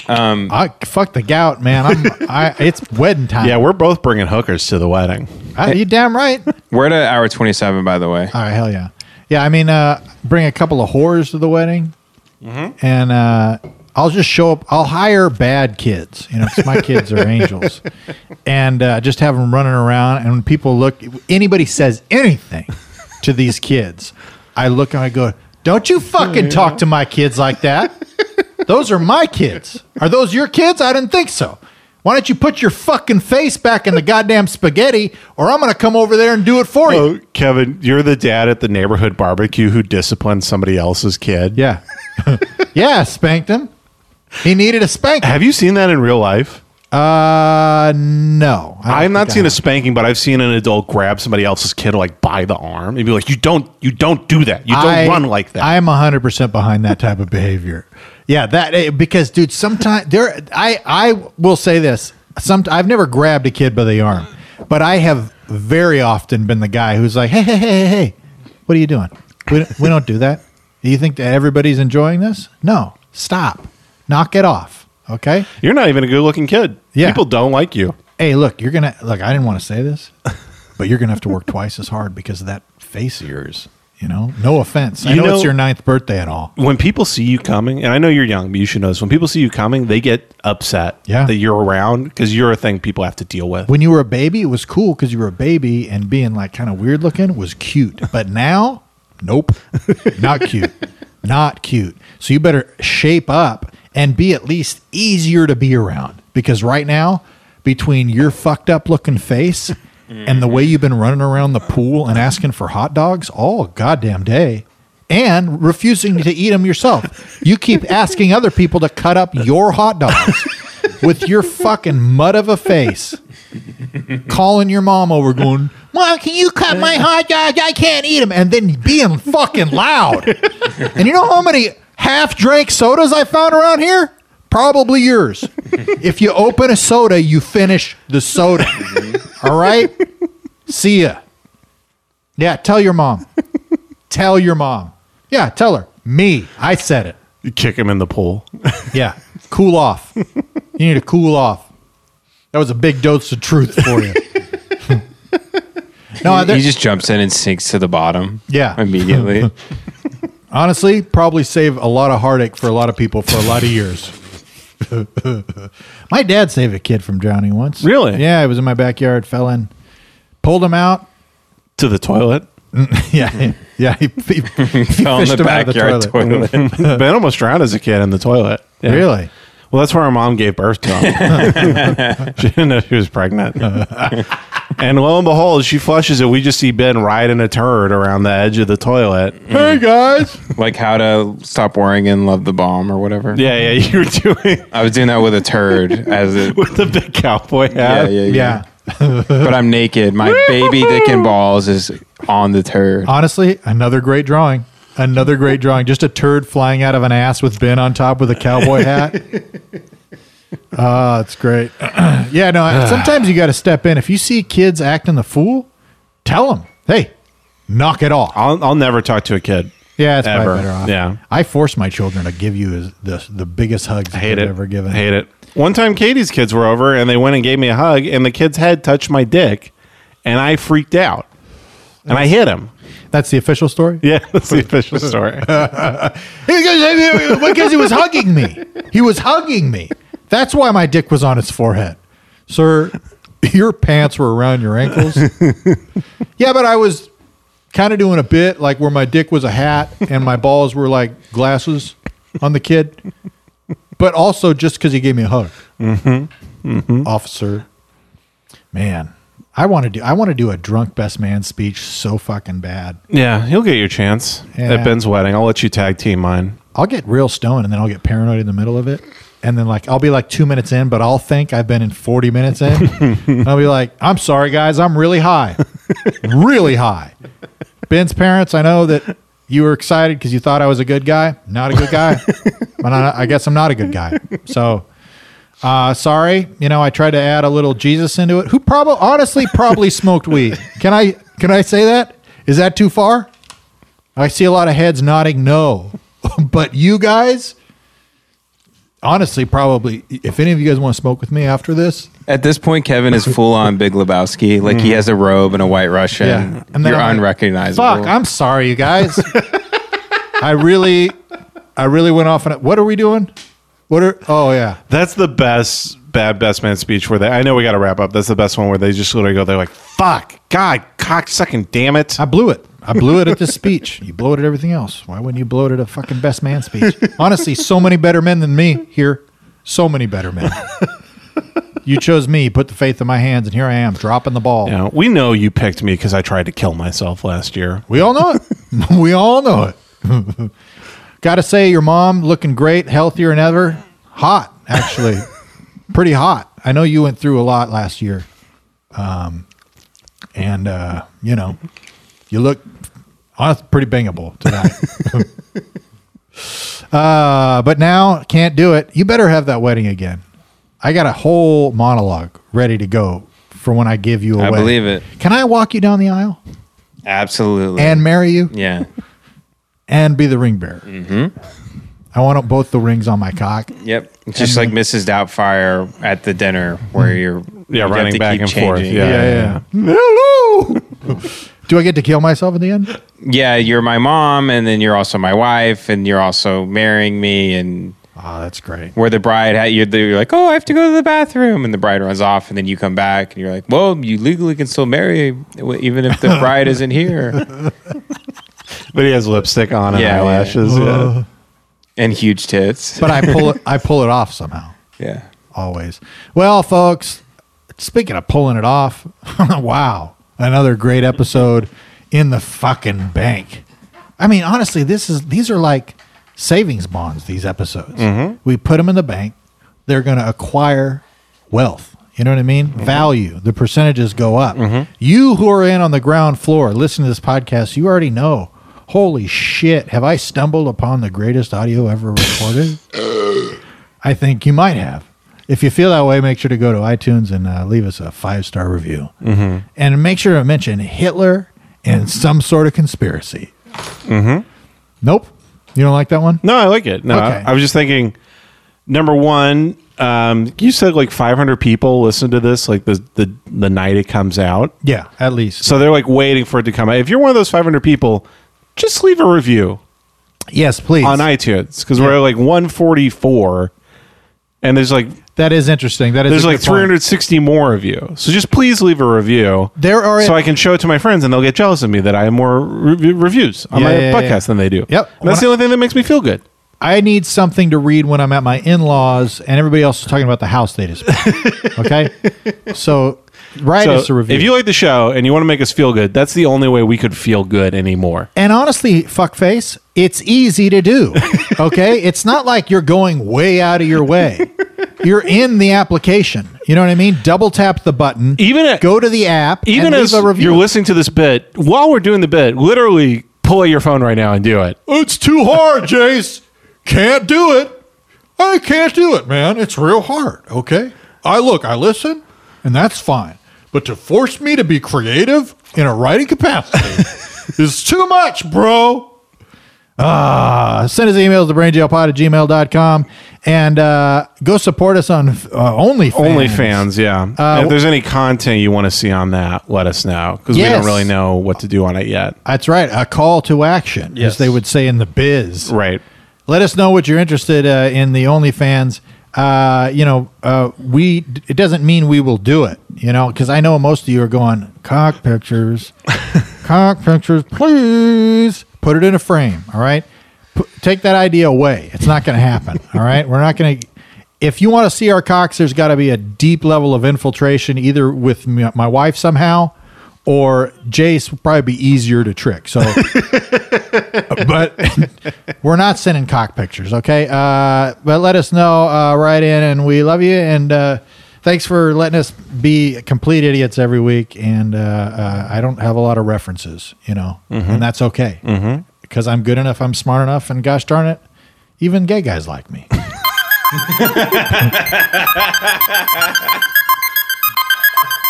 [SPEAKER 2] Um,
[SPEAKER 3] I fuck the gout, man. I'm, I it's wedding time.
[SPEAKER 1] Yeah, we're both bringing hookers to the wedding.
[SPEAKER 3] Ah, you damn right. All
[SPEAKER 2] we're at hour 27, by the way.
[SPEAKER 3] right, hell yeah, yeah. I mean, uh, bring a couple of whores to the wedding, and uh, I'll just show up. I'll hire bad kids, you know, 'cause my kids are angels, and uh, just have them running around. And when people look, anybody says anything to these kids, I look and I go, "Don't you fucking talk to my kids like that." Those are my kids. Are those your kids? I didn't think so. Why don't you put your fucking face back in the goddamn spaghetti, or I'm gonna come over there and do it for you.
[SPEAKER 1] Oh, Kevin, you're the dad at the neighborhood barbecue who disciplined somebody else's kid.
[SPEAKER 3] Yeah. yeah, spanked him. He needed a spanking.
[SPEAKER 1] Have you seen that in real life?
[SPEAKER 3] Uh, no. I don't
[SPEAKER 1] I've not
[SPEAKER 3] think I
[SPEAKER 1] seen a
[SPEAKER 3] have.
[SPEAKER 1] spanking, but I've seen an adult grab somebody else's kid like by the arm and be like, "You don't, you don't do that. You don't
[SPEAKER 3] I-
[SPEAKER 1] run like that."
[SPEAKER 3] I'm 100 percent behind that type of behavior. Yeah, that eh, because dude, sometimes there. I I will say this. Some I've never grabbed a kid by the arm, but I have very often been the guy who's like, hey hey hey hey, hey what are you doing? We don't, we don't do that. Do you think that everybody's enjoying this? No, stop, knock it off. Okay.
[SPEAKER 1] you're not even a good-looking kid.
[SPEAKER 3] Yeah.
[SPEAKER 1] people don't like you.
[SPEAKER 3] Hey, look, you're gonna look. I didn't want to say this, but you're gonna have to work twice as hard because of that face of yours. You know, no offense. I
[SPEAKER 1] You
[SPEAKER 3] know,
[SPEAKER 1] know-
[SPEAKER 3] it's your ninth birthday and all.
[SPEAKER 1] When people see you coming, and I know you're young, but you should know this. When people see you coming, they get upset
[SPEAKER 3] Yeah.
[SPEAKER 1] that you're around because you're a thing people have to deal with.
[SPEAKER 3] when you were a baby, it was cool because you were a baby and being like kind of weird looking was cute. But now, nope, not cute, not cute. So you better shape up and be at least easier to be around because right now, between your fucked up looking face and the way you've been running around the pool and asking for hot dogs all goddamn day. And refusing to eat them yourself. You keep asking other people to cut up your hot dogs with your fucking mud of a face, calling your mom over, going, Mom, can you cut my hot dog? I can't eat them. And then being fucking loud. And you know how many half drank sodas I found around here? Probably yours. If you open a soda, you finish the soda. All right? See ya. Yeah, tell your mom. tell your mom. Yeah, tell her. Me. I said it.
[SPEAKER 1] You kick him in the pool.
[SPEAKER 3] Yeah. Cool off. you need to cool off. That was a big dose of truth for you. no,
[SPEAKER 2] he
[SPEAKER 3] there,
[SPEAKER 2] just jumps in and sinks to the bottom.
[SPEAKER 3] Yeah.
[SPEAKER 2] immediately.
[SPEAKER 3] honestly, probably save a lot of heartache for a lot of people for a lot of years. my dad saved a kid from drowning once. Really? Yeah, it was in my backyard, fell in, pulled him out
[SPEAKER 1] to the toilet.
[SPEAKER 3] yeah, yeah. He, he, he
[SPEAKER 1] Fell in the
[SPEAKER 3] fished him out of the
[SPEAKER 1] backyard
[SPEAKER 3] toilet.
[SPEAKER 1] toilet. ben almost drowned as a kid in the toilet.
[SPEAKER 3] Really?
[SPEAKER 1] Well, that's where our mom gave birth to him. she didn't know she was pregnant. and lo and behold, she flushes it. We just see Ben riding a turd around the edge of the toilet.
[SPEAKER 2] Hey guys, like how to stop worrying and love the bomb or whatever.
[SPEAKER 1] Yeah, yeah, you were doing.
[SPEAKER 2] I was doing that with a turd as a,
[SPEAKER 1] with the big cowboy
[SPEAKER 2] Yeah,
[SPEAKER 1] hat.
[SPEAKER 2] yeah, yeah. but I'm naked. My baby dick and balls is on the turd.
[SPEAKER 3] Honestly, another great drawing. Another great drawing. Just a turd flying out of an ass with Ben on top with a cowboy hat. Ah, it's great. yeah, no. I- Sometimes you got to step in. If you see kids acting the fool, tell them, "Hey, knock it off."
[SPEAKER 1] I'll, I'll never talk to a kid.
[SPEAKER 3] Yeah, it's
[SPEAKER 1] Ever.
[SPEAKER 3] probably better off.
[SPEAKER 1] Yeah.
[SPEAKER 3] I force my children to give you is- the the biggest hugs I
[SPEAKER 1] Hate
[SPEAKER 3] have
[SPEAKER 1] it.
[SPEAKER 3] ever given.
[SPEAKER 1] Hate it. One time, Katie's kids were over and they went and gave me a hug, and the kid's head touched my dick, and I freaked out, and I hit him.
[SPEAKER 3] That's the official story.
[SPEAKER 1] Yeah, that's the official story.
[SPEAKER 3] because he was hugging me. He was hugging me. That's why my dick was on his forehead. Sir, your pants were around your ankles. yeah, but I was kind of doing a bit like where my dick was a hat and my balls were like glasses on the kid. But also just because he gave me a hug.
[SPEAKER 1] Mm-hmm.
[SPEAKER 3] Officer. Man, I want to do I want to do a drunk best man speech so fucking bad.
[SPEAKER 1] Yeah, he'll get your chance
[SPEAKER 3] Yeah.
[SPEAKER 1] at Ben's wedding. I'll let you tag team mine.
[SPEAKER 3] I'll get real stoned and then I'll get paranoid in the middle of it. And then like I'll be like two minutes in, but I'll think I've been in forty minutes in. And I'll be like, I'm sorry guys, I'm really high. really high. Ben's parents, I know that you were excited because you thought I was a good guy. Not a good guy. But I I guess I'm not a good guy. So uh, sorry, you know, I tried to add a little Jesus into it. Who probably, honestly, probably smoked weed. Can I, can I say that? Is that too far? I see a lot of heads nodding no, but you guys, honestly, probably. If any of you guys want to smoke with me after this,
[SPEAKER 2] At this point, Kevin is full on Big Lebowski. Like he has a robe and a white Russian.
[SPEAKER 3] Yeah. And then
[SPEAKER 2] You're
[SPEAKER 3] I'm like,
[SPEAKER 2] unrecognizable.
[SPEAKER 3] fuck, I'm sorry, you guys. I really, I really went off on it. What are we doing? What are? Oh yeah,
[SPEAKER 1] That's the best bad best man speech where they. I know we got to wrap up. That's the best one where they just literally go. They're like, "Fuck, God, cock, sucking, damn it."
[SPEAKER 3] I blew it. I blew it at this speech. You blow it at everything else. Why wouldn't you blow it at a fucking best man speech? Honestly, so many better men than me here. So many better men. You chose me, put the faith in my hands, and here I am dropping the ball.
[SPEAKER 1] You know, we know you picked me because I tried to kill myself last year.
[SPEAKER 3] We all know it. we all know it. Got to say, your mom looking great, healthier than ever. Hot, actually, pretty hot. I know you went through a lot last year, um, and uh, you know, you look honest, pretty bangable tonight. uh, but now can't do it. You better have that wedding again. I got a whole monologue ready to go for when I give you
[SPEAKER 2] I
[SPEAKER 3] away.
[SPEAKER 2] believe it.
[SPEAKER 3] Can I walk you down the aisle
[SPEAKER 2] Absolutely.
[SPEAKER 3] and marry you?
[SPEAKER 2] yeah.
[SPEAKER 3] and be the ring bearer.
[SPEAKER 2] Mm-hmm.
[SPEAKER 3] I want both the rings on my cock.
[SPEAKER 2] Yep. It's Just like Mrs. Doubtfire at the dinner where you're
[SPEAKER 1] Yeah,
[SPEAKER 2] you have
[SPEAKER 1] running
[SPEAKER 2] to
[SPEAKER 1] back
[SPEAKER 2] keep
[SPEAKER 1] and forth.
[SPEAKER 2] changing.
[SPEAKER 1] Yeah,
[SPEAKER 3] Hello. Do I get to kill myself at the end?
[SPEAKER 2] Yeah, you're my mom, and then you're also my wife, and you're also marrying me, and
[SPEAKER 3] oh, that's great.
[SPEAKER 2] Where the bride had you're, you're like, oh, I have to go to the bathroom, and the bride runs off, and then you come back, and you're like, well, you legally can still marry w- even if the bride isn't here.
[SPEAKER 1] But he has lipstick on and
[SPEAKER 2] Yeah,
[SPEAKER 1] eyelashes.
[SPEAKER 2] yeah.
[SPEAKER 1] Yeah.
[SPEAKER 2] Ugh. and huge tits.
[SPEAKER 3] But I pull it. I pull it off somehow.
[SPEAKER 2] Yeah.
[SPEAKER 3] Always. Well, folks. Speaking of pulling it off, wow, another great episode in the fucking bank. I mean, honestly, this is these are like savings bonds. These episodes. We put them in the bank. they're going to acquire wealth. You know what I mean? Value. The percentages go up. You who are in on the ground floor, listen to this podcast, you already know. Holy shit, have I stumbled upon the greatest audio ever recorded? I think you might have. If you feel that way, make sure to go to iTunes and uh, leave us a five star review.
[SPEAKER 1] Mm-hmm.
[SPEAKER 3] And make sure to mention Hitler and some sort of conspiracy.
[SPEAKER 1] Mm-hmm.
[SPEAKER 3] Nope. You don't like that one?
[SPEAKER 1] No, I like it. No, I-
[SPEAKER 3] Okay.
[SPEAKER 1] I, was just thinking. Number one, um, you said like 500 people listen to this, like the the, the night it comes out.
[SPEAKER 3] Yeah, at least.
[SPEAKER 1] So they're like waiting for it to come out. If you're one of those 500 people, just leave a review.
[SPEAKER 3] Yes, please
[SPEAKER 1] on iTunes because we're like 144, and there's like
[SPEAKER 3] that is interesting. That is a
[SPEAKER 1] there's like
[SPEAKER 3] good point.
[SPEAKER 1] 360 more of you. So just please leave a review.
[SPEAKER 3] There are
[SPEAKER 1] so I can show it to my friends, and they'll get jealous of me that I have more re- reviews on
[SPEAKER 3] Yeah,
[SPEAKER 1] my
[SPEAKER 3] yeah,
[SPEAKER 1] podcast
[SPEAKER 3] yeah.
[SPEAKER 1] than they do.
[SPEAKER 3] Yep.
[SPEAKER 1] And that's the only thing that makes me feel good.
[SPEAKER 3] I need something to read when I'm at my in laws and everybody else is talking about the house they just bought. okay? So write
[SPEAKER 1] So
[SPEAKER 3] us a review.
[SPEAKER 1] If you like the show and you want to make us feel good, that's the only way we could feel good anymore.
[SPEAKER 3] And honestly, fuckface, it's easy to do. Okay? it's not like you're going way out of your way. You're in the application. You know what I mean? Double tap the button.
[SPEAKER 1] Even
[SPEAKER 3] go to the app.
[SPEAKER 1] Even
[SPEAKER 3] and leave
[SPEAKER 1] as
[SPEAKER 3] a review.
[SPEAKER 1] you're listening to this bit, while we're doing the bit, literally pull out your phone right now and do it.
[SPEAKER 8] It's too hard, Jace. Can't do it. I can't do it, man. It's real hard, okay? I look, I listen, and that's fine. But to force me to be creative in a writing capacity is too much, bro.
[SPEAKER 3] Ah, send us emails to brainjailpod at gmail.com and uh, go support us on uh, OnlyFans.
[SPEAKER 1] OnlyFans, yeah. And if there's any content you want to see on that, let us know because we
[SPEAKER 3] Yes.
[SPEAKER 1] don't really know what to do on it yet.
[SPEAKER 3] That's right. A call to action, as they would say in the biz.
[SPEAKER 1] Right.
[SPEAKER 3] Let us know what you're interested uh, in the OnlyFans. Uh, you know, uh, we it doesn't mean we will do it. You know, because I know most of you are going cock pictures, cock pictures. Please put it in a frame. All right, P- take that idea away. It's not going to happen. all right, we're not going to. If you want to see our cocks, there's got to be a deep level of infiltration, either with me, my wife somehow, or Jace would probably be easier to trick. So but we're not sending cock pictures, okay? Uh, but let us know uh, right in, and we love you. And uh, thanks for letting us be complete idiots every week. And uh, uh, I don't have a lot of references, you know,
[SPEAKER 1] Mhm.
[SPEAKER 3] and that's okay
[SPEAKER 1] Mm-hmm.
[SPEAKER 3] because I'm good enough, I'm smart enough, and gosh darn it, even gay guys like me.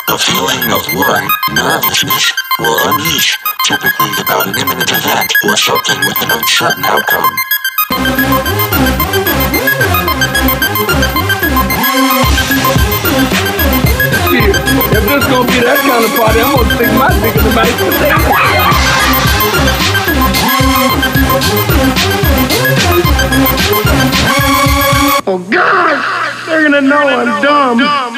[SPEAKER 4] A feeling of worry, nervousness, or unease, typically about an imminent event or something with an uncertain outcome.
[SPEAKER 5] Shit, if this gonna be that kind of party, I'm gonna stick my dick in the back of the table. Oh God, they're gonna know I'm dumb.